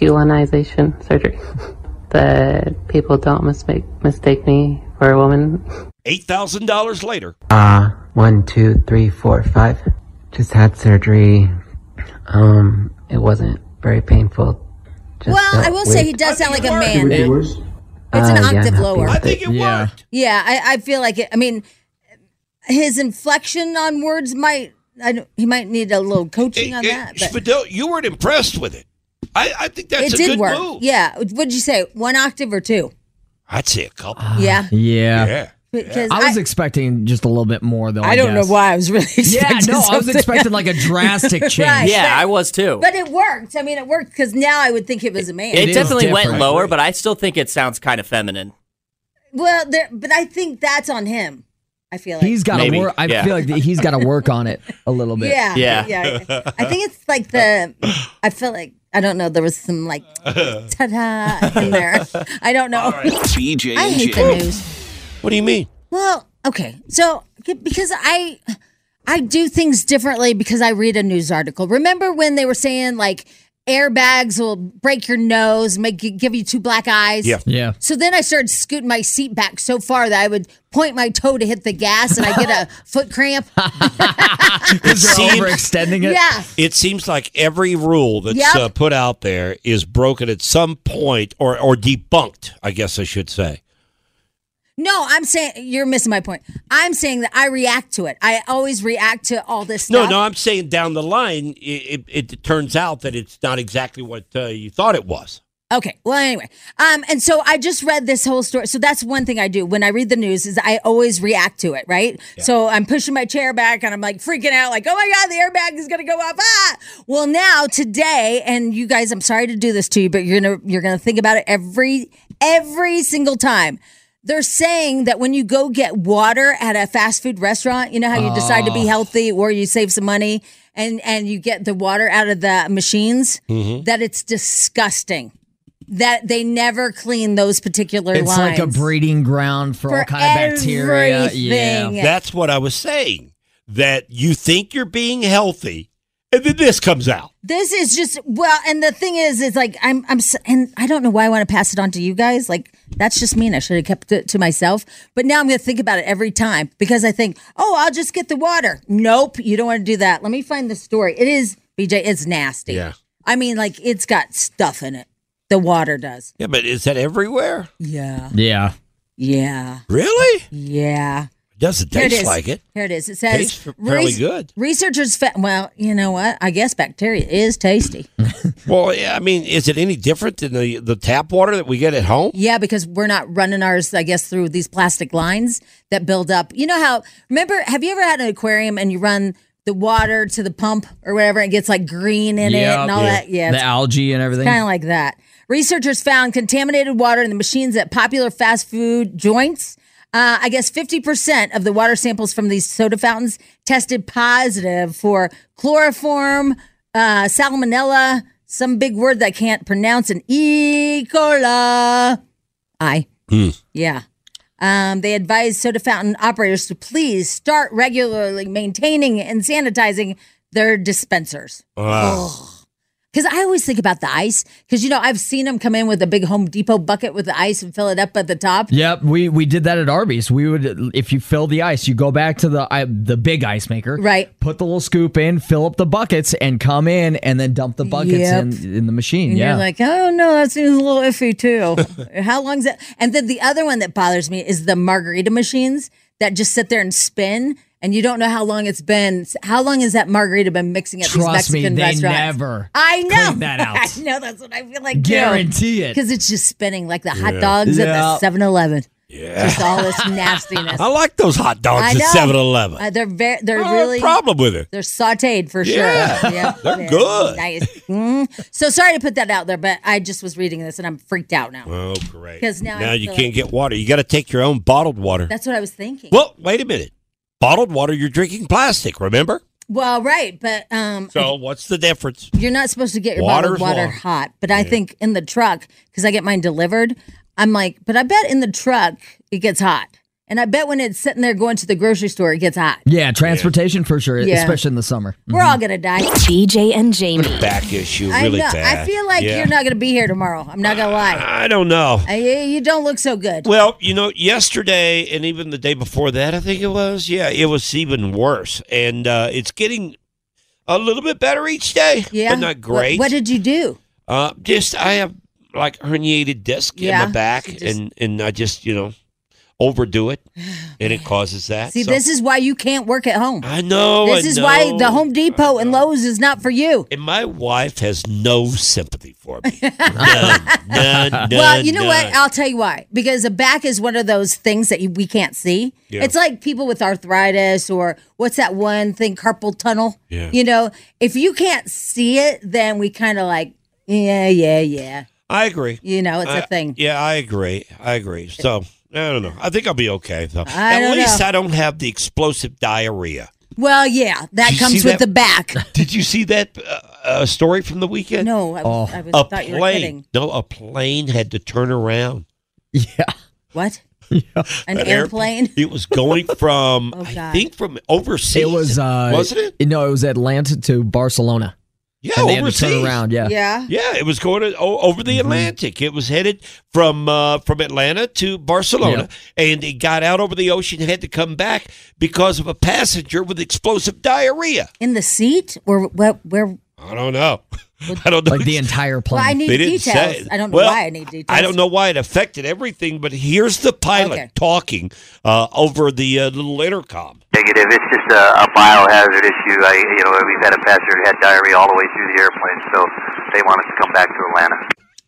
masculinization surgery that people don't mistake mistake me for a woman. Eight thousand dollars later. Uh, one, two, three, four, five. Just had surgery. Um, it wasn't very painful. Just Well, I felt will say weird. he does sound like a Happy man. with the voice? It's Uh, an yeah, I'm octave happy lower. with it. yeah. Yeah, I, I feel like it. I mean, his inflection on words might. I don't, he might need a little coaching on that. But Spadil, you weren't impressed with it. I, I think that's it a did good work. move. Yeah. What did you say? One octave or two? I'd say a couple. Uh, yeah. Yeah. Yeah. Because I was expecting just a little bit more though. I, I don't know guess. why I was really. Yeah, expecting no, I was something expecting like a else. drastic Right, but- change. Yeah, I was too. But it worked. I mean, it worked because now I would think it was a man. It, definitely went lower, but I still think it sounds kind of feminine. Well, there, but I think that's on him. I feel like He's got to Maybe, work. I yeah. feel like that he's got to work on it a little bit. Yeah, Yeah. yeah. I think it's like the. I feel like I don't know. There was some like Oh. ta-da in there. I don't know. BJ I hate the news. What do you mean? Well, okay. So c- because I I do things differently because I read a news article. Remember when they were saying like airbags will break your nose, make you- give you two black eyes? Yeah. Yeah. So then I started scooting my seat back so far that I would point my toe to hit the gas and I get a foot cramp. It seems, overextending it? Yeah. It seems like every rule that's Yep. uh, put out there is broken at some point or, or debunked, I guess I should say. No, I'm saying you're missing my point. I'm saying that I react to it. I always react to all this No, stuff. no, I'm saying down the line, it, it, it turns out that it's not exactly what uh, you thought it was. Okay. Well, anyway, um, and so I just read this whole story. So that's one thing I do when I read the news is I always react to it, right? So I'm pushing my chair back and I'm like freaking out, like, oh my god, the airbag is gonna go off. Ah! Well, now today, and you guys, I'm sorry to do this to you, but you're gonna you're gonna think about it every every single time. They're saying that when you go get water at a fast food restaurant, you know how you decide to be Oh. healthy or you save some money and and you get the water out of the machines Mhm. that it's disgusting that they never clean those particular It's lines. like a breeding ground for, For all kind of bacteria. Yeah. everything. That's what I was saying. That you think you're being healthy, and then this comes out. this is just well, and the thing is, is like I'm, I'm, s- and I don't know why I want to pass it on to you guys. Like that's just mean. I should have kept it to myself. But now I'm going to think about it every time because I think, oh, I'll just get the water. Nope, you don't want to do that. Let me find the story. It is BJ. It's nasty. Yeah. I mean, like it's got stuff in it. The water does. Yeah, but is that everywhere? Yeah. Yeah. Yeah. Really? Yeah. Doesn't Here it taste is. like it. Here it is. It says Tastes fairly "Res- good." Researchers, fa- well, you know what? I guess bacteria is tasty. Well, yeah, I mean, is it any different than the, the tap water that we get at home? yeah, because we're not running ours, I guess, through these plastic lines that build up. You know how? Remember? Have you ever had an aquarium and you run the water to the pump or whatever, and it gets like green in it and all that? Yeah, The it's algae and everything. Kind of like that. Researchers found contaminated water in the machines at popular fast food joints. Uh, I guess 50% of the water samples from these soda fountains tested positive for chloroform, uh, salmonella, some big word that I can't pronounce, and E. coli. I. Yeah. Um, they advise soda fountain operators to please start regularly maintaining and sanitizing their dispensers. Oh. Because I always think about the ice. Because, you know, I've seen them come in with a big Home Depot bucket with the ice and fill it up at the top. Yep, we we did that at Arby's. We would if you fill the ice, you go back to the I, the big ice maker, Right. Put the little scoop in, fill up the buckets, and come in and then dump the buckets Yep. in in the machine. And yeah, you're like, oh no, that seems a little iffy too. How long's that? And then the other one that bothers me is the margarita machines that just sit there and spin, and you don't know how long it's been. How long has that margarita been mixing at these trust me, Mexican they restaurants? never I know. clean that out. I know. That's what I feel like. Guarantee it. Because it's just spinning like the hot Yeah. dogs at Yeah. the 7 Eleven. Yeah. Just all this nastiness. I like those hot I dogs at know. 7 Eleven. Uh, they're very, they're I don't have a really problem with it. They're sautéed for Yeah. sure. Yep. They're good. Nice. Mhm. So sorry to put that out there, but I just was reading this and I'm freaked out now. Oh, great. 'Cause now I you feel can't like- get water. You got to take your own bottled water. That's what I was thinking. Well, wait a minute. Bottled water, you're drinking plastic, remember? Well, right, but um, So what's the difference? You're not supposed to get your Water's bottled water water. hot, but I think in the truck because I get mine delivered. I'm like, but I bet in the truck it gets hot, and I bet when it's sitting there going to the grocery store it gets hot. Yeah, transportation for sure, Yeah. especially in the summer. Mm. We're all gonna die. DJ and Jamie. Back issue I Mm-hmm. really know. bad. I feel like Yeah. Ah. you're not gonna be here tomorrow. I'm not gonna lie. I don't know. I, Uh, you don't look so good. Well, you know, yesterday and even the day before that, I think it was. Yeah, it was even worse, and uh, it's getting a little bit better each day. yeah, but not great. What, what did you do? Uh, just I have like herniated disc Yeah, in my back, so just- and and I just you know overdo it, and it causes that. See, So- this is why you can't work at home. I know. This I is why know. the Home Depot and Lowe's is not for you. And my wife has no sympathy for me. none, none, none. well, you know what? none. I'll tell you why. Because the back is one of those things that you, we can't see. Yeah. It's like people with arthritis or what's that one thing, carpal tunnel. Yeah. You know, if you can't see it, then we kind of like, yeah, yeah, yeah. I agree. You know, it's a a thing. Yeah, I agree. I agree. So I don't know. I think I'll be okay though. I At don't least know. I don't have the explosive diarrhea. Well, yeah, that Did you comes see that- with the back. Did you see that uh, uh, story from the weekend? No, I was- I was- a thought plane. you were kidding. No, a plane had to turn around. What? An An airplane? It was going from Oh, I God. think from overseas. It was, uh, wasn't it? No, it was Atlanta to Barcelona. Yeah, and they overseas. had to turn around. Yeah, Mm-hmm. Yeah. Yeah, it was going to, o- over the Atlantic. It was headed from uh, from Atlanta to Barcelona, and it got out over the ocean. Had to come back because of a passenger with explosive diarrhea. In the seat? Or what? Where? I don't know. I don't know. like the entire plane. Well, I need They didn't details. say it. I don't know Well, why I need details. I don't know why it affected everything, but here's the pilot Okay. talking uh, over the uh, little intercom. Negative. It's just a, a biohazard issue. I, you know, we've had a passenger who had diarrhea all the way through the airplane, so they wanted to come back to Atlanta.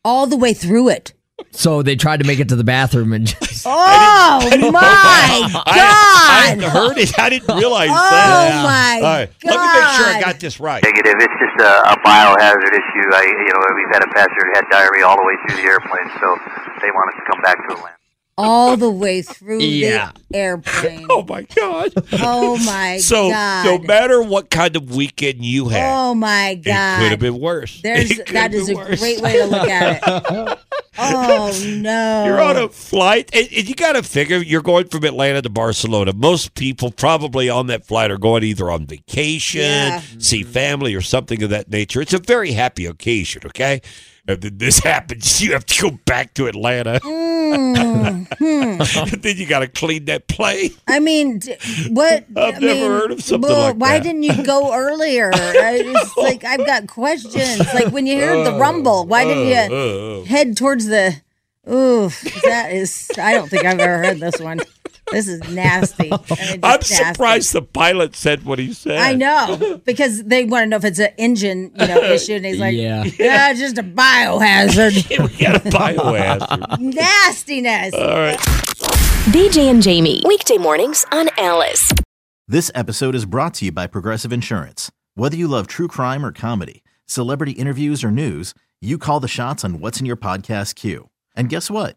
All the way through it. So they tried to make it to the bathroom and just Oh my I, I hadn't heard it. I didn't realize that. Oh, my All right. Let me make sure I got this right. Negative. It's just a, a biohazard issue. I, you know, we've had a passenger who had diarrhea all the way through the airplane, so they wanted to come back to Atlanta. all the way through Yeah. the airplane. Oh my god. Oh my So god. no matter what kind of weekend you had, oh my it could have god. been worse. There's It could have that is a been worse. great way to look at it. Oh no. You're on a flight, and, and you got to figure you're going from Atlanta to Barcelona. Most people probably on that flight are going either on vacation, Yeah. see family, or something of that nature. It's a very happy occasion, okay? And then this happens, you have to go back to Atlanta. Mm, hmm. then you got to clean that plane. I mean, d- what? I've I never mean, heard of something well, like why that. didn't you go earlier? I just, like I've got questions. Like when you heard the Oh, rumble, why didn't you oh, oh. head towards the? Ooh, that is. I don't think I've ever heard this one. This is nasty. I mean, I'm just nasty. surprised the pilot said what he said. I know because they want to know if it's an engine, you know, issue, and he's like, Yeah. yeah, it's just a biohazard, we got a biohazard. nastiness. BJ and Jamie. Weekday mornings on Alice. This episode is brought to you by Progressive Insurance. Whether you love true crime or comedy, celebrity interviews or news, you call the shots on what's in your podcast queue. And guess what?